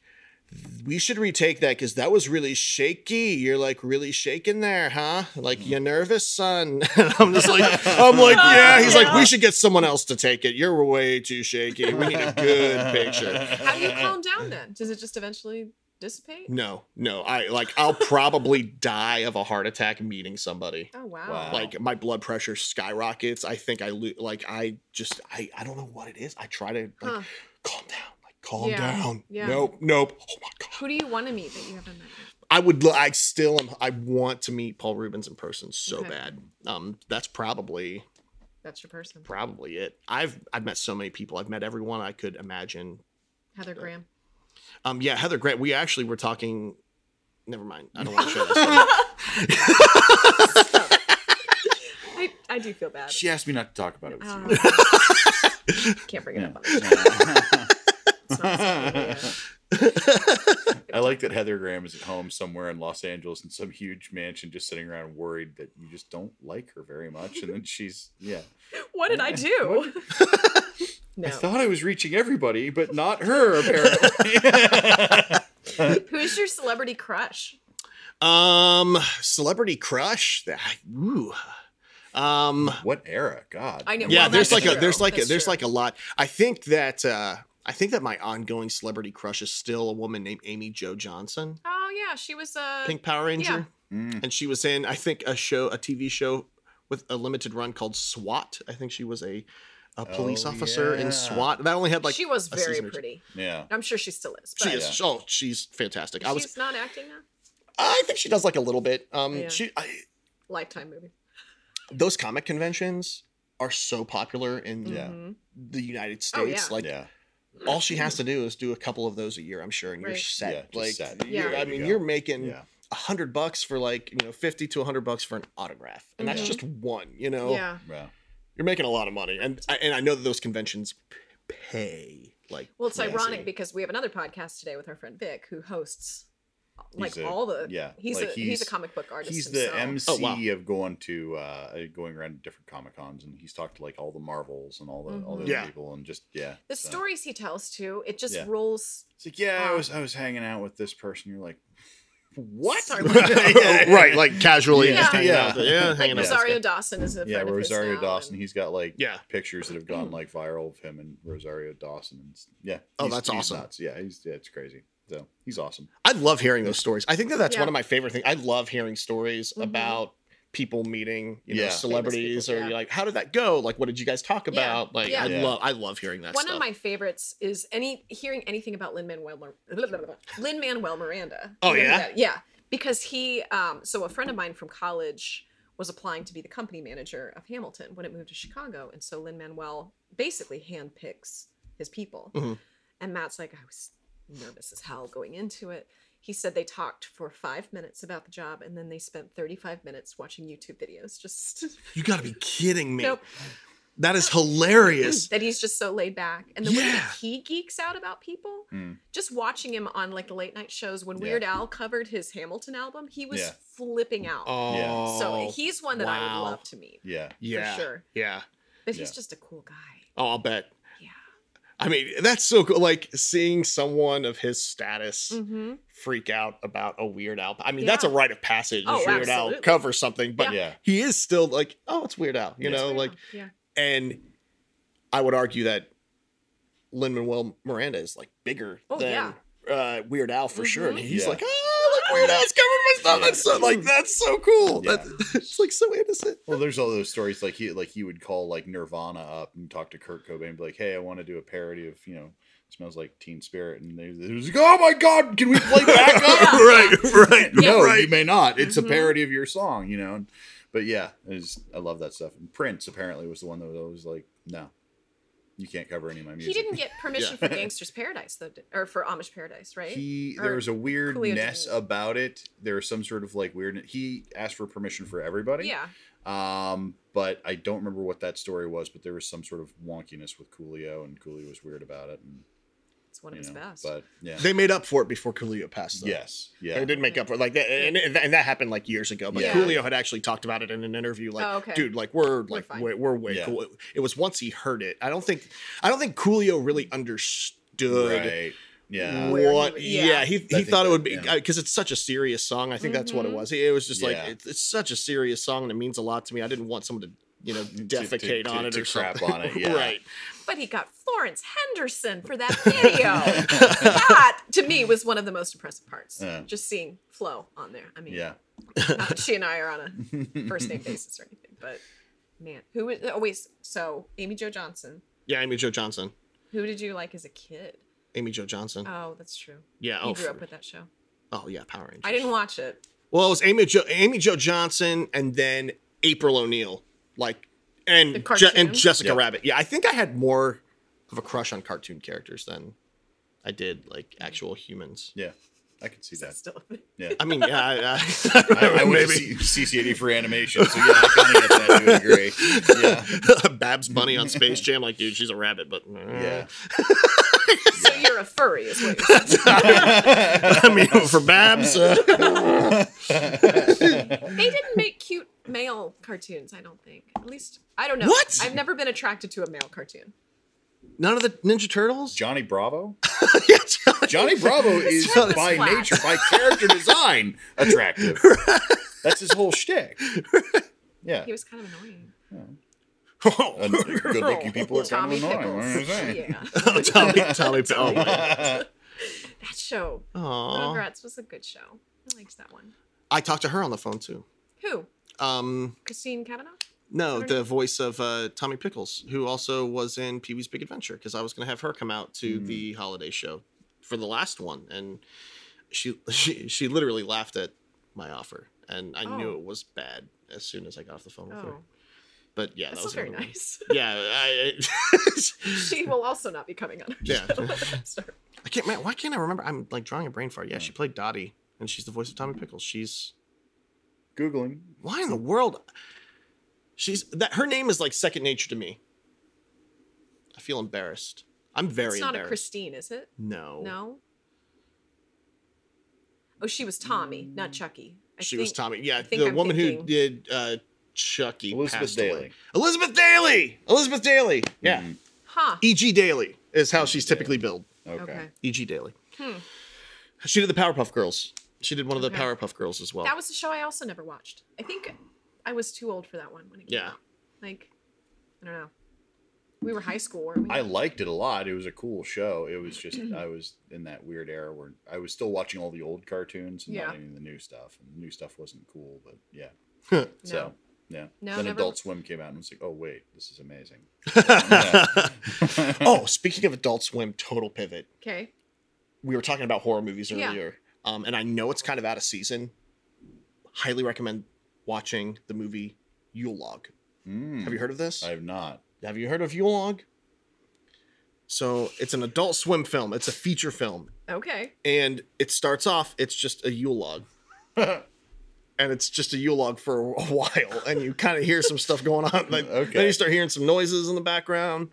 Speaker 3: We should retake that because that was really shaky. You're like really shaking there, huh? Like
Speaker 1: Mm-hmm.
Speaker 3: you nervous, son. <laughs> And I'm just like,
Speaker 1: <laughs>
Speaker 3: I'm like, yeah. He's like, we should get someone else to take it. You're way too shaky. We need a good
Speaker 1: <laughs>
Speaker 3: picture.
Speaker 1: How do you calm down then? Does it just eventually dissipate?
Speaker 3: No, no. I like, I'll probably die of a heart attack meeting somebody.
Speaker 1: Oh wow.
Speaker 2: Wow.
Speaker 3: Like my blood pressure skyrockets. I think I lo- like I just I I don't know what it is. I try to like
Speaker 1: Huh.
Speaker 3: calm down, like calm
Speaker 1: Yeah,
Speaker 3: down.
Speaker 1: yeah.
Speaker 3: Nope, nope. Oh my god.
Speaker 1: Who do you want to meet that you haven't met? yet?
Speaker 3: I would. lo- I still am. I want to meet Paul Rubens in person so
Speaker 1: Okay.
Speaker 3: bad. Um, that's probably
Speaker 1: That's your person.
Speaker 3: probably it. I've I've met so many people. I've met everyone I could imagine.
Speaker 1: Heather
Speaker 3: uh, <laughs>
Speaker 1: Graham.
Speaker 3: Um, yeah, Heather Grant. We actually were talking. Never mind. I don't want to share this.
Speaker 1: <laughs>
Speaker 3: story.
Speaker 1: I, I do feel bad.
Speaker 2: She asked me not to talk about it. With
Speaker 3: <laughs>
Speaker 1: Um,
Speaker 2: you.
Speaker 1: can't bring it <laughs>
Speaker 2: Yeah.
Speaker 1: up. On it's not
Speaker 2: I like that Heather Graham is at home somewhere in Los Angeles in some huge mansion, just sitting around worried that you just don't like her very much. And then she's, yeah.
Speaker 3: <laughs>
Speaker 1: what did I do?
Speaker 2: I
Speaker 1: <laughs> no.
Speaker 2: thought I was reaching everybody, but not her, apparently.
Speaker 1: <laughs>
Speaker 3: <laughs>
Speaker 1: Who is your celebrity crush?
Speaker 3: um, celebrity crush. That ooh. Um,
Speaker 2: what era? God.
Speaker 1: I know.
Speaker 3: yeah.
Speaker 1: Well,
Speaker 3: there's
Speaker 1: that's
Speaker 3: like a
Speaker 1: true.
Speaker 3: there's like a,
Speaker 1: That's
Speaker 3: there's
Speaker 1: true.
Speaker 3: like a lot. I think that uh I think that my ongoing celebrity crush is still a woman named Amy Jo Johnson,
Speaker 1: Oh yeah, she was uh,
Speaker 3: Pink Power Ranger.
Speaker 1: yeah.
Speaker 2: Mm.
Speaker 3: and she was in I think a show, a TV show with a limited run called SWAT. I think she was a, a police
Speaker 2: Oh,
Speaker 3: officer
Speaker 2: yeah.
Speaker 3: in SWAT. That only had like
Speaker 1: she was
Speaker 3: a
Speaker 1: very
Speaker 3: season or two.
Speaker 1: pretty.
Speaker 2: Yeah.
Speaker 1: I'm sure she still is.
Speaker 3: She
Speaker 1: But
Speaker 3: is oh she's fantastic. I was
Speaker 1: she's not acting now.
Speaker 3: I think she does like a little bit. Um,
Speaker 1: Yeah.
Speaker 3: she I,
Speaker 1: Lifetime movie.
Speaker 3: those comic conventions are so popular in
Speaker 2: Yeah.
Speaker 1: Mhm.
Speaker 3: the United
Speaker 1: Oh, yeah.
Speaker 3: States. Like
Speaker 2: yeah.
Speaker 3: all she has to do is do a couple of those a year. I'm sure, and you're
Speaker 1: Right.
Speaker 3: set.
Speaker 2: Yeah, just
Speaker 3: like
Speaker 2: set.
Speaker 1: Yeah.
Speaker 3: you're- I
Speaker 2: There you
Speaker 3: mean,
Speaker 2: go.
Speaker 3: you're making a
Speaker 2: Yeah.
Speaker 3: hundred bucks for like you know fifty to hundred bucks for an autograph, and
Speaker 1: Mhm.
Speaker 3: that's just one. You know,
Speaker 1: Yeah.
Speaker 2: Yeah.
Speaker 3: you're making a lot of money and I, and I know that those conventions p- pay like
Speaker 1: Well, it's
Speaker 3: crazy.
Speaker 1: ironic because we have another podcast today with our friend Vic, who hosts like
Speaker 2: He's a-
Speaker 1: all the
Speaker 2: yeah,
Speaker 1: Uh, he's
Speaker 2: like
Speaker 1: a he's, a
Speaker 2: he's-
Speaker 1: comic book artist.
Speaker 2: He's the
Speaker 1: himself.
Speaker 2: MC
Speaker 3: Oh, wow.
Speaker 2: of going to uh, going around to different comic cons, and he's talked to like all the Marvels and all the
Speaker 1: Mm-hmm.
Speaker 2: all the
Speaker 3: Mhm. Yeah.
Speaker 2: other people, and just yeah.
Speaker 1: The
Speaker 2: so.
Speaker 1: stories he tells too, it just
Speaker 2: Yeah.
Speaker 1: rolls.
Speaker 2: It's like yeah, I
Speaker 1: Ah.
Speaker 2: was I was hanging out with this person. You're like, what?
Speaker 3: <laughs>
Speaker 1: <laughs>
Speaker 3: right, like casually.
Speaker 2: Yeah.
Speaker 3: just hanging out
Speaker 2: Yeah.
Speaker 3: with- yeah,
Speaker 1: Like
Speaker 3: hanging out. with this guy.
Speaker 1: Rosario Dawson is a
Speaker 2: yeah,
Speaker 1: friend of his now,
Speaker 2: Rosario
Speaker 1: and- Mm.
Speaker 2: Dawson. He's got like
Speaker 3: Yeah.
Speaker 2: pictures that have gone like viral of him and Rosario Dawson. And s- yeah,
Speaker 3: Oh,
Speaker 2: he's-
Speaker 3: that's
Speaker 2: he's
Speaker 3: awesome.
Speaker 2: nuts. Yeah, he's yeah, it's crazy. So he's awesome.
Speaker 3: I love hearing those stories. I think that that's
Speaker 1: Yeah.
Speaker 3: one of my favorite things. I love hearing stories
Speaker 1: Mhm.
Speaker 3: about people meeting, you know,
Speaker 2: Yeah.
Speaker 1: Famous
Speaker 3: celebrities,
Speaker 1: people,
Speaker 3: or
Speaker 1: yeah.
Speaker 3: like, how did that go? Like, what did you guys talk about? Like,
Speaker 1: Yeah.
Speaker 3: I
Speaker 2: Yeah.
Speaker 3: love, I love hearing that.
Speaker 1: One
Speaker 3: stuff.
Speaker 1: of my favorites is any hearing anything about Lin Manuel <laughs> Lin Manuel Miranda.
Speaker 3: Oh,
Speaker 1: You know
Speaker 3: yeah?
Speaker 1: that- yeah, because he um so a friend of mine from college was applying to be the company manager of Hamilton when it moved to Chicago, and so Lin Manuel basically handpicks his people.
Speaker 3: Mhm.
Speaker 1: And Matt's like, I was nervous as hell going into it. He said they talked for five minutes about the job, and then they spent thirty-five minutes watching YouTube videos. Just <laughs>
Speaker 3: you got to be kidding me.
Speaker 1: nope.
Speaker 3: That is
Speaker 1: <clears throat>
Speaker 3: hilarious.
Speaker 1: that he's just so laid back and the way
Speaker 3: Yeah.
Speaker 1: that he geeks out about people
Speaker 2: Mm.
Speaker 1: just watching him on like the late night shows when
Speaker 2: Yeah.
Speaker 1: weird al covered his hamilton album he was
Speaker 2: Yeah.
Speaker 1: flipping out
Speaker 3: Oh,
Speaker 1: so he's one that i
Speaker 3: wow.
Speaker 1: would love to meet
Speaker 2: Yeah,
Speaker 3: yeah,
Speaker 1: for sure
Speaker 3: yeah.
Speaker 1: but
Speaker 2: Yeah.
Speaker 1: he's just a cool guy
Speaker 3: Oh, I'll bet.
Speaker 1: yeah
Speaker 3: I mean, that's so cool. Like seeing someone of his status
Speaker 1: mm-hmm.
Speaker 3: freak out about a Weird Al. I mean, that's a
Speaker 1: Yeah.
Speaker 3: rite of passage.
Speaker 1: Oh,
Speaker 3: if Weird Al
Speaker 1: absolutely.
Speaker 3: cover something, but
Speaker 2: yeah,
Speaker 3: he is still like, oh, it's Weird Al. You
Speaker 2: Yeah.
Speaker 3: know, like,
Speaker 1: yeah
Speaker 3: and I would argue that Lin Manuel Miranda is like bigger
Speaker 1: Oh,
Speaker 3: than uh, Weird Al for sure. And
Speaker 1: Mhm.
Speaker 3: he's
Speaker 2: Yeah.
Speaker 3: like, oh,
Speaker 1: <laughs>
Speaker 3: look, Weird Al's covering my stuff. That's so like
Speaker 1: Mm-hmm.
Speaker 3: that's so cool.
Speaker 2: Yeah.
Speaker 3: That's, <laughs> it's like so innocent.
Speaker 2: Well, there's all those stories like he like he would call like Nirvana up and talk to Kurt Cobain, and be like, "Hey, I want to do a parody of you know." Smells like Teen Spirit, and they, they was like, "Oh my God, can we
Speaker 1: <laughs>
Speaker 2: play back up?"
Speaker 3: <laughs> right.
Speaker 2: no,
Speaker 3: right.
Speaker 2: you may not. It's
Speaker 1: Mhm.
Speaker 2: a parody of your song, you know. But yeah, I just I love that stuff. And Prince apparently was the one that was always like, "No, you can't cover any of my
Speaker 1: he
Speaker 2: music."
Speaker 1: didn't get
Speaker 2: <laughs>
Speaker 1: permission for gangsters paradise though di- or for amish paradise right
Speaker 2: He
Speaker 1: Or
Speaker 2: there was a weirdness
Speaker 1: didn't.
Speaker 2: about it. There was some sort of like weird. He asked for permission for everybody.
Speaker 1: yeah
Speaker 2: Um, but I don't remember what that story was. But there was some sort of wonkiness with Coolio, and Coolio was weird about it. And,
Speaker 1: it's one of
Speaker 2: you
Speaker 1: his
Speaker 2: know,
Speaker 1: best
Speaker 2: But yeah,
Speaker 3: They made up for it before Coolio passed. Though.
Speaker 2: yes,
Speaker 3: They
Speaker 2: yeah,
Speaker 3: did make up for it, like that, and, and that- and that happened like years ago. But
Speaker 2: Yeah.
Speaker 3: Coolio had actually talked about it in an interview, like,
Speaker 1: Oh, okay.
Speaker 3: "Dude, like we're like
Speaker 1: fine."
Speaker 3: we're, we're way
Speaker 2: Yeah.
Speaker 3: cool." It, it was once he heard it. I don't think, I don't think Coolio really understood
Speaker 2: right, yeah.
Speaker 1: Where he
Speaker 3: what
Speaker 1: was-
Speaker 3: yeah,
Speaker 1: yeah.
Speaker 3: he, he
Speaker 2: think
Speaker 3: thought it
Speaker 2: that-
Speaker 3: would be
Speaker 2: yeah.
Speaker 3: because it's such a serious song i think that's what it
Speaker 1: Mhm.
Speaker 3: was it was just like
Speaker 2: Yeah.
Speaker 3: it's, it's such a serious song and it means a lot to me i didn't want someone to you know defecate
Speaker 2: to-
Speaker 3: on it
Speaker 2: to
Speaker 3: or
Speaker 2: crap
Speaker 3: something
Speaker 2: on
Speaker 3: <laughs>
Speaker 2: it, yeah.
Speaker 3: right
Speaker 1: but he got florence henderson for that
Speaker 2: <laughs>
Speaker 1: video that to me was one of the most impressive parts.
Speaker 2: Yeah.
Speaker 1: Just seeing Flo on there. I mean,
Speaker 2: Yeah. <laughs>
Speaker 1: not that she and I are on a first name basis or anything, but man, who is oh wait, so Amy Jo Johnson.
Speaker 3: yeah amy joe johnson
Speaker 1: Who did you like as a kid?
Speaker 3: amy joe johnson
Speaker 1: Oh, that's true.
Speaker 3: yeah
Speaker 1: You
Speaker 3: oh,
Speaker 1: grew
Speaker 3: for-
Speaker 1: up with that show.
Speaker 3: oh yeah power rangers
Speaker 1: I didn't watch it.
Speaker 3: well it was amy joe amy joe johnson and then april o'neil like
Speaker 1: The
Speaker 3: and Je-
Speaker 1: cartoon?
Speaker 3: and jessica
Speaker 2: Yeah.
Speaker 3: rabbit yeah i think i had more of a crush on cartoon characters than i did like actual humans
Speaker 2: Yeah, I could see
Speaker 1: Is that
Speaker 2: that.
Speaker 3: <laughs>
Speaker 1: still <laughs> a thing?
Speaker 2: Yeah,
Speaker 3: i mean yeah i, <laughs>
Speaker 2: I, I went to
Speaker 3: maybe.
Speaker 2: C- CC80 for animation, so yeah, I kind of get that to a
Speaker 3: <laughs>
Speaker 2: degree. Yeah,
Speaker 3: Babs Bunny on Space Jam, like, dude, she's a rabbit, but mm.
Speaker 2: yeah.
Speaker 1: So you're a furry, is what you're saying.
Speaker 3: <laughs> <laughs> I mean, for Babs,
Speaker 2: <laughs>
Speaker 3: uh,
Speaker 1: they didn't make cute male cartoons. I don't think. At least I don't know.
Speaker 3: What?
Speaker 1: I've never been attracted to a male cartoon.
Speaker 3: none of the Ninja Turtles.
Speaker 2: Johnny Bravo.
Speaker 3: <laughs> Yeah, Johnny-
Speaker 2: Johnny
Speaker 3: <laughs>
Speaker 2: Bravo is
Speaker 1: Swift
Speaker 2: by
Speaker 1: Splash.
Speaker 2: nature, by character design, attractive. That's his whole shtick. Yeah,
Speaker 1: He was kind of annoying.
Speaker 2: <laughs> And good-looking people are kind
Speaker 1: Oh, Tommy
Speaker 2: of annoying. What am I
Speaker 1: Pickles.
Speaker 2: <laughs> saying?
Speaker 1: Yeah,
Speaker 3: Oh, Tommy, Tommy,
Speaker 2: <laughs>
Speaker 3: oh my. <laughs>
Speaker 1: that show. Little
Speaker 3: Aw.
Speaker 1: Grats was a good show. I liked that one.
Speaker 3: I talked to her on the phone too.
Speaker 1: Who?
Speaker 3: Um,
Speaker 1: Christine Cavanaugh?
Speaker 3: no, the voice of uh, Tommy Pickles, who also was in Pee Wee's Big Adventure, because I was gonna have her come out to the holiday show for the last one, and she <laughs> she she literally laughed at my offer, and I knew
Speaker 1: Oh.
Speaker 3: it was bad as soon as I got off the phone with her.
Speaker 1: Oh,
Speaker 3: But yeah,
Speaker 1: that's
Speaker 3: that was
Speaker 1: not very
Speaker 3: another one.
Speaker 1: nice. <laughs>
Speaker 3: Yeah, I, I, <laughs>
Speaker 1: she will also not be coming on <laughs> our
Speaker 3: Yeah.
Speaker 1: show. Sorry.
Speaker 3: I can't. Man, why can't I remember? I'm like drawing a brain fart. Yeah, she played Dottie, and she's the voice of Tommy Pickles. She's
Speaker 2: Googling.
Speaker 3: why in the world? She's that her name is like second nature to me. I feel embarrassed. I'm <laughs> very Oh.
Speaker 1: It's not a
Speaker 3: embarrassed.
Speaker 1: Christine, is it?
Speaker 3: no,
Speaker 1: No. Oh, she was Tommy, not Chucky. I
Speaker 3: Mm. she was
Speaker 1: think-
Speaker 3: Tommy. Yeah,
Speaker 1: I think
Speaker 3: the
Speaker 1: I'm
Speaker 3: woman
Speaker 1: thinking-
Speaker 3: who did uh, Chucky
Speaker 2: Elizabeth
Speaker 3: passed away.
Speaker 2: Daly.
Speaker 3: Elizabeth Daly. Elizabeth Daly. Yeah.
Speaker 2: Mhm.
Speaker 1: Huh.
Speaker 3: E.G. Daly is how
Speaker 2: E
Speaker 3: she's typically billed.
Speaker 2: Okay.
Speaker 1: okay.
Speaker 3: E.G. Daly.
Speaker 1: Hmm.
Speaker 3: She did the Powerpuff Girls. She did one of the
Speaker 1: Okay.
Speaker 3: Powerpuff Girls as well.
Speaker 1: That was a show I also never watched. I think I was too old for that one when it came
Speaker 3: Yeah.
Speaker 1: out. Like, I don't know. We were high school, weren't we?
Speaker 2: I liked it a lot. It was a cool show. It was
Speaker 1: <clears throat>
Speaker 2: just I was in that weird era where I was still watching all the old cartoons and
Speaker 1: Yeah.
Speaker 2: not any of the new stuff. And the new stuff wasn't cool, but yeah.
Speaker 3: No.
Speaker 2: So yeah.
Speaker 1: No,
Speaker 2: then
Speaker 1: never-
Speaker 2: Adult Swim came out and it's like, oh wait, this is amazing.
Speaker 3: <laughs> oh, speaking of Adult Swim, total pivot.
Speaker 1: Okay.
Speaker 3: We were talking about horror movies
Speaker 1: Yeah.
Speaker 3: earlier, um, and I know it's kind of out of season. Highly recommend watching the movie Yule Log.
Speaker 2: Mm.
Speaker 3: Have you heard of this?
Speaker 2: I have not.
Speaker 3: Have you heard of Yule Log? So it's an Adult Swim film. It's a feature film,
Speaker 1: Okay.
Speaker 3: and it starts off. It's just a
Speaker 2: <laughs>
Speaker 3: Yule Log, and it's just a Yule Log for a while, and you kind of hear some stuff going on.
Speaker 2: <laughs>
Speaker 3: Like
Speaker 2: Okay.
Speaker 3: then you start hearing some noises in the background,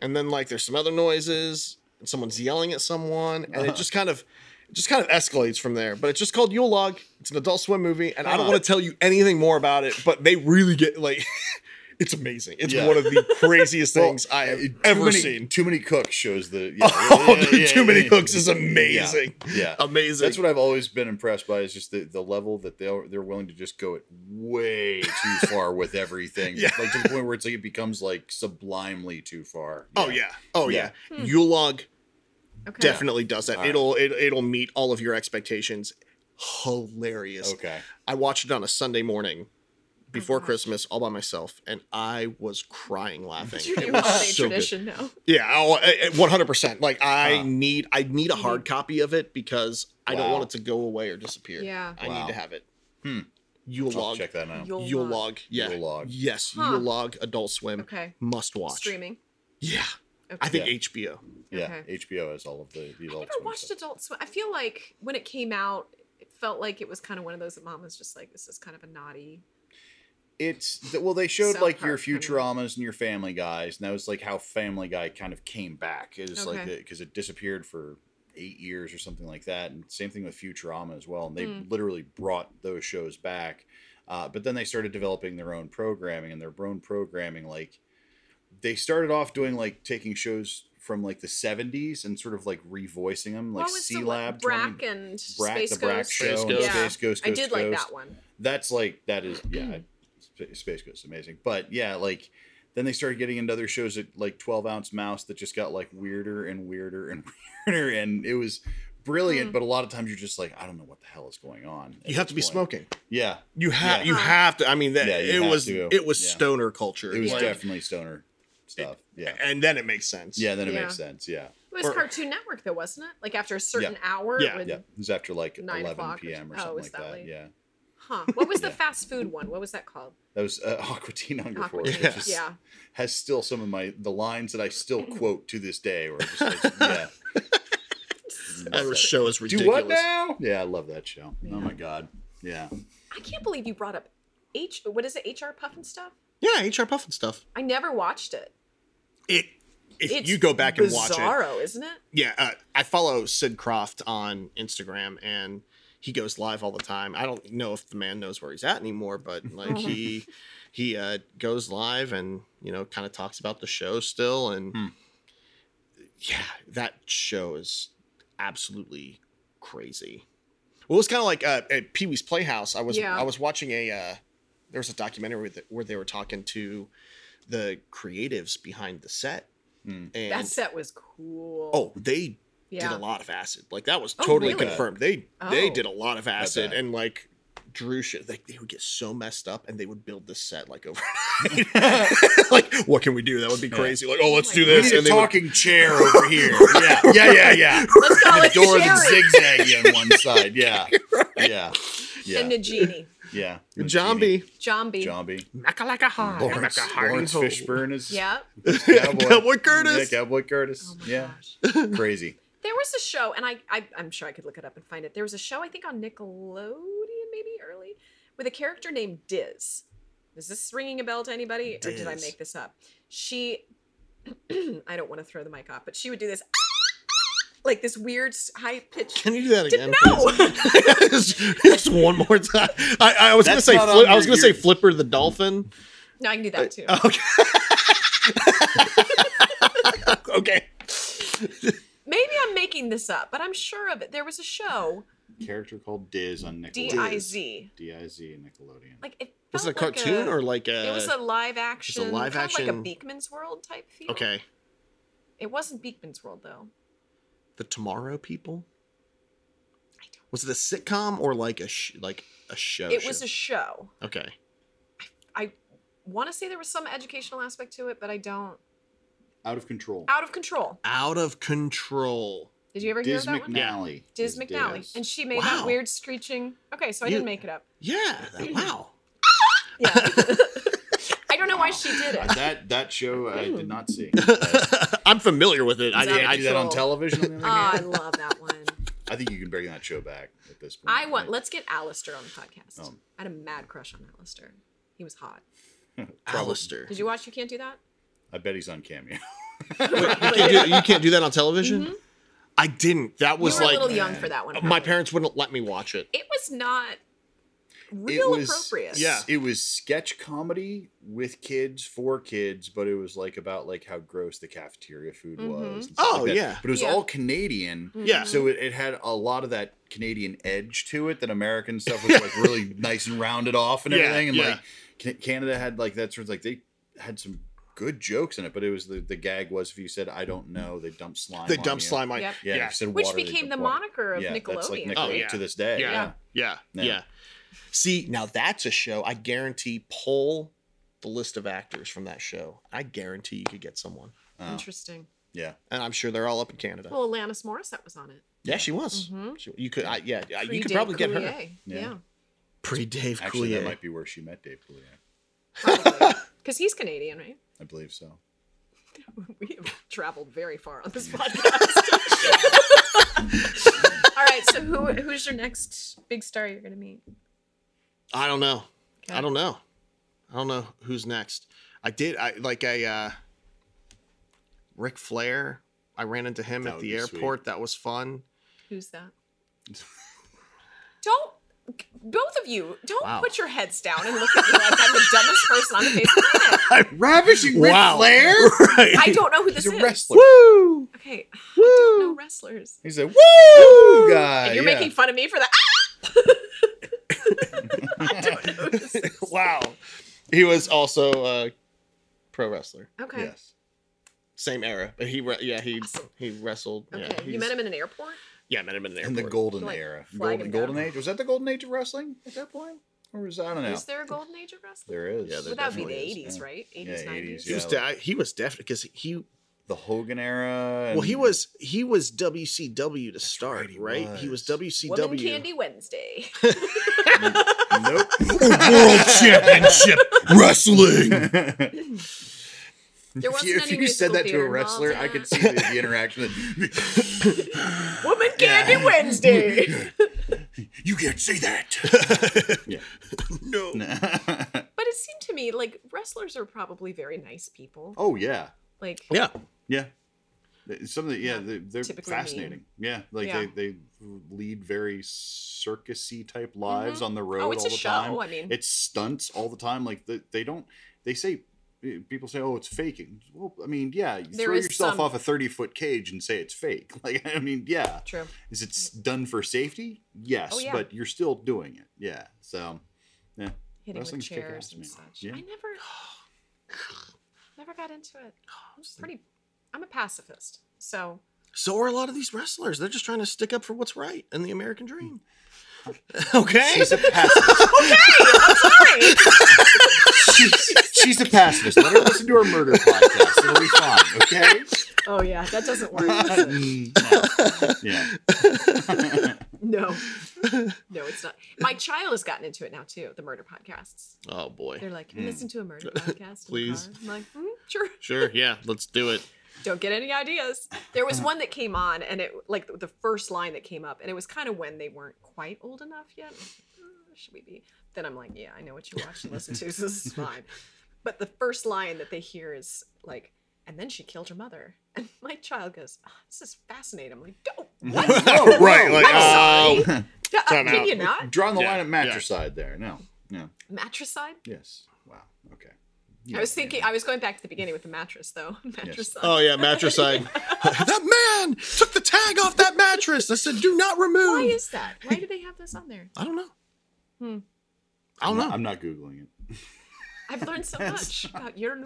Speaker 3: and then like there's some other noises, and someone's yelling at someone,
Speaker 2: <laughs>
Speaker 3: and
Speaker 2: Uh-huh.
Speaker 3: it just kind of. it Just kind of escalates from there, but it's just called Yule Log. It's an Adult Swim movie, and I don't
Speaker 2: Uh-huh.
Speaker 3: want to tell you anything more about it. But they really get like, <laughs> it's amazing. It's
Speaker 2: Yeah.
Speaker 3: one of the
Speaker 2: <laughs>
Speaker 3: craziest things I have
Speaker 2: Uh, too
Speaker 3: ever
Speaker 2: many- <laughs>
Speaker 3: seen.
Speaker 2: Too many cooks shows the yeah,
Speaker 3: <laughs> Oh,
Speaker 2: yeah,
Speaker 3: dude,
Speaker 2: yeah,
Speaker 3: too
Speaker 2: yeah,
Speaker 3: many
Speaker 2: <laughs> yeah.
Speaker 3: cooks is amazing.
Speaker 2: Yeah.
Speaker 3: Amazing.
Speaker 2: That's what I've always been impressed by is just the, the level that they are, they're willing to just go it way too
Speaker 3: <laughs>
Speaker 2: far with everything.
Speaker 3: Yeah.
Speaker 2: Like to the point where it's like it becomes like sublimely too far.
Speaker 3: Oh yeah. Oh yeah.
Speaker 1: Hmm.
Speaker 3: Yule Log
Speaker 1: Okay.
Speaker 3: definitely does that.
Speaker 2: All right.
Speaker 3: It'll it, it'll meet all of your expectations. Hilarious.
Speaker 2: Okay. Oh,
Speaker 3: I watched it on a Sunday morning before
Speaker 1: gosh.
Speaker 3: Christmas all by myself and I was crying laughing.
Speaker 1: It's your
Speaker 3: It
Speaker 1: new
Speaker 3: was
Speaker 1: holiday
Speaker 3: so good.
Speaker 1: tradition now.
Speaker 3: Yeah, oh, I- I- 100%. Like I
Speaker 2: Huh. Hmm.
Speaker 3: need I need a hard copy of it because I don't
Speaker 2: Wow.
Speaker 3: want it to go away or disappear.
Speaker 1: Yeah.
Speaker 3: I
Speaker 2: Wow.
Speaker 3: need to have it.
Speaker 2: Hmm.
Speaker 3: Yule
Speaker 2: I'll
Speaker 3: Log.
Speaker 2: check that out.
Speaker 1: Yule
Speaker 3: Yule
Speaker 1: Log.
Speaker 3: Um, Log. Yeah.
Speaker 2: Yule Log.
Speaker 3: Yes,
Speaker 1: Huh.
Speaker 3: Yule Log Adult Swim.
Speaker 1: Okay.
Speaker 3: Must watch.
Speaker 1: Streaming.
Speaker 3: Yeah.
Speaker 1: Okay.
Speaker 3: I think
Speaker 2: Yeah.
Speaker 3: HBO.
Speaker 2: Yeah.
Speaker 1: Okay.
Speaker 2: HBO has all of the,
Speaker 1: I
Speaker 2: the adult
Speaker 1: never
Speaker 2: swim
Speaker 1: watched
Speaker 2: stuff.
Speaker 1: Adult Swim. I feel like when it came out, it felt like it was kind of one of those that mom was just like, this is kind of a naughty.
Speaker 2: It's th- well, they showed
Speaker 1: South
Speaker 2: like your
Speaker 1: Park, I mean.
Speaker 2: Futuramas and your Family Guys, and that was like how Family Guy kind of came back. It was like
Speaker 1: Okay.
Speaker 2: because it disappeared for eight years or something like that, and same thing with Futurama as well. And they
Speaker 1: Mm.
Speaker 2: literally brought those shows back, uh, but then they started developing their own programming and their own programming. Like they started off doing like taking shows from like the '70s and sort of like revoicing them, like
Speaker 1: What was the
Speaker 2: Sea
Speaker 1: one-
Speaker 2: Lab,
Speaker 1: Brack
Speaker 2: 20
Speaker 1: and
Speaker 2: Brack,
Speaker 1: Space
Speaker 2: the Brack
Speaker 1: Ghost.
Speaker 2: show,
Speaker 3: Space
Speaker 2: and
Speaker 3: Ghost.
Speaker 1: Yeah.
Speaker 2: Space Ghost,
Speaker 1: I did like
Speaker 2: Ghost
Speaker 1: that one.
Speaker 2: that's like that is yeah Sp- space ghost is amazing but yeah like then they started getting into other shows at like 12 ounce mouse that just got like weirder and weirder and <laughs> weirder and it was brilliant
Speaker 1: Mm.
Speaker 2: but a lot of times you're just like i don't know what the hell is going on at
Speaker 3: You have
Speaker 2: this
Speaker 3: to be
Speaker 2: point.
Speaker 3: smoking.
Speaker 2: yeah
Speaker 3: You have
Speaker 2: Yeah.
Speaker 3: you
Speaker 1: Uh-huh.
Speaker 3: have to I mean that
Speaker 2: Yeah, you
Speaker 3: it
Speaker 2: have
Speaker 3: was
Speaker 2: to.
Speaker 3: it was
Speaker 2: Yeah.
Speaker 3: stoner culture.
Speaker 2: it was
Speaker 1: Yeah.
Speaker 2: definitely stoner stuff
Speaker 3: <clears throat>
Speaker 2: yeah
Speaker 3: And then it makes sense.
Speaker 2: yeah then it
Speaker 1: Yeah.
Speaker 2: makes sense yeah
Speaker 1: It was
Speaker 3: Or-
Speaker 1: Cartoon Network, though, wasn't it? Like after a certain hour,
Speaker 3: Yeah.
Speaker 1: it would,
Speaker 2: yeah it was after like
Speaker 1: Nine
Speaker 2: 11
Speaker 1: o'clock or
Speaker 2: p.m or
Speaker 1: so- oh,
Speaker 2: something
Speaker 1: was
Speaker 2: like
Speaker 1: that
Speaker 2: that,
Speaker 1: late?
Speaker 2: yeah
Speaker 3: <laughs>
Speaker 1: huh? What was the
Speaker 2: Yeah.
Speaker 1: fast food one? What was that called?
Speaker 2: that was uh, <laughs> aqua teen hunger
Speaker 1: Awkward
Speaker 2: force
Speaker 1: Teen.
Speaker 2: which is,
Speaker 1: Yeah,
Speaker 2: has still some of my the lines that i still
Speaker 1: Mm.
Speaker 2: quote to this day or
Speaker 1: <laughs>
Speaker 2: just like, yeah
Speaker 3: That show is ridiculous.
Speaker 2: now? Yeah, I love that show.
Speaker 1: Yeah.
Speaker 2: Oh my god. Yeah.
Speaker 1: I can't believe you brought up H. What is it? HR Puff and stuff.
Speaker 3: Yeah, HR Puffin stuff.
Speaker 1: I never watched it.
Speaker 3: It if
Speaker 1: It's
Speaker 3: you go back and watch it.
Speaker 1: bizarro, isn't it?
Speaker 3: Yeah, uh, I follow Sid Croft on Instagram and he goes live all the time. I don't know if the man knows where he's at anymore, but like he he uh, goes live and you know kind of talks about the show still and
Speaker 2: Hmm.
Speaker 3: yeah, that show is absolutely crazy. Well, it was kind of like uh, at Pee Wee's Playhouse. I was
Speaker 1: Yeah.
Speaker 3: I was watching a uh, there was a documentary that, where they were talking to the creatives behind the set
Speaker 2: Mm.
Speaker 3: and
Speaker 1: That set was cool.
Speaker 3: oh they
Speaker 1: yeah.
Speaker 3: did a lot of acid. Like that was
Speaker 1: Oh,
Speaker 3: totally
Speaker 1: really?
Speaker 3: confirmed. They they
Speaker 1: Oh.
Speaker 3: did a lot of acid
Speaker 2: bet.
Speaker 3: and like Drew shit. Like they would get so messed up and they would build this set
Speaker 2: <laughs>
Speaker 3: like over. <laughs> like what can we do? That would be
Speaker 2: Yeah.
Speaker 3: crazy. Like oh let's
Speaker 1: my
Speaker 3: do
Speaker 1: God.
Speaker 3: this and they would-
Speaker 2: chair over
Speaker 3: <laughs>
Speaker 2: here. yeah. Yeah, yeah,
Speaker 1: <laughs>
Speaker 2: yeah.
Speaker 1: Let's call
Speaker 2: And a
Speaker 1: it
Speaker 2: door that's
Speaker 1: Sherry
Speaker 2: zigzaggy on one
Speaker 1: <laughs>
Speaker 2: side. Yeah. Yeah.
Speaker 1: and
Speaker 2: Yeah.
Speaker 1: Najini.
Speaker 2: Yeah.
Speaker 3: Jambi.
Speaker 1: Zombie.
Speaker 2: Zombie.
Speaker 3: Makalaka high.
Speaker 2: Lawrence, Lawrence Fishburne is
Speaker 1: Yeah.
Speaker 3: <laughs>
Speaker 2: Cowboy.
Speaker 3: Cowboy Curtis.
Speaker 2: Yeah, Cowboy Curtis.
Speaker 1: Oh my
Speaker 2: yeah.
Speaker 1: gosh.
Speaker 2: Crazy.
Speaker 1: There was a show, and I, I I'm sure I could look it up and find it. There was a show I think on Nickelodeon, maybe early, with a character named Diz. Is this ringing a bell to anybody, or did I
Speaker 3: Diz.
Speaker 1: make <clears throat> this up? She, I don't want to throw the mic off, but she would do this like this weird high pitched.
Speaker 3: Can you do that
Speaker 1: No,
Speaker 3: again? please? <laughs> just, just one more time. I, I was
Speaker 2: That's
Speaker 3: gonna
Speaker 2: not
Speaker 3: say Fli-
Speaker 2: on
Speaker 3: I was
Speaker 2: your-
Speaker 3: gonna say
Speaker 2: your-
Speaker 3: Flipper the dolphin.
Speaker 1: <laughs> no, I can do that too. <laughs>
Speaker 3: Okay. <laughs> okay.
Speaker 1: Maybe I'm making this up, but I'm sure of it. There was a show
Speaker 2: Character called Diz on Nickelodeon.
Speaker 1: D I Z.
Speaker 2: D I Z Nickelodeon.
Speaker 1: Like it
Speaker 3: Was it a
Speaker 1: felt
Speaker 3: cartoon or like a?
Speaker 1: it was a live action?
Speaker 3: live
Speaker 1: kind of like a
Speaker 3: action-
Speaker 1: Beekman's World type feel.
Speaker 3: okay.
Speaker 1: It wasn't Beekman's World though.
Speaker 3: The Tomorrow People.
Speaker 1: I don't.
Speaker 3: Was it a sitcom or like a sh- like a show?
Speaker 1: it was a show.
Speaker 3: okay.
Speaker 1: I want to say there was some educational aspect to it, but I don't.
Speaker 2: Out of control.
Speaker 1: Out of control.
Speaker 3: Out of control.
Speaker 1: Did you ever
Speaker 2: Diz
Speaker 1: hear of that one?
Speaker 2: McNally.
Speaker 1: Diz
Speaker 2: is
Speaker 1: McNally,
Speaker 2: Diz.
Speaker 1: and she made
Speaker 3: Wow.
Speaker 1: that weird screeching. Okay, so I
Speaker 3: You-
Speaker 1: didn't make it
Speaker 3: <laughs>
Speaker 1: up.
Speaker 3: Yeah.
Speaker 1: Mm-hmm.
Speaker 3: that- wow.
Speaker 1: Yeah, I don't know why she did
Speaker 3: <laughs>
Speaker 2: Uh,
Speaker 1: it.
Speaker 2: that that show I did not see.
Speaker 3: <laughs> I'm familiar with it. I,
Speaker 1: Is that-
Speaker 2: I
Speaker 3: I,
Speaker 2: do that on
Speaker 1: Control.
Speaker 2: television. on the
Speaker 1: Oh,
Speaker 2: other
Speaker 1: I
Speaker 2: hand.
Speaker 1: love that one.
Speaker 2: I think you can bring that show back at this point.
Speaker 1: I
Speaker 3: <laughs>
Speaker 1: want.
Speaker 2: Like,
Speaker 1: Let's get Alistair on the podcast.
Speaker 3: Oh.
Speaker 2: Um.
Speaker 1: I had a mad crush on Alistair. He was hot.
Speaker 2: probably-
Speaker 3: Alistair.
Speaker 1: Did you watch? You can't do that.
Speaker 2: I bet he's on cameo.
Speaker 3: You can't, do, you can't do that on television. I didn't. That
Speaker 1: Mm-hmm. You
Speaker 3: was
Speaker 1: were
Speaker 3: like
Speaker 1: a little young for that one.
Speaker 3: my
Speaker 1: probably.
Speaker 3: parents wouldn't let me watch it.
Speaker 1: It was not real
Speaker 2: was-
Speaker 1: appropriate.
Speaker 3: Yeah.
Speaker 2: It was sketch comedy with kids for kids, but it was like about like how gross the cafeteria food was.
Speaker 1: Mhm.
Speaker 2: and stuff
Speaker 3: Oh,
Speaker 2: like that.
Speaker 3: yeah.
Speaker 2: but it was
Speaker 1: Yeah. Mm-hmm.
Speaker 2: all Canadian.
Speaker 3: Yeah.
Speaker 2: So it, it had a lot of that Canadian edge to it that American stuff was like
Speaker 3: <laughs>
Speaker 2: really nice and rounded off and
Speaker 3: Yeah,
Speaker 2: everything. And
Speaker 3: yeah.
Speaker 2: like Ca- Canada had like that sort of like they had some good jokes in it, but it was the, the gag was if you said I don't know, they dump slime.
Speaker 3: They
Speaker 2: on
Speaker 3: dump
Speaker 2: you.
Speaker 3: slime. on
Speaker 1: Yep.
Speaker 2: Yeah,
Speaker 3: Yeah.
Speaker 2: if you said
Speaker 1: Which
Speaker 2: water, they
Speaker 1: became the
Speaker 2: dump water.
Speaker 1: moniker of
Speaker 2: yeah,
Speaker 1: Nickelodeon.
Speaker 2: That's like Nickelodeon
Speaker 3: Oh, yeah.
Speaker 2: to this day.
Speaker 3: Yeah.
Speaker 2: yeah.
Speaker 3: Yeah,
Speaker 2: No.
Speaker 3: yeah. See, now that's a show I guarantee pull the list of actors from that show. I guarantee you could get someone.
Speaker 2: Oh,
Speaker 1: Interesting.
Speaker 2: yeah.
Speaker 3: And I'm sure they're all up in Canada.
Speaker 1: Well, Alanis Morissette was on it.
Speaker 3: yeah, she was.
Speaker 1: Mhm.
Speaker 3: She- you could I, yeah, I-
Speaker 2: Uh,
Speaker 3: you could
Speaker 1: Pre-Dave
Speaker 3: probably get her.
Speaker 1: Coulier.
Speaker 2: Yeah. <laughs>
Speaker 1: Yeah.
Speaker 3: Pre Dave
Speaker 2: Actually, that
Speaker 3: Coulier.
Speaker 2: might be where she met Dave Coulier.
Speaker 1: Because he's Canadian, right? <laughs>
Speaker 2: I believe so.
Speaker 1: We have traveled very far on this
Speaker 2: <laughs>
Speaker 1: podcast. All right, so who who's your next big star you're gonna meet?
Speaker 3: I don't know.
Speaker 1: Okay.
Speaker 3: I don't know. I don't know who's next. I did I like I uh Ric Flair. I ran into him
Speaker 2: That
Speaker 3: at
Speaker 2: would
Speaker 3: the
Speaker 2: be sweet.
Speaker 3: airport. That was fun.
Speaker 1: Who's that? Don't both of you don't
Speaker 3: Wow.
Speaker 1: put your heads down and look at me like I'm the dumbest person on the face of the planet.
Speaker 2: Ravishing
Speaker 3: Wow. right.
Speaker 1: I don't know who this
Speaker 2: He's a
Speaker 1: is.
Speaker 2: wrestler.
Speaker 3: Woo!
Speaker 1: Okay, no
Speaker 3: Woo!
Speaker 1: wrestlers.
Speaker 2: He's a woo guy.
Speaker 1: And you're
Speaker 2: Uh, yeah.
Speaker 1: making fun of me for that.
Speaker 2: <laughs>
Speaker 3: <laughs> wow. He was also a pro wrestler.
Speaker 1: Okay.
Speaker 2: Yes.
Speaker 3: Same era, but he re- yeah he
Speaker 1: Awesome.
Speaker 3: he wrestled.
Speaker 1: Okay.
Speaker 3: Yeah,
Speaker 1: you
Speaker 3: he's-
Speaker 1: met him in an airport?
Speaker 3: Yeah, met him in the
Speaker 2: In
Speaker 3: airport.
Speaker 2: the golden
Speaker 1: Like,
Speaker 2: era.
Speaker 1: flag
Speaker 2: Golden,
Speaker 1: him
Speaker 2: golden
Speaker 1: down.
Speaker 2: age. Was that the golden age of wrestling at that point? Or was I don't know.
Speaker 1: Is there a golden age of wrestling?
Speaker 2: there is.
Speaker 3: Yeah, there
Speaker 1: Would that be the
Speaker 2: definitely is,
Speaker 1: 80s,
Speaker 2: yeah.
Speaker 1: right? 80s,
Speaker 2: Yeah,
Speaker 1: 90s?
Speaker 2: 80s,
Speaker 3: He was
Speaker 2: Yeah,
Speaker 3: de- he was definitely because he
Speaker 2: The Hogan era.
Speaker 3: well he
Speaker 2: and-
Speaker 3: <laughs> was he was WCW to start
Speaker 2: right,
Speaker 3: right
Speaker 2: he
Speaker 3: he,
Speaker 2: was.
Speaker 3: was WCW
Speaker 1: Woman Candy
Speaker 2: <laughs>
Speaker 1: Wednesday.
Speaker 2: Nope.
Speaker 3: World Championship
Speaker 2: <laughs>
Speaker 3: Wrestling.
Speaker 1: There
Speaker 2: if
Speaker 1: wasn't
Speaker 2: you, if
Speaker 1: any
Speaker 2: you said
Speaker 1: musical
Speaker 2: that to a
Speaker 1: theater
Speaker 2: wrestler,
Speaker 1: involved
Speaker 2: I
Speaker 1: in
Speaker 2: could
Speaker 1: it.
Speaker 2: see the, the <laughs> interaction. That,
Speaker 1: <laughs> Woman Candy
Speaker 2: <laughs>
Speaker 1: Wednesday.
Speaker 2: you can't say that. yeah.
Speaker 3: no,
Speaker 1: but it seemed to me like wrestlers are probably very nice people.
Speaker 2: Oh yeah,
Speaker 1: Like
Speaker 3: yeah,
Speaker 2: yeah. Th- Some of the yeah, they, they're
Speaker 1: Typically
Speaker 2: fascinating. Yeah, like
Speaker 1: Yeah.
Speaker 2: they they lead very circusy type lives on the road
Speaker 1: oh, it's
Speaker 2: all
Speaker 1: a
Speaker 2: the
Speaker 1: show.
Speaker 2: time.
Speaker 1: I mean,
Speaker 2: it's stunts all the time. Like the, they don't. They say people say, "Oh, it's faking." Well, I mean, yeah, you
Speaker 1: There
Speaker 2: throw
Speaker 1: is
Speaker 2: yourself
Speaker 1: some-
Speaker 2: off a thirty foot cage and say it's fake. <laughs> Like I mean, yeah,
Speaker 1: true.
Speaker 2: is it s- done for safety? Yes,
Speaker 1: Oh, yeah.
Speaker 2: but you're still doing it. Yeah, so yeah,
Speaker 1: Hitting with
Speaker 2: wrestling's kick-ass
Speaker 1: chairs
Speaker 2: to
Speaker 1: and
Speaker 2: me.
Speaker 1: such.
Speaker 2: Yeah.
Speaker 1: I never,
Speaker 2: <sighs>
Speaker 1: never got into it. I'm just pretty. I'm a pacifist,
Speaker 2: <laughs>
Speaker 1: so
Speaker 3: so are a lot of these wrestlers. They're just trying to stick up for what's right and the American dream.
Speaker 1: Hmm.
Speaker 3: <laughs> okay,
Speaker 2: she's a pacifist.
Speaker 1: sorry.
Speaker 2: <laughs> she's, she's a pacifist. Let her listen to our murder podcast. It'll be fine.
Speaker 3: <laughs>
Speaker 2: Okay.
Speaker 1: oh yeah, that doesn't work. does <laughs> it?
Speaker 2: No. Yeah.
Speaker 1: No, no, it's not. My child has gotten into it now too. The murder podcasts.
Speaker 3: oh boy,
Speaker 1: They're like, listen to a
Speaker 3: <laughs>
Speaker 1: murder podcast, in the
Speaker 3: Please.
Speaker 1: car." I'm like, "Mm, sure.
Speaker 3: sure, yeah, let's
Speaker 1: <laughs>
Speaker 3: do it.
Speaker 1: don't get any ideas. There was one that came on, and it like the first line that came up, and it was kind of when they weren't quite old enough yet. I'm like, "Uh, Should we be? Then I'm like, yeah, I know what you watch and listen to, so this is fine. But the first line that they hear is like, and then she killed her mother. And my child goes, oh, "This is fascinating." I'm like, "Go,
Speaker 3: <laughs> right, like
Speaker 1: I'm
Speaker 3: oh,
Speaker 1: can
Speaker 2: <laughs>
Speaker 3: Time out.
Speaker 1: you not?"
Speaker 2: uh, Drawing the
Speaker 3: Yeah,
Speaker 2: line at
Speaker 3: yeah.
Speaker 2: matricide there. No, no.
Speaker 1: Matricide.
Speaker 2: Yes. Wow. Okay.
Speaker 1: I was thinking. I was going back to the beginning with the mattress, though. <laughs> Matricide.
Speaker 3: oh
Speaker 1: <laughs>
Speaker 3: yeah, matricide. <laughs> that man took the tag off that mattress. I said, do not remove.
Speaker 1: Why is that? Why do they have this on there?
Speaker 3: I don't know.
Speaker 1: Hmm.
Speaker 3: I don't
Speaker 2: I'm
Speaker 3: know.
Speaker 2: not, I'm not googling it.
Speaker 1: I've learned so much about
Speaker 2: <laughs>
Speaker 1: your.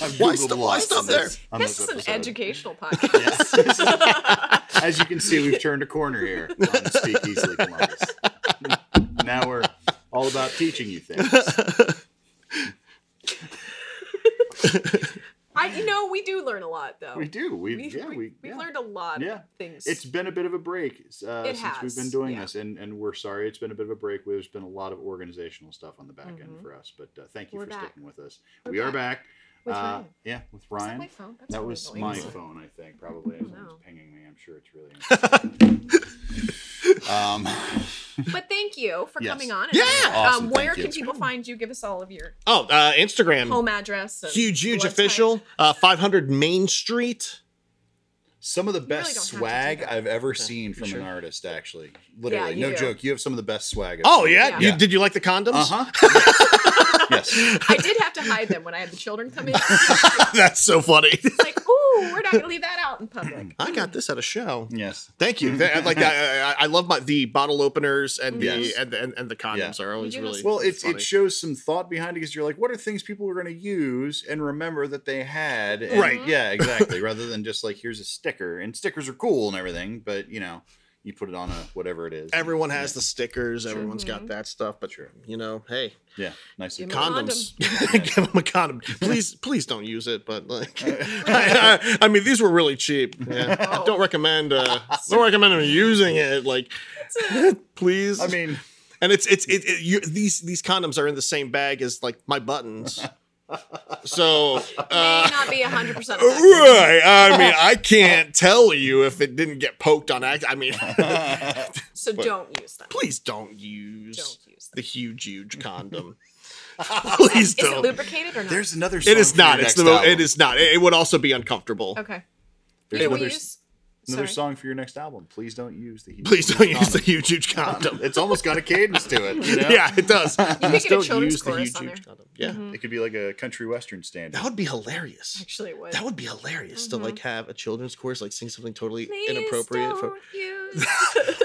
Speaker 2: I've
Speaker 3: Why is
Speaker 2: Googled
Speaker 3: the-
Speaker 2: a
Speaker 3: why
Speaker 2: lot
Speaker 3: is the
Speaker 2: on this- on
Speaker 1: this is an
Speaker 2: episode. <laughs>
Speaker 1: educational podcast.
Speaker 2: As you can see, we've turned a corner here on Speak Easily Columbus. now we're all about teaching you things.
Speaker 1: <laughs> I, you know, we do learn a lot, though.
Speaker 2: We do. We
Speaker 1: We've,
Speaker 2: yeah.
Speaker 1: we,
Speaker 2: We
Speaker 1: have
Speaker 2: yeah.
Speaker 1: learned a lot
Speaker 2: Yeah.
Speaker 1: of things.
Speaker 2: It's been a bit of a break uh,
Speaker 1: It
Speaker 2: since
Speaker 1: has,
Speaker 2: we've been doing
Speaker 1: yeah.
Speaker 2: this, and, and we're sorry it's been a bit of a break. There's been a lot of organizational stuff on the back end
Speaker 1: Mhm.
Speaker 2: for us, but uh, thank you
Speaker 1: We're
Speaker 2: for
Speaker 1: back.
Speaker 2: sticking with us.
Speaker 1: We're
Speaker 2: we are back.
Speaker 1: With
Speaker 2: uh,
Speaker 1: Ryan.
Speaker 2: Yeah, with
Speaker 1: Is that
Speaker 2: Ryan.
Speaker 1: my phone? That's
Speaker 2: That
Speaker 1: really
Speaker 2: was my
Speaker 1: annoying.
Speaker 2: phone, I
Speaker 1: <laughs>
Speaker 2: think, probably. As
Speaker 1: know.
Speaker 2: pinging me, I'm sure it's really. um,
Speaker 1: But thank you for
Speaker 2: Yes.
Speaker 1: coming on.
Speaker 3: Yeah.
Speaker 2: Awesome,
Speaker 1: um,
Speaker 2: thank
Speaker 1: where
Speaker 2: you.
Speaker 1: can people find you? Give us all of your
Speaker 3: oh, uh, Instagram.
Speaker 1: home address. and
Speaker 3: huge, huge
Speaker 1: website.
Speaker 3: official. Uh, 500 Main Street.
Speaker 2: some of the
Speaker 1: don't
Speaker 2: best
Speaker 1: have to do
Speaker 2: swag
Speaker 1: that.
Speaker 2: I've ever seen from
Speaker 3: sure?
Speaker 2: an artist, actually. Literally,
Speaker 1: you
Speaker 2: no
Speaker 1: do.
Speaker 2: joke. You have some of the best swag. I've
Speaker 3: Oh
Speaker 2: seen.
Speaker 1: Yeah.
Speaker 3: yeah? You did you like the condoms?
Speaker 2: Uh huh.
Speaker 3: <laughs>
Speaker 2: yes.
Speaker 1: I did have to hide them when I had the children come
Speaker 2: <laughs>
Speaker 1: in.
Speaker 3: Uh-huh. <laughs> That's so funny.
Speaker 1: It's like, ooh, we're not gonna leave that out in
Speaker 3: <clears throat>
Speaker 1: public.
Speaker 3: I got this at a show.
Speaker 2: Yes.
Speaker 3: Thank you. Th- I like that. I, I love my the bottle openers and the
Speaker 2: Yes.
Speaker 3: and, and and the condoms are always
Speaker 1: You do have
Speaker 3: really
Speaker 1: some-
Speaker 2: Well, it,
Speaker 3: funny.
Speaker 2: it shows some thought behind it because you're like, what are things people are going to use and remember that they had? And-
Speaker 1: Mm-hmm.
Speaker 3: Right.
Speaker 2: Yeah, exactly. Rather than just like, here's a sticker. And stickers are cool and everything, but you know, you put it on a whatever it is.
Speaker 3: everyone has
Speaker 2: yeah.
Speaker 3: the stickers. Everyone's
Speaker 1: Mhm.
Speaker 3: got that stuff. But
Speaker 2: Sure.
Speaker 3: you know, hey,
Speaker 2: the. Yeah, nicely.
Speaker 1: Give
Speaker 2: done.
Speaker 1: me a
Speaker 3: condoms. <laughs> Give them a condom.
Speaker 1: <laughs>
Speaker 3: Please, please don't use it. But like,
Speaker 2: Uh,
Speaker 3: <laughs> I, I, I mean, these were really cheap.
Speaker 1: <laughs>
Speaker 3: Yeah. I don't recommend. Uh, don't recommend them using it. Like, <laughs> please.
Speaker 2: I
Speaker 1: <laughs>
Speaker 2: mean,
Speaker 3: and it's it's it, it you, these these condoms are in the same bag as like
Speaker 1: <laughs>
Speaker 3: my buttons. So uh,
Speaker 1: May not be hundred percent.
Speaker 3: right, I mean, I can't tell you if it didn't get poked on act.
Speaker 1: <laughs>
Speaker 3: I mean,
Speaker 1: So don't use them.
Speaker 3: please don't use
Speaker 1: Don't use them.
Speaker 3: the huge
Speaker 1: <laughs>
Speaker 3: huge condom. please
Speaker 1: Is it
Speaker 3: don't.
Speaker 1: lubricated or not?
Speaker 2: there's another.
Speaker 3: It is
Speaker 2: song for
Speaker 3: not.
Speaker 2: your next
Speaker 3: It's the. mo-
Speaker 2: album.
Speaker 3: It is not. It, it would also be uncomfortable.
Speaker 1: okay.
Speaker 2: There's
Speaker 1: Can we
Speaker 2: another,
Speaker 1: use?
Speaker 2: another
Speaker 1: sorry.
Speaker 2: song for your next album. Please don't use the.
Speaker 3: Please don't use the <laughs>
Speaker 2: condom.
Speaker 3: huge huge condom.
Speaker 2: It's almost got a cadence to it.
Speaker 3: <laughs>
Speaker 2: You know?
Speaker 3: Yeah, it does.
Speaker 1: You could
Speaker 3: Please
Speaker 1: get a
Speaker 3: don't
Speaker 1: children's
Speaker 3: use the
Speaker 1: chorus
Speaker 3: huge
Speaker 1: on there. Mm-hmm.
Speaker 3: huge condom. Yeah,
Speaker 2: It could be like a country western standard.
Speaker 3: that would be hilarious.
Speaker 1: Actually, it would.
Speaker 3: That would be hilarious to like have a children's chorus like sing something totally
Speaker 1: Mm-hmm. Please
Speaker 3: inappropriate. For,
Speaker 1: don't
Speaker 3: <laughs>
Speaker 1: use-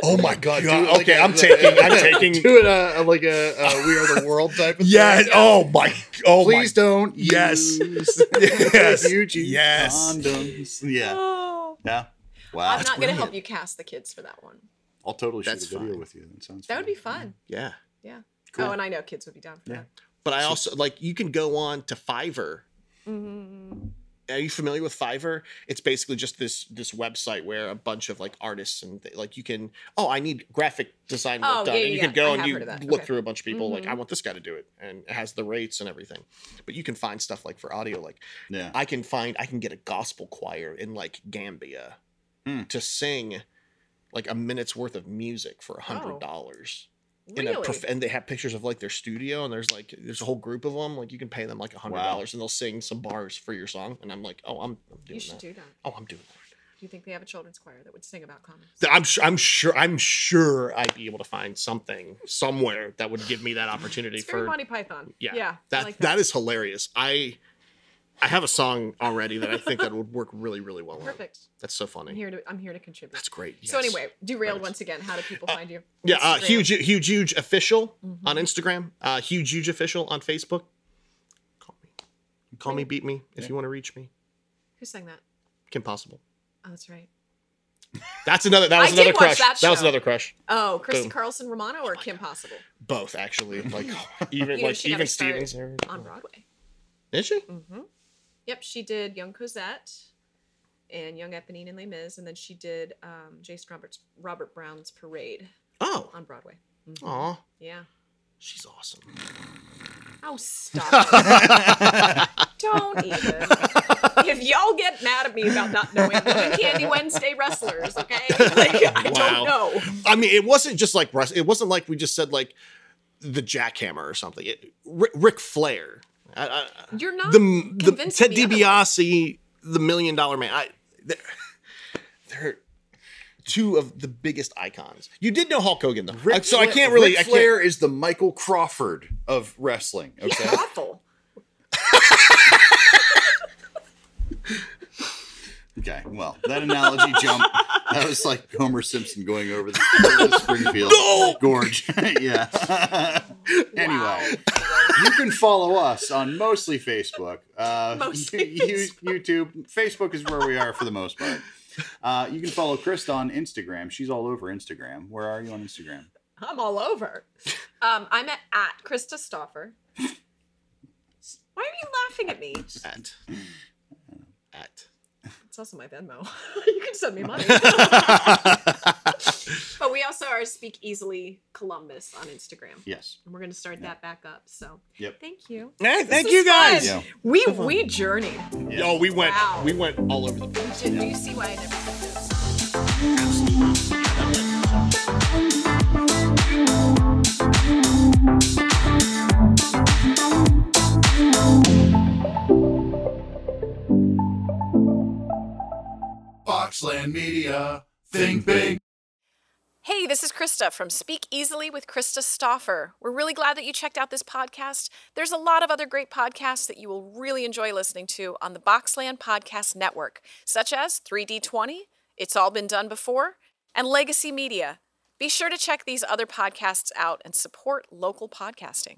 Speaker 3: oh my god! dude,
Speaker 2: like
Speaker 3: okay,
Speaker 2: a- <laughs>
Speaker 3: I'm taking. I'm taking.
Speaker 2: Do it uh, like a uh, "We Are the World" type of
Speaker 3: Yeah.
Speaker 2: thing.
Speaker 3: Oh my. Oh
Speaker 2: Please
Speaker 3: my.
Speaker 2: don't.
Speaker 3: Yes.
Speaker 2: Use
Speaker 3: Yes.
Speaker 2: Huge use
Speaker 3: Yes.
Speaker 2: Condoms. <laughs> Yeah.
Speaker 1: Oh.
Speaker 2: Yeah. Wow.
Speaker 1: I'm not gonna
Speaker 3: brilliant.
Speaker 1: help you cast the kids for that one.
Speaker 2: I'll totally shoot
Speaker 3: That's
Speaker 2: a video
Speaker 3: fine.
Speaker 2: with you. That sounds.
Speaker 1: That would be fun.
Speaker 3: Yeah.
Speaker 1: Yeah.
Speaker 2: Cool.
Speaker 1: Oh, and I know kids would be down for
Speaker 2: Yeah.
Speaker 1: that.
Speaker 3: But I also like you can go on to Fiverr.
Speaker 1: Mhm.
Speaker 3: Are you familiar with Fiverr? It's basically just this this website where a bunch of like artists and th- like you can oh I need graphic design work
Speaker 1: Oh,
Speaker 3: done
Speaker 1: yeah,
Speaker 3: and you
Speaker 1: yeah,
Speaker 3: can
Speaker 1: yeah. I
Speaker 3: go and
Speaker 1: have
Speaker 3: you
Speaker 1: heard of that.
Speaker 3: look
Speaker 1: Okay.
Speaker 3: through a bunch of people
Speaker 1: Mhm.
Speaker 3: like I want this guy to do it and it has the rates and everything. But you can find stuff like for audio like
Speaker 2: Yeah.
Speaker 3: I can find I can get a gospel choir in like Gambia
Speaker 2: Hmm.
Speaker 3: to sing like a minute's worth of music for a
Speaker 1: Oh.
Speaker 3: hundred dollars.
Speaker 1: Really?
Speaker 3: In a prof- and they have pictures of like their studio and there's like there's a whole group of them like you can pay them like a hundred
Speaker 2: Wow.
Speaker 3: dollars and they'll sing some bars for your song and I'm like oh I'm, I'm doing
Speaker 1: you should
Speaker 3: that
Speaker 1: do that.
Speaker 3: oh I'm doing that
Speaker 1: Do you think they have a children's choir that would sing about condoms?
Speaker 3: Th- I'm sure I'm sure I'm sure I'd be able to find something somewhere that would give me that opportunity
Speaker 1: It's
Speaker 3: for
Speaker 1: very Monty Python.
Speaker 3: yeah,
Speaker 1: yeah. I
Speaker 3: that,
Speaker 1: like
Speaker 3: that is hilarious I I have a song already that I think that would work really really well on.
Speaker 1: perfect.
Speaker 3: that's so
Speaker 1: I'm
Speaker 3: funny
Speaker 1: here to I'm here to contribute.
Speaker 3: that's great
Speaker 1: So
Speaker 3: yes.
Speaker 1: anyway, derailed
Speaker 3: Right.
Speaker 1: once again. How do people find you?
Speaker 3: Yeah, uh,
Speaker 1: Instagram. Mm-hmm.
Speaker 3: huge, huge, huge official on Instagram. Uh, huge, huge official on Facebook. Call me, call me, beat me if you want to reach me.
Speaker 1: Who sang that?
Speaker 3: Kim Possible.
Speaker 1: Oh, that's right.
Speaker 3: That's another. That
Speaker 1: I
Speaker 3: was
Speaker 1: did
Speaker 3: another
Speaker 1: watch
Speaker 3: crush.
Speaker 1: that
Speaker 3: That, was
Speaker 1: show.
Speaker 3: another crush.
Speaker 1: Oh, Kristen
Speaker 3: Boom. Oh
Speaker 1: Carlson Romano or Kim Possible
Speaker 3: Both <laughs> actually, like even
Speaker 1: You know,
Speaker 3: like
Speaker 1: she never
Speaker 3: even
Speaker 1: started
Speaker 3: Stevens.
Speaker 1: on Broadway.
Speaker 3: Is she?
Speaker 1: Mm-hmm. Yep, she did Young Cosette and Young Eponine and Les Mis, and then she did um, Jason Roberts Robert Brown's Parade
Speaker 3: Oh,
Speaker 1: on Broadway. Mhm.
Speaker 3: aw,
Speaker 1: Yeah.
Speaker 3: she's awesome.
Speaker 1: Oh, stop. it.
Speaker 3: <laughs>
Speaker 1: Don't even. if y'all get mad at me about not knowing Women Candy Wednesday wrestlers, okay? Like, I
Speaker 3: Wow.
Speaker 1: don't know.
Speaker 3: I mean, it wasn't just like Russ. It wasn't like we just said like the jackhammer or something. It, Rick, Ric Flair. I, I,
Speaker 1: You're not
Speaker 3: the the
Speaker 1: convincing
Speaker 3: Ted
Speaker 1: me otherwise.
Speaker 3: DiBiase, the Million Dollar Man. I they're, <laughs> they're two of the biggest icons. You did know Hulk Hogan though,
Speaker 2: Ric
Speaker 3: Uh, so I
Speaker 2: Fla-
Speaker 3: can't really.
Speaker 2: Ric
Speaker 3: I can't.
Speaker 2: Flair is the Michael Crawford of wrestling. Okay.
Speaker 1: He's <laughs> awful.
Speaker 2: Okay, well, that analogy jump, that was like Homer Simpson going over the, <laughs> over the Springfield Gorge. <laughs> yeah. anyway, you can follow us on mostly Facebook. Uh, <laughs>
Speaker 1: Mostly
Speaker 2: you- YouTube. Facebook is where we are for the most part. Uh, you can follow Krista on Instagram. She's all over Instagram. Where are you on Instagram?
Speaker 1: I'm all over. Um, I'm at, at Krista Stoffer. Why are you laughing at me?
Speaker 3: At, at.
Speaker 1: It's also my Venmo. <laughs> you can send me
Speaker 2: <laughs>
Speaker 1: money. but we also are Speak Easily Columbus on Instagram.
Speaker 2: Yes.
Speaker 1: And we're going to start that back up. So
Speaker 2: Yep.
Speaker 1: thank you.
Speaker 3: Hey, thank
Speaker 1: was
Speaker 3: you guys.
Speaker 1: fun.
Speaker 2: Yeah.
Speaker 1: We we journeyed.
Speaker 2: Yeah.
Speaker 3: Oh, we went.
Speaker 1: Wow.
Speaker 3: We went all over the place.
Speaker 1: Do, do you see why I never did this?
Speaker 2: Boxland Media. Think big.
Speaker 1: Hey, this is Krista from Speak Easily with Krista Stoffer. We're really glad that you checked out this podcast. There's a lot of other great podcasts that you will really enjoy listening to on the Boxland Podcast Network, such as 3D20, It's All Been Done Before, and Legacy Media. Be sure to check these other podcasts out and support local podcasting.